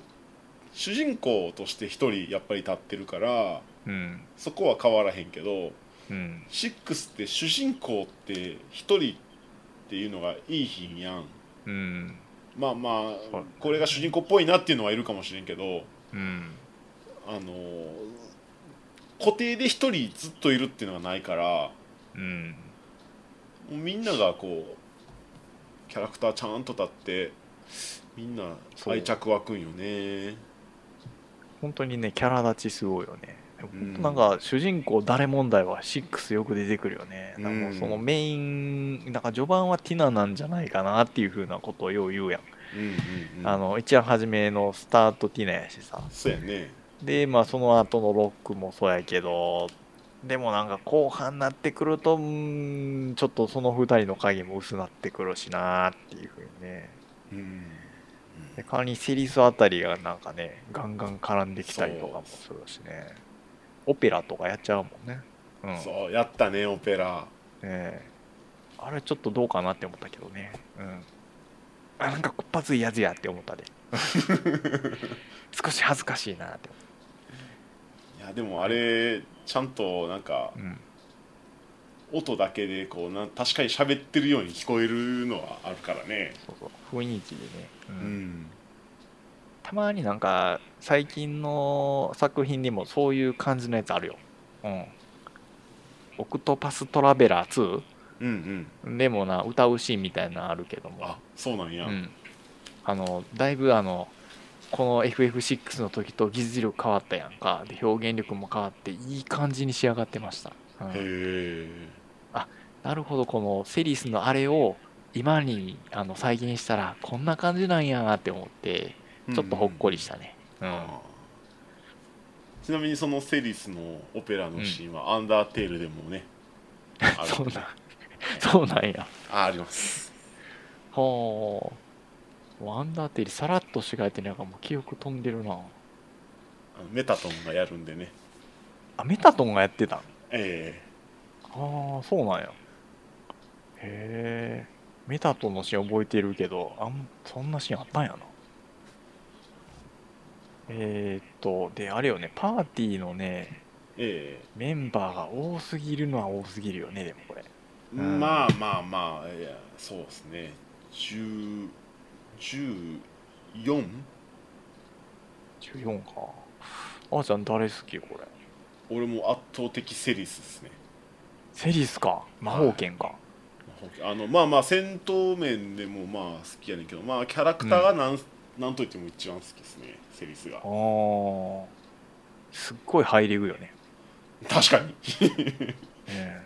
S1: 主人公として一人やっぱり立ってるから
S2: うん
S1: そこは変わらへんけど
S2: うん
S1: 6って主人公って一人っていうのがいい品やん
S2: うん
S1: まあま
S2: そ
S1: あ
S2: う
S1: これが主人公っぽいなっていうのはいるかもしれんけど
S2: うん
S1: あのー固定で一人ずっといるっていうのはないから
S2: うん
S1: もうみんながこうキャラクターちゃんと立ってみんな愛着湧くんよね
S2: 本当にねキャラ立ちすごいよね本当なんか主人公誰問題は6よく出てくるよね、
S1: うん
S2: なんかもうそのメインなんか序盤はティナなんじゃないかなっていうふうなことをよう言うやん、
S1: うんうんうん
S2: あの一番初めのスタートティナやしさ
S1: そうやね
S2: でまあその後のロックもそうやけどでもなんか後半になってくるとうーんちょっとその2人の影も薄なってくるしなっていうふうにね
S1: うん
S2: で代わりにセリスあたりがなんかねガンガン絡んできたりとかもするしねオペラとかやっちゃうもんねうん
S1: そうやったねオペラ
S2: ええあれちょっとどうかなって思ったけどねうんあなんかこっぱずいやつやって思 ったで少し恥ずかしいなって思っ
S1: いやでもあれちゃんとなんか
S2: たうん
S1: 音だけでこうなん確かに喋ってるように聞こえるのはあるからね
S2: そうそう雰囲気でね、うん
S1: うん
S2: たまになんか最近の作品にもそういう感じのやつあるようんオクトパストラベラー
S1: うんうん
S2: 2でもな歌うシーンみたいなのあるけども
S1: あそうなんや、
S2: うん、あのだいぶあのこの FF6 の時と技術力変わったやんかで表現力も変わっていい感じに仕上がってました、うん
S1: へえ
S2: なるほどこのセリスのあれを今にあの再現したらこんな感じなんやなって思ってちょっとほっこりしたね、うん
S1: あーちなみにそのセリスのオペラのシーンは「アンダーテール」でも ね、あ
S2: そう
S1: る
S2: なん そうなんや
S1: ああります
S2: ほうワンダーテイルさらっとしがえてなんかもう記憶飛んでるな
S1: あのメタトンがやるんでね
S2: あメタトンがやってたの
S1: え
S2: ああ、そうなんや。へえ。メタとのシーン覚えてるけど、あんそんなシーンあったんやな。えーっと、で、あれよね、パーティーのね、
S1: え
S2: メンバーが多すぎるのは多すぎるよねでもこれ
S1: え
S2: うん
S1: まあまあまあいやそうですね10 14
S2: 14かあーちゃん誰好きこれ
S1: 俺も圧倒的セリスですね
S2: セリスか魔法剣か、
S1: あのまあまあ戦闘面でもまあ好きやねんけどまあキャラクターがなん、なんといっても一番好きですねセリスが
S2: あーすっごいハイレグよね、
S1: 確かに
S2: ええ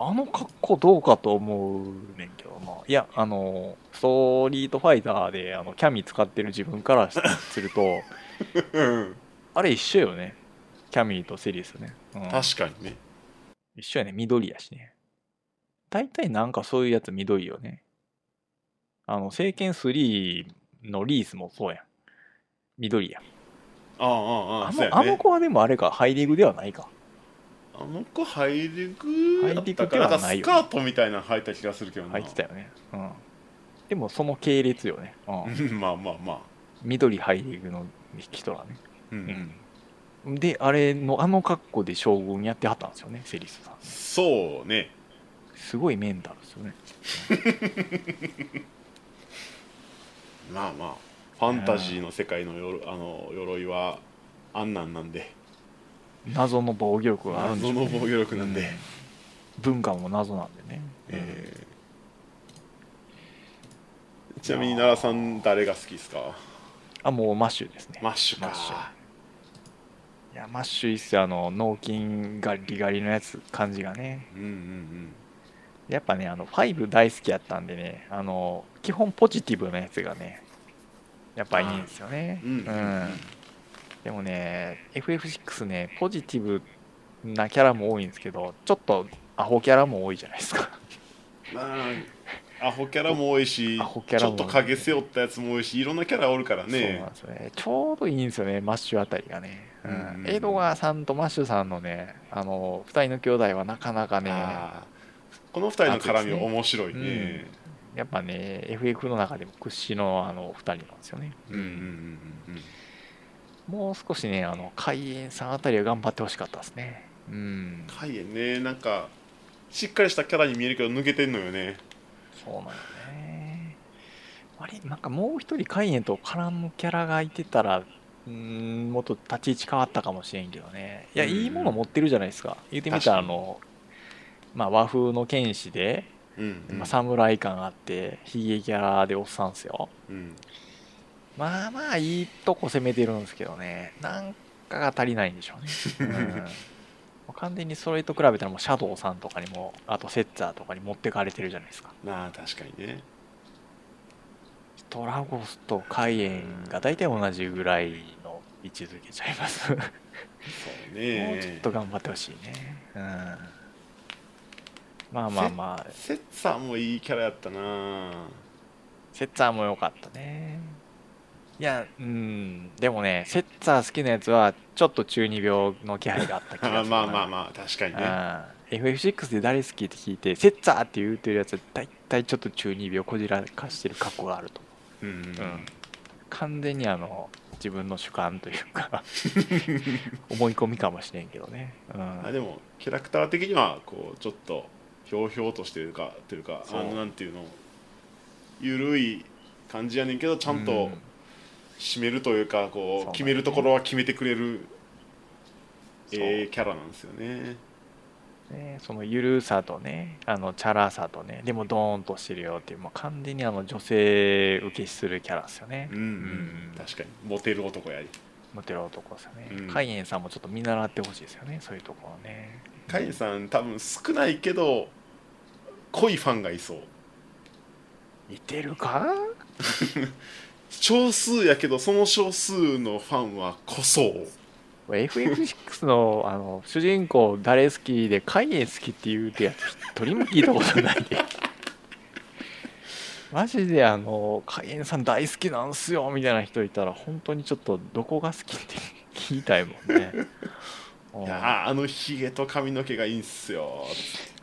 S2: あの格好どうかと思うねんけどないやあのストリートファイターであのキャミ使ってる自分からしすると
S1: うん
S2: あれ一緒よねキャミとセリスね、うん、
S1: 確かにね
S2: 一緒やね緑やしね大体なんかそういうやつ緑よねあの聖剣3のリースもそうやん緑や
S1: あああああ
S2: あ
S1: あそう
S2: の
S1: や
S2: あの
S1: ね
S2: 子はでもあれかハイレグではないか
S1: あの子ハイレグ
S2: ハイレグ
S1: だった
S2: では
S1: かなんか
S2: ない
S1: ス
S2: よ
S1: カートみたいなの履いた気がするけどな
S2: 入ってたよね、うん、でもその系列よね、うん、
S1: うんまあまあまあ
S2: 緑ハイレグの人らね、
S1: うん、
S2: うんであれのあの格好で将軍やってはったんですよねセリスさん
S1: そうね
S2: すごいメンタルですよね
S1: まあまあファンタジーの世界のよろあの鎧はあんなんなんで
S2: 謎の防御力があるんでしょ
S1: 謎
S2: うね
S1: の防御力なんで、
S2: うん文化も謎なんでね、
S1: えーちなみに奈良さん誰が好きですか
S2: あもうマッシュですね
S1: マッシュか
S2: マッシュいやマッシュいいっすよあの脳筋ガリガリのやつ感じがね
S1: うんうんうん
S2: やっぱねあの5大好きやったんでねあの基本ポジティブなやつがねやっぱいいんですよね
S1: うんうんうん
S2: でもね FF6 ねポジティブなキャラも多いんですけどちょっとアホキャラも多いじゃないですか
S1: まあアホキャラも多いし
S2: アホキャラも
S1: ちょっと影背負ったやつも多いしいろんなキャラおるから
S2: そう
S1: ね
S2: なんですよねちょうどいいんですよねマッシュあたりがね、うん
S1: うんうん
S2: エドガーさんとマッシュさんのねあの2人の兄弟はなかなかね
S1: あーこの二人の絡みは面白いね
S2: やっぱね FF の中でも屈指のあの2人なんですよね
S1: うんうんうんうん
S2: もう少しねあの海援さんあたりは頑張ってほしかったですねうん
S1: 海縁ねなんかしっかりしたキャラに見えるけど抜けてんのよね
S2: そうなんよねあれなんかもう一人海援と絡むキャラがいてたらうんもっと立ち位置変わったかもしれんけどねいや、
S1: うん
S2: いいもの持ってるじゃないですか言ってみ
S1: 確
S2: た
S1: から
S2: あ
S1: に
S2: のまあ和風の剣士で、
S1: うんうん
S2: まあ、侍感あってヒゲキャラでおっさんっすよ
S1: うん
S2: まあまあいいとこ攻めてるんですけどね、なんかが足りないんでしょ うね。うんもう完全にそれと比べたらもうシャドウさんとかにも、あとセッツァーとかに持ってかれてるじゃないですか。
S1: まあ確かにね
S2: ドラゴスとカイエンが大体同じぐらいの位置づけちゃいま す。も
S1: そう
S2: うちょっ
S1: ね
S2: と頑張ってほしいね。うん。まあまあまあ、
S1: セッツァーもいいキャラやったな
S2: セッツァーも良かったね。いや、うん、でもね、セッツァー好きなやつは、ちょっと中二病の気配があった気がする
S1: あ
S2: な。
S1: まあまあまあ確かにね
S2: あー FF6 で誰好きって聞いて、セッツァーって言うてるやつは大体ちょっと中二病こじらかしてる過去があると思う。
S1: うんうん
S2: ん完全にあの自分の主観というか 思い込みかもしれんけどね。うん、
S1: あでもキャラクター的にはこうちょっとひょうひょうとしてるかというかあ
S2: そう
S1: のなんていうのゆるい感じやねんけどちゃん
S2: う
S1: と締めるというかこ
S2: そう
S1: う
S2: だね
S1: 決めるところは決めてくれる
S2: そう
S1: ええキャラなんですよね
S2: ね、そのゆるさとねあのチャラさとねでもドーンとしてるよっていうもう完全にあの女性受けするキャラですよね
S1: うん、うん、確かにモテる男やり
S2: モテる男ですよね、
S1: うん
S2: カイエンさんもちょっと見習ってほしいですよねそういうところね
S1: カインさん多分少ないけど濃いファンがいそう
S2: 似てるか
S1: 少数やけどその少数のファンはこそう
S2: これ FX6 のあの主人公誰好きでカイエン好きって言うてやつ一人も聞いたことないで マジであのカイエンさん大好きなんすよみたいな人いたら本当にちょっとどこが好きって聞いたいもんね
S1: い
S2: うん
S1: やーあのヒゲと髪の毛がいいんすよ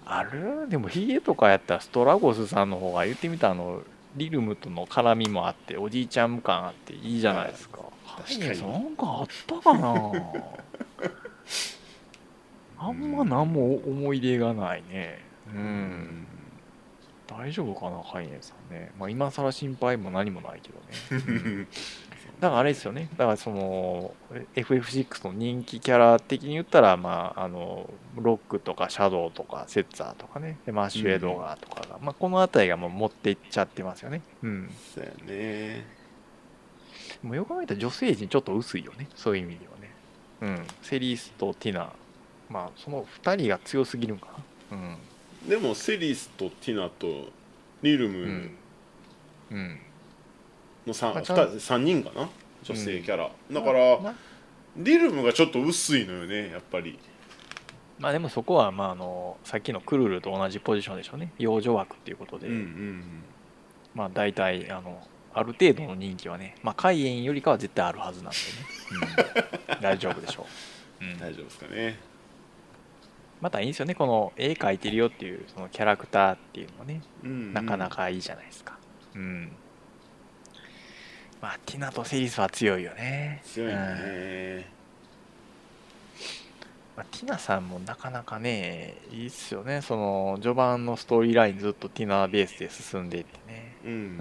S2: あるでもヒゲとかやったらストラゴスさんの方が言ってみたらあのリルムとの絡みもあっておじいちゃん感あっていいじゃないですか
S1: 確
S2: カ
S1: かに
S2: イエンさんなんかあったかな あんま何も思い出がないね。うん。大丈夫かな、ハイネさんね。まあ、今更心配も何もないけどね。 うんだからあれですよね。だからその、FF6 の人気キャラ的に言ったら、まあ、あの、ロックとかシャドウとか、セッツァーとかね、でマッシュエドガーとかが、まあ、このあたりがもう持っていっちゃってますよね。うん。
S1: そうやね
S2: もうよく考えたら女性陣ちょっと薄いよね。そういう意味ではね。うん。セリスとティナ、まあ、その2人が強すぎるんかな。うん。
S1: でもセリスとティナとリルム
S2: うん。
S1: の 3,、
S2: まあ
S1: 二
S2: ちゃん
S1: 人三人かな女性キャラ、だか
S2: ま
S1: ら
S2: あ
S1: リルムがちょっと薄いのよねやっぱり
S2: まあでもそこはまああのさっきのクルルと同じポジションでしょうね養女枠っていうことで、
S1: うん
S2: まあ大体あのある程度の人気はねまあ海縁よりかは絶対あるはずなんでね、 うん大丈夫でしょう、うん
S1: 大丈夫ですかね
S2: またいいんですよねこの絵描いてるよっていうそのキャラクターっていうのもね
S1: うんうん
S2: なかなかいいじゃないですかうん、まあティナとセリスは強いよね
S1: 強い
S2: うん
S1: ね
S2: まあ、ティナさんもなかなかね、いいっすよね、その序盤のストーリーラインずっとティナベースで進んでいってね。
S1: うん、
S2: うん。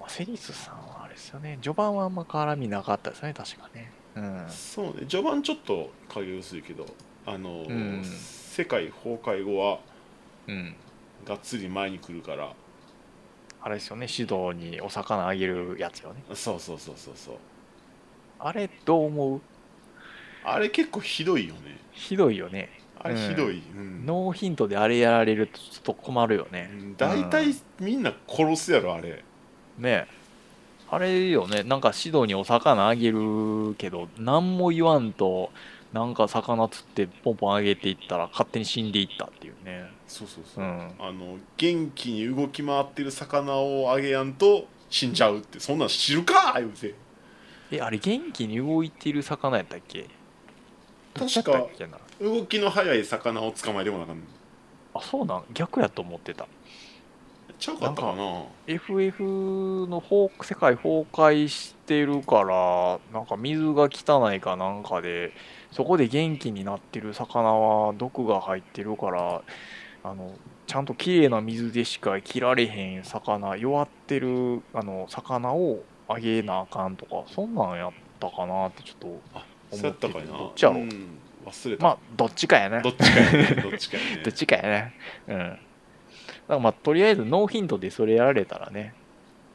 S2: まあ、セリスさんはあれですよね、序盤はあんま絡みなかったですね、確かね。うん。
S1: そうね序盤ちょっと影薄いけどあの、
S2: うん
S1: 世界崩壊後は
S2: うん。
S1: がっつり前に来るから
S2: あれですよね、指導にお魚あげるやつよね。
S1: そうそうそうそうそう
S2: あれ、どう思う
S1: あれ結構ひどいよね
S2: ひどいよね。
S1: あれひどい、うん
S2: ノーヒントであれやられるとちょっと困るよ
S1: う
S2: ね。
S1: ん大体みんな殺すやろあれ
S2: ねえ。あれよね、なんか指導にお魚あげるけど、何も言わんと、なんか魚釣ってポンポンあげていったら勝手に死んでいったっていうね。
S1: そうそう
S2: う
S1: そう、
S2: ん。
S1: あの元気に動き回ってる魚をあげやんと死んじゃうってそんなん知るか言うて
S2: え、あれ元気に動いてる魚やったっけ
S1: 確
S2: どっちやっ
S1: か
S2: たっけな。
S1: 動きの速い魚を捕まえてもなあかん
S2: あ、そうなん逆やと思ってた。
S1: ちゃうかったかな
S2: FF の崩世界崩壊してるから、なんか水が汚いかなんかで、そこで元気になってる魚は毒が入ってるから、あのちゃんと綺麗な水でしか生きられへん魚、弱ってるあの魚をあげなあかんとか、そんなんやったかなってちょっと、
S1: あそうやったかいな
S2: どっちやろ
S1: ん忘れた、
S2: まあ、どっちかやね。
S1: どっちかやね どっちかやね
S2: どっちかやね。うん。だからまあ、とりあえずノーヒントでそれやられたらね、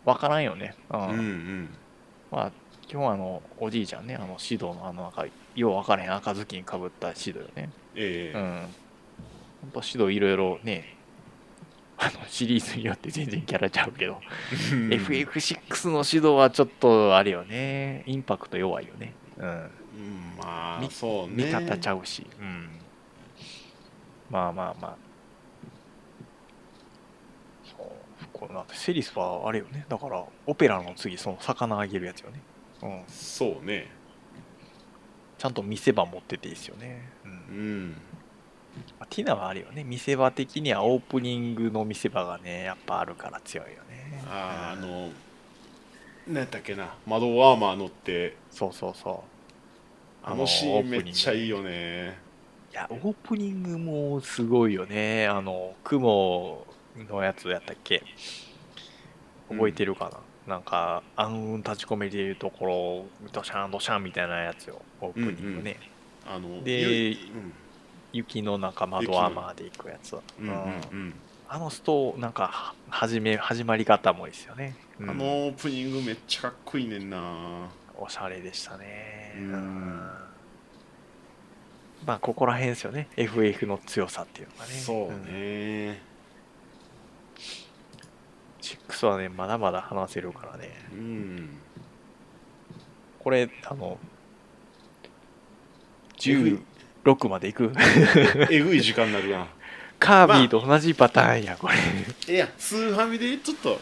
S2: わからんよね。うん
S1: うんうん
S2: まあ、基本あの、おじいちゃんね、あの、シドのあの赤い、よう分からへん赤ずきんかぶったシドよね。
S1: え
S2: う
S1: え
S2: ん。ほんとシドいろいろね、あの、シリーズによって全然キャラちゃうけど、FF6 のシドはちょっとあれよね、インパクト弱いよね。う
S1: う
S2: ん。
S1: んまあ
S2: み
S1: そうね
S2: 味方ちゃうし、うん。まあまあまあ。そう、こうなって、セリスはあれよね、だから、オペラの次、その魚あげるやつよね。うん。
S1: そうね
S2: ちゃんと見せ場持ってていいですよね。う
S1: うんん
S2: まあティナはあるよね。見せ場的にはオープニングの見せ場がね、やっぱあるから強いよね。
S1: あーあ
S2: うん
S1: の何やったっけな窓ワーマー乗って
S2: そうそうそう。
S1: あのシーンめっちゃ
S2: い。
S1: いいよね
S2: いや、オープニングもすごいよね。あの、雲のやつやったっけ覚えてるかな、なんか、暗雲立ち込めてるところ、ドシャンドシャンみたいなやつよ。オープニングね。
S1: あの
S2: で
S1: ゆいうん
S2: 雪の中窓アーマーで行くやつ。
S1: うんうん
S2: あのストなんかは始め始まり方もいいですよね、
S1: う
S2: うん
S1: ん、あのオープニングめっちゃかっこいいねんな
S2: おしゃれでしたね
S1: うん
S2: まあここら辺ですよね FF の強さっていうのがね
S1: そうんね
S2: 6はねまだまだ話せるからね
S1: うん
S2: これあの16までいく
S1: えぐい時間になるな
S2: カービィと同じパターンやこれ
S1: いやスーファミでちょっと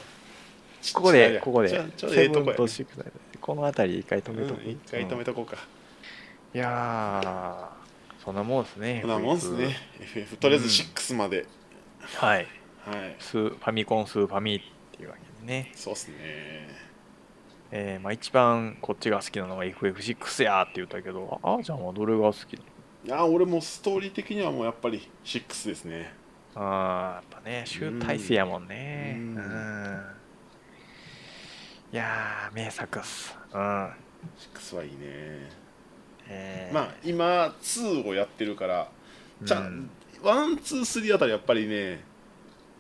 S1: ち
S2: ここでここで
S1: ちょちょええ
S2: セブ
S1: と
S2: ン
S1: こや
S2: と6だねこの辺りで一回止
S1: う
S2: めと
S1: ん
S2: く、
S1: 一回止
S2: うん
S1: めとこうか、
S2: いやーそんなもんですね
S1: こんなもんっすね FF とりあえず6まで、
S2: FF はい
S1: はい
S2: スーファミコンスーファミっていうわけでね、
S1: そうっすね
S2: えーまあ、一番こっちが好きなのは FF6 やーって言ったけどああーちゃんはどれが好きな
S1: いや俺もストーリー的にはもうやっぱり6ですね
S2: あーやっぱね集大成やもんねう
S1: うんん
S2: いやー名作っすうん
S1: 6はいいね
S2: えー
S1: まあ今2をやってるから
S2: うん
S1: ちゃん、ワンツースリーあたりやっぱりね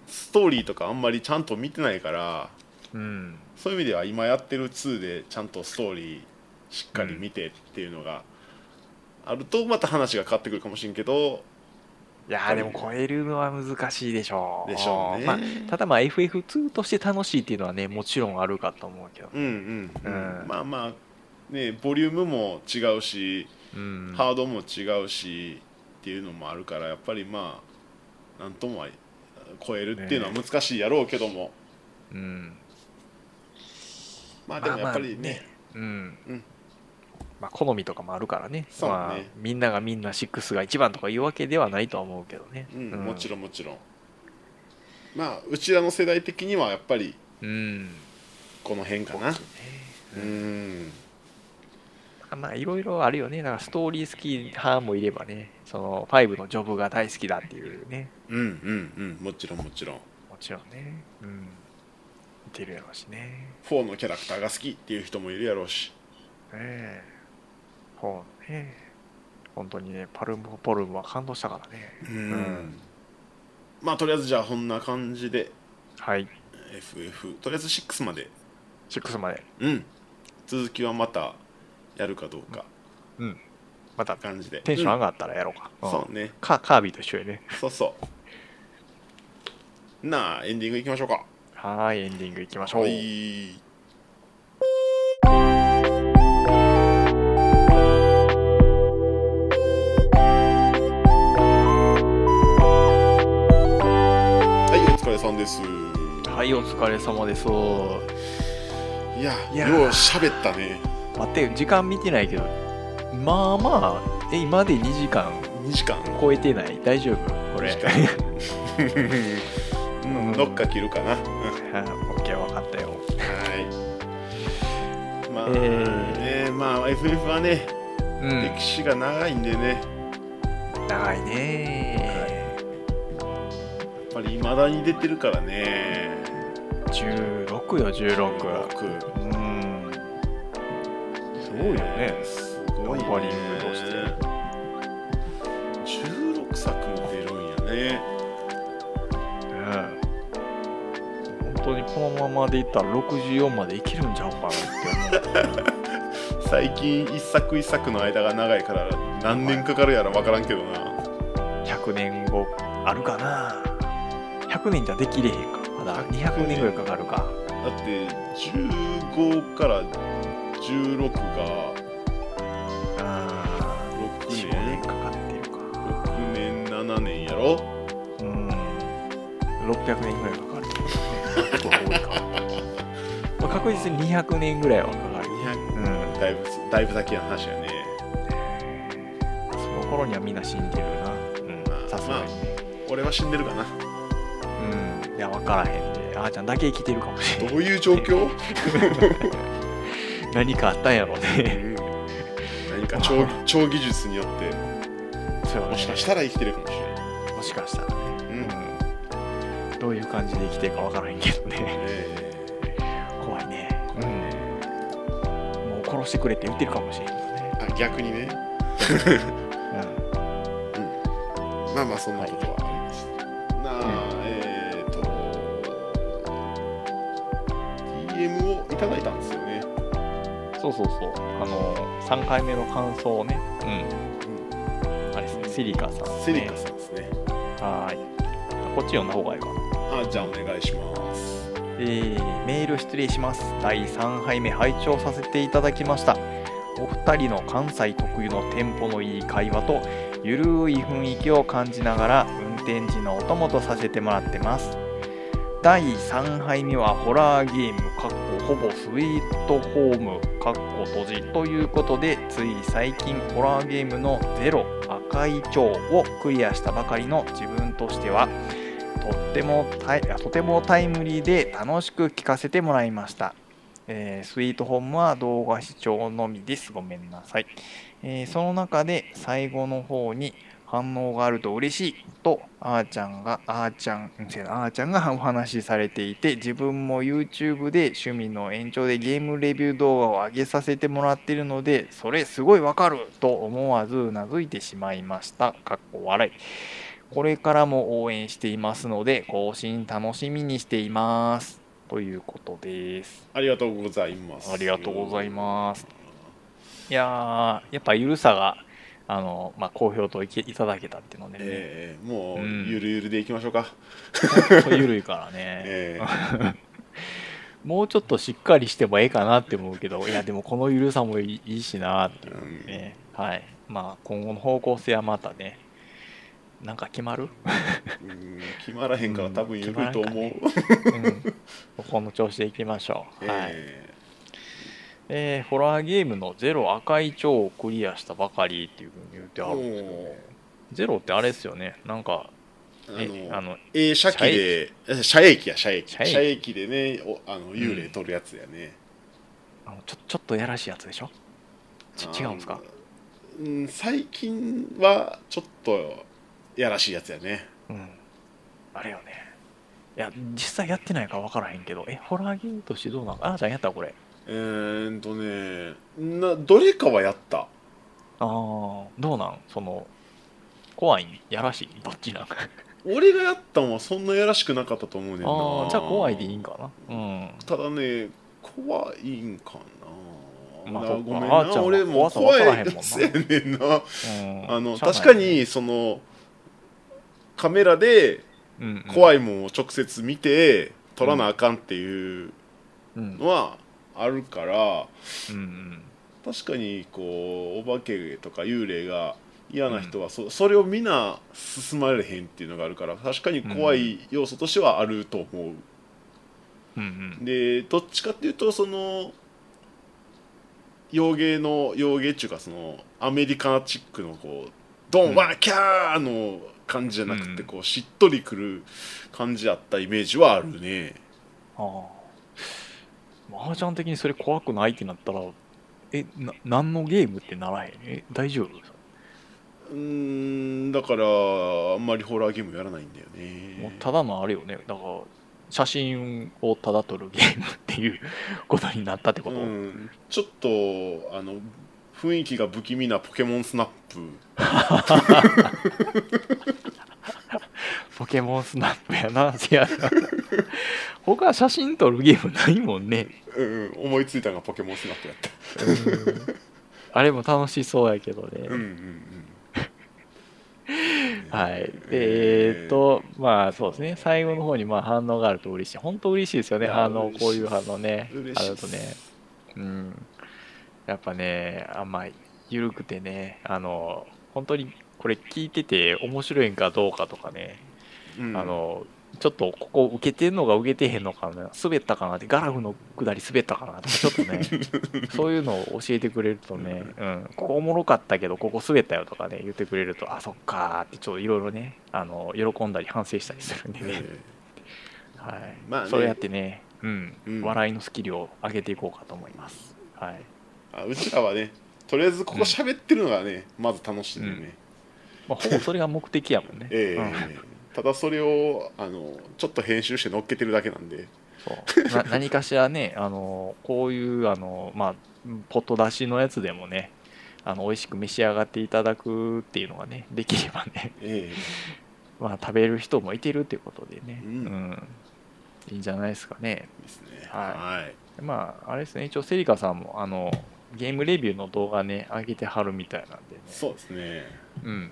S1: ストーリーとかあんまりちゃんと見てないから
S2: うん
S1: そういう意味では今やってる2でちゃんとストーリーしっかり見てっていうのがあるとまた話が変わってくるかもしれんけど
S2: いやーでも超えるのは難しいでしょう
S1: でしょうね、
S2: まあただまあ FF2 として楽しいっていうのはねもちろんあるかと思うけど、
S1: うんうん、うん
S2: うん
S1: まあまあねボリュームも違うし、
S2: うん、
S1: ハードも違うしっていうのもあるからやっぱりまあなんともは超えるっていうのは難しいやろうけども、
S2: うん
S1: まあでもやっぱりね,、
S2: うん
S1: うん
S2: まあ好みとかもあるからね
S1: そうね
S2: まあ、みんながみんな6が一番とかいうわけではないとは思うけどね、
S1: うんもち
S2: ろ
S1: ろんもちろんまあうちらの世代的にはやっぱり
S2: ん、うん、
S1: この辺かな
S2: 大きいね
S1: う
S2: うん
S1: ん
S2: あまあいろいろあるよねだからストーリー好き派もいればねその5のジョブが大好きだっていうね
S1: うんうんうんもちろんもちろん
S2: もちろんねうん見てるやろうしね
S1: 4のキャラクターが好きっていう人もいるやろうし
S2: ねえほうね本当にねパルムポルムは感動したからねん
S1: まあとりあえずじゃあこんな感じで
S2: はい
S1: FF とりあえず6まで
S2: 6まで
S1: うん続きはまたやるかどうか
S2: また
S1: 感じで
S2: テンション上がったらやろうか、
S1: うん
S2: ん
S1: そうね
S2: カカービィと一緒やね
S1: そうそうなあエンディングいきましょうか
S2: はーいエンディングいきましょう
S1: はいはいお疲れさんです
S2: はいお疲れ様です
S1: いや
S2: いや
S1: よう喋ったね
S2: 待って時間見てないけどまあまあえ今まで2時間
S1: 2時間
S2: 超えてない大丈夫これ
S1: うんどっか切るかな、うん
S2: オッケー分かったよ
S1: はい。まあ、
S2: え
S1: ね、まあ FF はね、
S2: うん
S1: 歴史が長いんでね、やっ
S2: 長いね
S1: ぱり未だに出てるからね。
S2: 16よ16うん
S1: す
S2: ごいよね
S1: すごいね。
S2: ナンバリングとして
S1: 16作も出るんやね。
S2: ね本当にこのままでいったら64までいけるんちゃうかなって思う
S1: 最近一作一作の間が長いから何年かかるやら分からんけどな。
S2: 100年後あるかな100年じゃできれへんかまだ200年ぐらいかかるか
S1: だって15から16が
S2: あ
S1: 6
S2: 4
S1: 年
S2: 年かかってるか
S1: 6年7年やろ
S2: うん600年ぐらいかかるねちょっと多いかまあ確実に200年ぐらいはかかる
S1: 200
S2: うん
S1: だいぶだいぶ先の話やね
S2: その頃にはみんな死んでるな
S1: まあ
S2: さすがにね
S1: 俺は死んでるかな
S2: うんいや分からへんであーちゃんだけ生きてるかもしれ
S1: ど
S2: ないう
S1: いう状 況
S2: 何かあったんやろうね
S1: 何か超超技術によって
S2: そうね
S1: もしかしたら生きてるかもし
S2: もしかしたらね、
S1: れない、うんね
S2: うんどういう感じで生きてるか分からへんけどね
S1: え
S2: 怖いね、もう殺してくれって言ってるかもしれんけどね、
S1: あ逆にねまあまあそんなことはありました、なあえっ、ー、と DM をいただいたんですよね
S2: そうそうそうあの3回目の感想をね、あれですねセリカさん、ね、
S1: セリカさんですね
S2: はーいこっち読んだ方がいいかな
S1: あじゃあお願いします
S2: えーメール失礼します第3杯目拝聴させていただきましたお二人の関西特有のテンポのいい会話とゆるい雰囲気を感じながら運転時のお供とさせてもらってます第3杯目はホラーゲームかっこほぼスイートホームかっこ閉じということでつい最近ホラーゲームの「ゼロ赤い蝶」をクリアしたばかりの自分としてはとってもタイあとてもタイムリーで楽しく聞かせてもらいました、えースイートホームは動画視聴のみですごめんなさい、えーその中で最後の方に反応があると嬉しいとあーちゃんがあーちゃんうん違うあーちゃんが お話しされていて自分も YouTube で趣味の延長でゲームレビュー動画を上げさせてもらってるのでそれすごいわかると思わずうなずいてしまいましたかっこ笑いこれからも応援していますので更新楽しみにしていますということです
S1: ありがとうございます
S2: ありがとうございますいやーやっぱゆるさがあの、まあ、好評といけいただけたっていうので、ね
S1: ええもう、
S2: うん
S1: ゆるゆるでいきましょうか、
S2: ほんとゆるいからね、
S1: ええ
S2: もうちょっとしっかりしてもええかなって思うけどいやでもこのゆるさもいいいいしなっていう
S1: うん
S2: ね、はいまあ今後の方向性はまたねなんか決 まる、
S1: うん決まらへんから
S2: うん
S1: 多分ゆるいと思う、
S2: うん、この調子でいきましょう、はい
S1: え
S2: えーホラーゲームの「ゼロ赤い蝶」をクリアしたばかりっていうふうに言って
S1: え
S2: あるんですけど
S1: も
S2: ゼロってあれですよねなんか
S1: う
S2: え
S1: あ
S2: あ
S1: の
S2: の
S1: ええ射機でえ射影機や射影機
S2: 射影機
S1: 射影機でねおあの幽霊取るやつやね、
S2: あのちょちょっとやらしいやつでしょち違うんですか
S1: あのうん最近はちょっとやらしいやつやね
S2: うんあれよねいや実際やってないから分からへんけどえホラーゲームとしてどうなのあなちゃんやったこれ
S1: えー、っとねなどれかはやった
S2: ああどうなんその怖いんやらしいどっちなん
S1: 俺がやったんはそんなやらしくなかったと思うねんな
S2: ああ じゃあ怖いでいいんかなうん
S1: ただね怖いんかな、
S2: まあ
S1: な
S2: そっか
S1: ごめん
S2: あーちゃん
S1: な
S2: は
S1: 俺もう
S2: 怖さ分
S1: 怖
S2: か
S1: い
S2: らへんもんな
S1: やつやねんな
S2: うん
S1: あの
S2: しゃあない
S1: 確かにそのカメラで
S2: うんうん
S1: 怖いもんを直接見て撮らなあかんっていう
S2: うん
S1: のはあるから
S2: うんうん
S1: 確かにこうお化けとか幽霊が嫌な人はそ,、それをみんな進まれへんっていうのがあるから確かに怖い要素としてはあると思う、
S2: うんうん
S1: でどっちかっていうとその洋芸の洋芸っていうかそのアメリカチックのこうド
S2: うん
S1: ンワーキャーの感じじゃなく
S2: うん
S1: てこうしっとりくる感じだったイメージはあるね
S2: ああ麻雀的にそれ怖くないってなったらえな何のゲームってならへんえ大丈夫
S1: うーんだからあんまりホラーゲームやらないんだよ
S2: もう
S1: ね
S2: ただのあれよねだから写真をただ撮るゲームっていう ことになったってこと、
S1: うん、ちょっとあの雰囲気が不気味なポケモンスナップ
S2: ポケモンスナップやな せやな他写真撮るゲームないもんね
S1: うん、思いついたのがポケモンスナップやった
S2: あれも楽しそうやけどね、
S1: うんうんうん
S2: はいで
S1: えー
S2: えーっとまあそうですね最後の方にまあ反応があると嬉しい本当嬉しいですよね
S1: いや
S2: 反応
S1: 嬉しい
S2: こういう反応ね
S1: 嬉
S2: あ
S1: しい
S2: る
S1: っす
S2: とねうんやっぱね甘い緩くてねあの本当にこれ聞いてて面白いんかどうかとかね
S1: うん
S2: あの、ちょっとここ受けてんのか受けてへんのかな、滑ったかなって、ガラフの下り滑ったかなとか、ちょっとね、 そういうのを教えてくれるとね、うん、ここおもろかったけど、ここ滑ったよとかね、言ってくれると、あ、そっかーって、ちょっといろいろね、あの、喜んだり反省したりするんでね、
S1: え
S2: はい。
S1: まあね
S2: そうやってね、うん、
S1: うん
S2: 笑いのスキルを上げていこうかと思います。はい。
S1: ーあうちらはねとりあえずここ喋ってるのがね、まず楽しいんだよね、。
S2: まあ、ほぼそれが目的やもんね
S1: ええ
S2: うん
S1: ただそれをあのちょっと編集して乗っけてるだけなんで
S2: そうな 何かしらねあのこういうあの、まあ、ポット出しのやつでもねあの美味しく召し上がっていただくっていうのがねできればね、
S1: え
S2: まあ、食べる人もいてるっていうことでね、
S1: う
S2: うんんいいんじゃないですかね
S1: えですね
S2: はいまああれですね一応セリカさんもあのゲームレビューの動画ね上げてはるみたいなんでね、
S1: そうですね
S2: うん、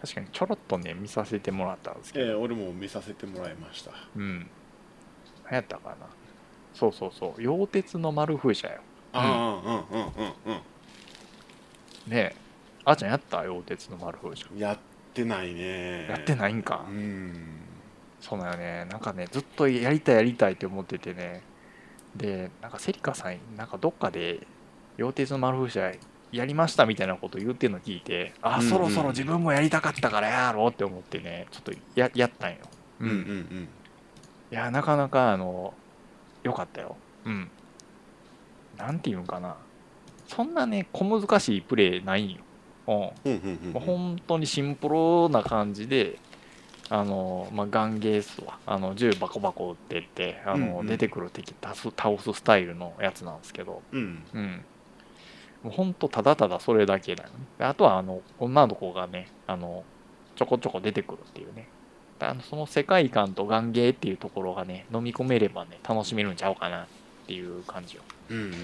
S2: 確かにちょろっとね見させてもらったんですけど
S1: ええ俺も見させてもらいました
S2: うん流行ったかなそうそうそう溶鉄の丸風車よ
S1: ああうんうんうんうん
S2: ねえあーちゃんやったよ鉄の丸風車
S1: うんやってないね
S2: やって
S1: い
S2: ないんか、
S1: うん
S2: そうなよねなんかねずっとやりたいやりたいって思っててねでなんかセリカさんなんかどっかで溶鉄の丸風車やりましたみたいなこと言ってんの聞いて
S1: う
S2: あ、
S1: んうん
S2: そろそろ自分もやりたかったからやろうって思ってねちょっとややったんよ、
S1: うんうんう
S2: い
S1: ん
S2: やなかなかあのよかったようんなんていうんかなそんなね、小難しいプレーないんよ。うん。
S1: うんうんうん
S2: まあ本当にシンプルな感じで、あのまあ、ガンゲースはあの銃バコバコ撃ってってあの、
S1: うんうん
S2: 出てくる敵倒す倒すスタイルのやつなんですけど、
S1: うん
S2: うん、もう本当ただただそれだけだよねであとはあの女の子がねあのちょこちょこ出てくるっていうねあのその世界観とガンゲーっていうところがね飲み込めればね楽しめるんちゃうかなっていう感じよ
S1: うんうんうん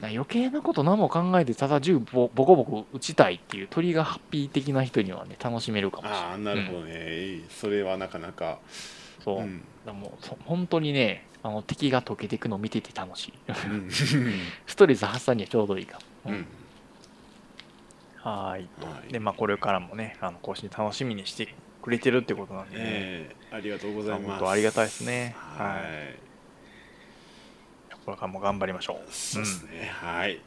S2: な余計なこと何も考えてただ銃ボボコボコ撃ちたいっていうトリガーハッピー的な人にはね楽しめるかもしれない
S1: ああなるほどね、それはなかなか、
S2: そう、
S1: う
S2: だか
S1: ん
S2: らもうそ本当にねあの敵が溶けていくのを見てて楽しい
S1: うん
S2: ストレス発散にはちょうどいいかも、
S1: うん
S2: はーい
S1: はい
S2: でまあこれからもねあの更新楽しみにしてくれてるってことなんでね、
S1: ええありがとうご
S2: ま
S1: ざ
S2: あ
S1: いま
S2: 本
S1: す
S2: 当ありがたいですねは
S1: はいい
S2: これからも頑張りましょう
S1: そうですね、はい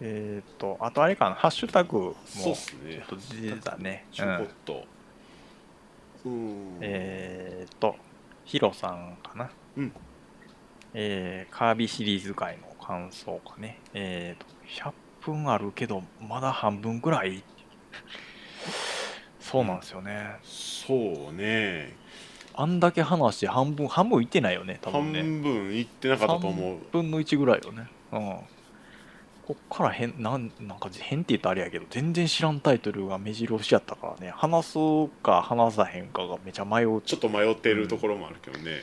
S2: えーっとあとあれかなハッシュタグもち
S1: そ
S2: ょ
S1: うで
S2: っ
S1: すね
S2: と出てたね
S1: ちょこっとうん
S2: えーっと、ヒロさんかな。
S1: うん
S2: えーカービィシリーズ界の感想かね。えーっと、100分あるけど、まだ半分ぐらい。そうなんですよね。
S1: そうね
S2: あんだけ話して半分、半分いってないよね、多
S1: 半
S2: 分ね。
S1: 分いってなかったと思う
S2: 3分の1ぐらいよね。うん。こっから変、なん、なんか変って言ったらあれやけど、全然知らんタイトルが目白押しやったからね、話すか話さへんかがめちゃ迷う
S1: ちょっと迷ってるところもあるけどね、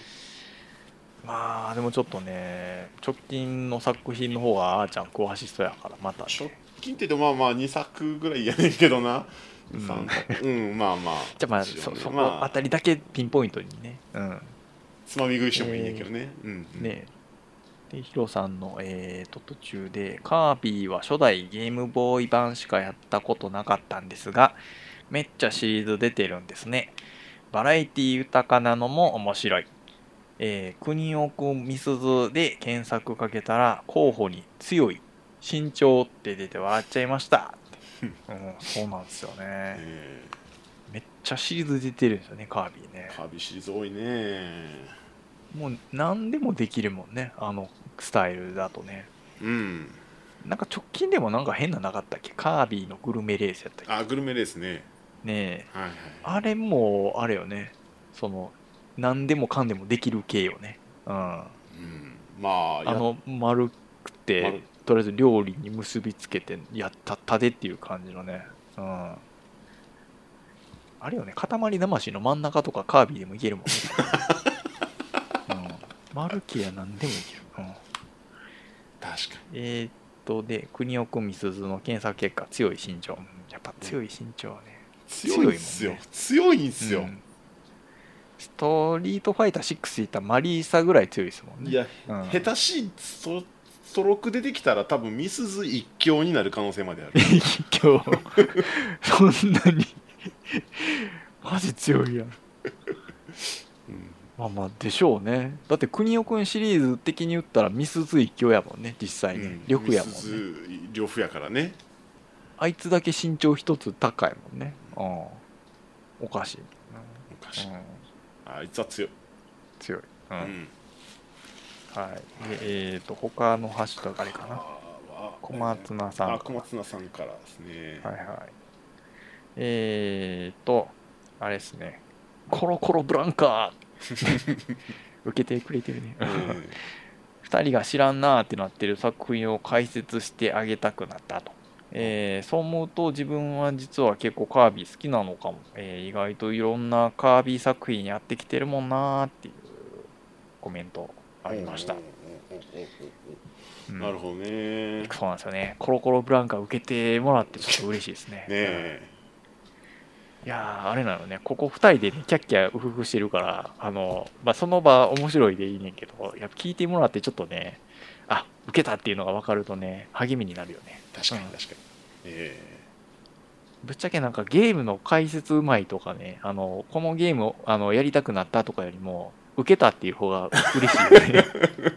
S2: まあでもちょっとね直近の作品の方があーちゃん詳しそうやからまたね
S1: 直近って言ってまあまあ2作ぐらいやねんけどな、
S2: うん
S1: 三作うん、まあまあ
S2: じゃあまあ
S1: 一応
S2: そ
S1: ね
S2: そこ
S1: ま
S2: あたりだけピンポイントにねうん
S1: つまみ食いしてもいいんやけどね、うんうん
S2: ねでヒロさんの、えー、と途中で「カービィは初代ゲームボーイ版しかやったことなかったんですがめっちゃシリーズ出てるんですねバラエティ豊かなのも面白い」えー、国尾くんみすずで検索かけたら候補に強い身長って出て笑っちゃいました、うん、そうなんですよね
S1: え
S2: めっちゃシリーズ出てるんですよねカービィね
S1: ーカービィシリーズ多いね
S2: もう何でもできるもんねあのスタイルだとね
S1: うん
S2: なんか直近でもなんか変ななかったっけカービィのグルメレースやったっ
S1: あグルメですね
S2: けねえ
S1: はいはい
S2: あれもあれよねその何でもかんでもできる系よねうんあ
S1: うんまあや
S2: の丸く
S1: 丸
S2: てとりあえず料理に結びつけてやったったでっていう感じのねうんあれよね塊魂の真ん中とかカービィでもいけるもんね、うん、丸系や何でもいけるうん
S1: 確か
S2: えーっと、で、国尾くみすずの検索結果、強い身長。うんやっぱ強い身長はね。
S1: に強いんすよ、強いんすよ、
S2: うんストリートファイター6いったマリーサぐらい強いですもんね。
S1: いや、
S2: うん
S1: 下手しいストストローク出てきたら多分ミスズ一強になる可能性まである
S2: 今日、 そんなに、マジ強いやん。
S1: うん
S2: まあまあ、でしょうね。だって、国尾くんシリーズ的に言ったら、ミスズ一強やもんね、実際ね。
S1: うん
S2: 力やもん
S1: ミス
S2: ね。
S1: ズ呂布やからね
S2: あいつだけ身長一つ高いもんね。うん。おかしい。
S1: おかしい
S2: うん
S1: あいつは強い、
S2: 強い。う
S1: うんん、
S2: はい。で、えっ、と、他のハッシュタグあれかな。
S1: な
S2: 小松菜さん。
S1: あ
S2: は
S1: 小松菜さんからですね、
S2: いはい。えっ、と、あれですね。コロコロブランカ ー受けてくれてるね。
S1: うん
S2: 2人が知らんなーってなってる作品を解説してあげたくなったと、えーそう思うと自分は実は結構カービィ好きなのかも、えー意外といろんなカービィ作品やってきてるもんなーっていうコメント ありました、
S1: うんなるほ
S2: ほ
S1: どねね
S2: そうなんですよねコロコロブランカ受けてもらってちょっと嬉しいですね
S1: え
S2: いやーあれなのねここ2人で、ね、キャッキャウフフしてるからあの、まあ、その場面白いでいいねんけどやっぱ聞いてもらってちょっとねあ受けたっていうのが分かるとね励みになるよね
S1: 確かに
S2: うん
S1: 確かに、え
S2: ぶっちゃけなんかゲームの解説うまいとかねあのこのゲームをあのやりたくなったとかよりも受けたっていう方が嬉しいよ ね
S1: え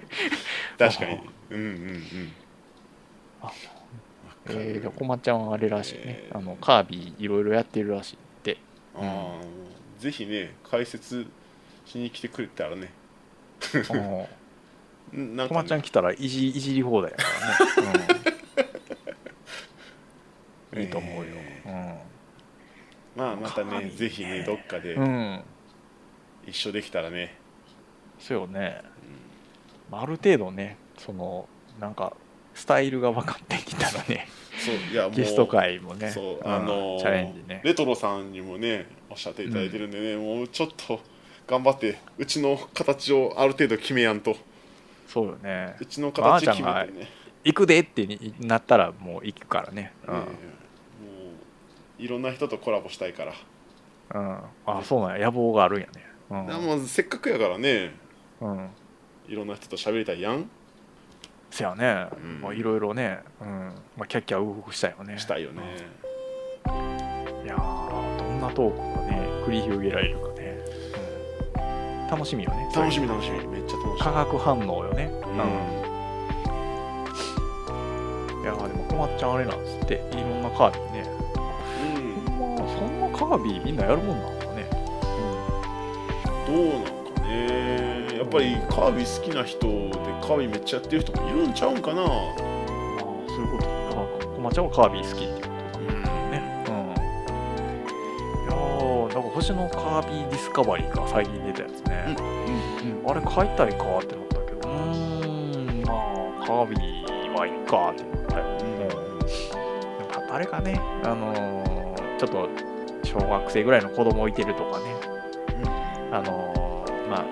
S1: 確かにうんうんうん
S2: あ
S1: わかる
S2: えー、でこまちゃんはあれらしいね、
S1: えー
S2: あのカービィいろいろやってるらし いって
S1: あーぜひね解説しに来てくれたらね
S2: うん
S1: うんなん
S2: こ
S1: か
S2: まちゃん来たらいじいじり放題やからね、いいと思うよ、
S1: まあまた
S2: かわ
S1: ね
S2: いいね
S1: ぜひねどっかで
S2: うん、うん、
S1: 一緒できたらね、
S2: そうよね、まあ、ある程度ねそのなんかスタイルが分かってきたらね
S1: そういやもう
S2: ゲスト会もね
S1: そう
S2: うん
S1: あのー
S2: チャレンジね
S1: レトロさんにもねおっしゃっていただいてるんでね、もうちょっと頑張ってうちの形をある程度決めやんと
S2: そうよね
S1: うちの
S2: まああー
S1: 形
S2: ちゃ
S1: 決
S2: んが
S1: めてね、
S2: 行くでってになったらもう行くからねうん、
S1: ええもういろんな人とコラボしたいから、
S2: うん、あそうなんや野望があるんやね
S1: あもうせっかくやからね
S2: うん、うん、
S1: いろんな人と喋りたいやん
S2: せやね、
S1: うん
S2: まあいろいろね、うんまあ、キャッキャウフフしたいよね
S1: したいよね、
S2: いやーどんなトークがね繰り広げられるかね、うん楽しみよね
S1: 楽しみ楽しみめっちゃ楽し
S2: 化学反応よね、
S1: み、
S2: う、
S1: うん
S2: いやーでもこまっちゃんあれなんですっていろんなカービィね
S1: うん
S2: ほんまそんなカービィみんなやるもんなんかね、
S1: どうなんかねやっぱりカービィ好きな人でカービィめっちゃやってる人もいるんちゃうんかな
S2: うん、あーそういうことかこまっちゃんはカービィ好きっていうこと
S1: うん
S2: だねうんいやーなんか星のカービィディスカバリーが最近出たやつね、あれ買いたいかってなったけどうーんまあカービィはいいかってなったよなんか誰かねあのーちょっと小学生ぐらいの子供いてるとかねあのーまあ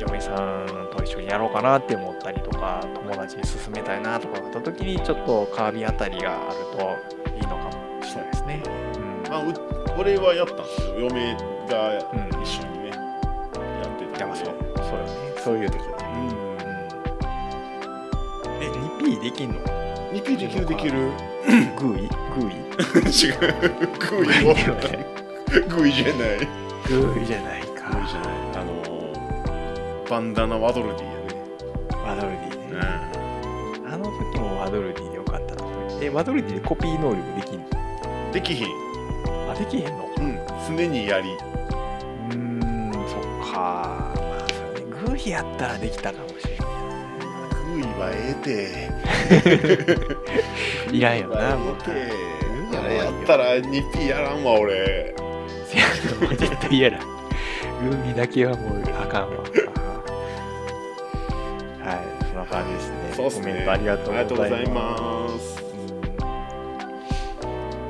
S2: 嫁さんと一緒にやろうかなって思ったりとか友達に勧めたいなとかあった時にちょっとカービィあたりがあるといいのかもしれないですね
S1: あう俺はやったんですよ嫁が
S2: うん、うん、
S1: 一緒にねやってた
S2: やば
S1: ん
S2: そう
S1: で
S2: そうよねそういう時はねえ 2P できんの
S1: 2P できるできる
S2: グーイグーイ
S1: 違う グイをグイじゃないグイ
S2: グーじゃないか。
S1: じゃないあのーバンダナワドルディや
S2: ワドルディね。
S1: ね
S2: あの時もワドルディでよかったな。え、ワドルディでコピー能力でき
S1: う
S2: ん
S1: んできひん
S2: のあ、できへんのう
S1: うん常にやり
S2: ーん、そっか。まあ、そうね。グーヒやったらできたかもしれな
S1: グイはええて
S2: い。いらんよな、もう。
S1: え
S2: うん
S1: えあれやったら 2P やらんわ俺
S2: せやけど、絶対嫌だ。グーミだけはもうあかんわ。はい、そんな感じですね。
S1: そうっすね
S2: コメントありがとうございます。
S1: ます
S2: う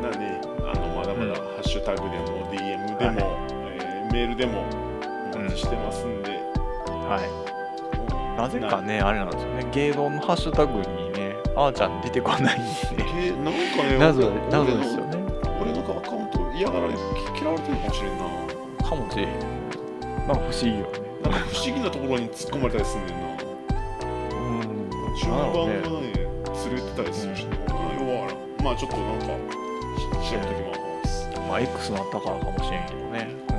S2: ん
S1: なのであのまだまだ
S2: う
S1: ハッシュタグでも DM でも、えーメールでもお待ちしてますんで、
S2: はい。
S1: もう
S2: なぜかね、あれなんですよね、芸能のハッシュタグにね、あーちゃん出てこないんで
S1: え
S2: ね、
S1: ーなんかね
S2: 謎
S1: 俺の
S2: 謎ですよね。
S1: 俺の俺のアカウント嫌がられ嫌われてるかもしれんな
S2: かもしれん。まあ、不思議よね。
S1: なんか不思議なところに突っ込まれたりすんねんな
S2: うん。
S1: 中盤
S2: な
S1: が
S2: ん
S1: ね
S2: だろうね
S1: 連れてたりするしな、弱いまあちょっとなんかし調べてきます
S2: まあ、X になったからかもしれんけどね。うん。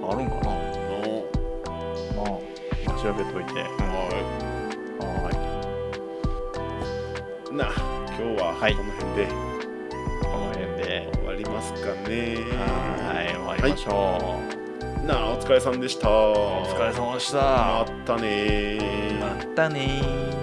S2: なんかあるんかな。
S1: の
S2: まあ、まあ、調べといて。
S1: は
S2: はい
S1: な今日は
S2: はい
S1: この辺で
S2: い。この辺で、
S1: 終わりますかね
S2: はい、終わりましょう。
S1: なあお疲れさんでした
S2: お疲れ様でした。
S1: まったねー
S2: またねー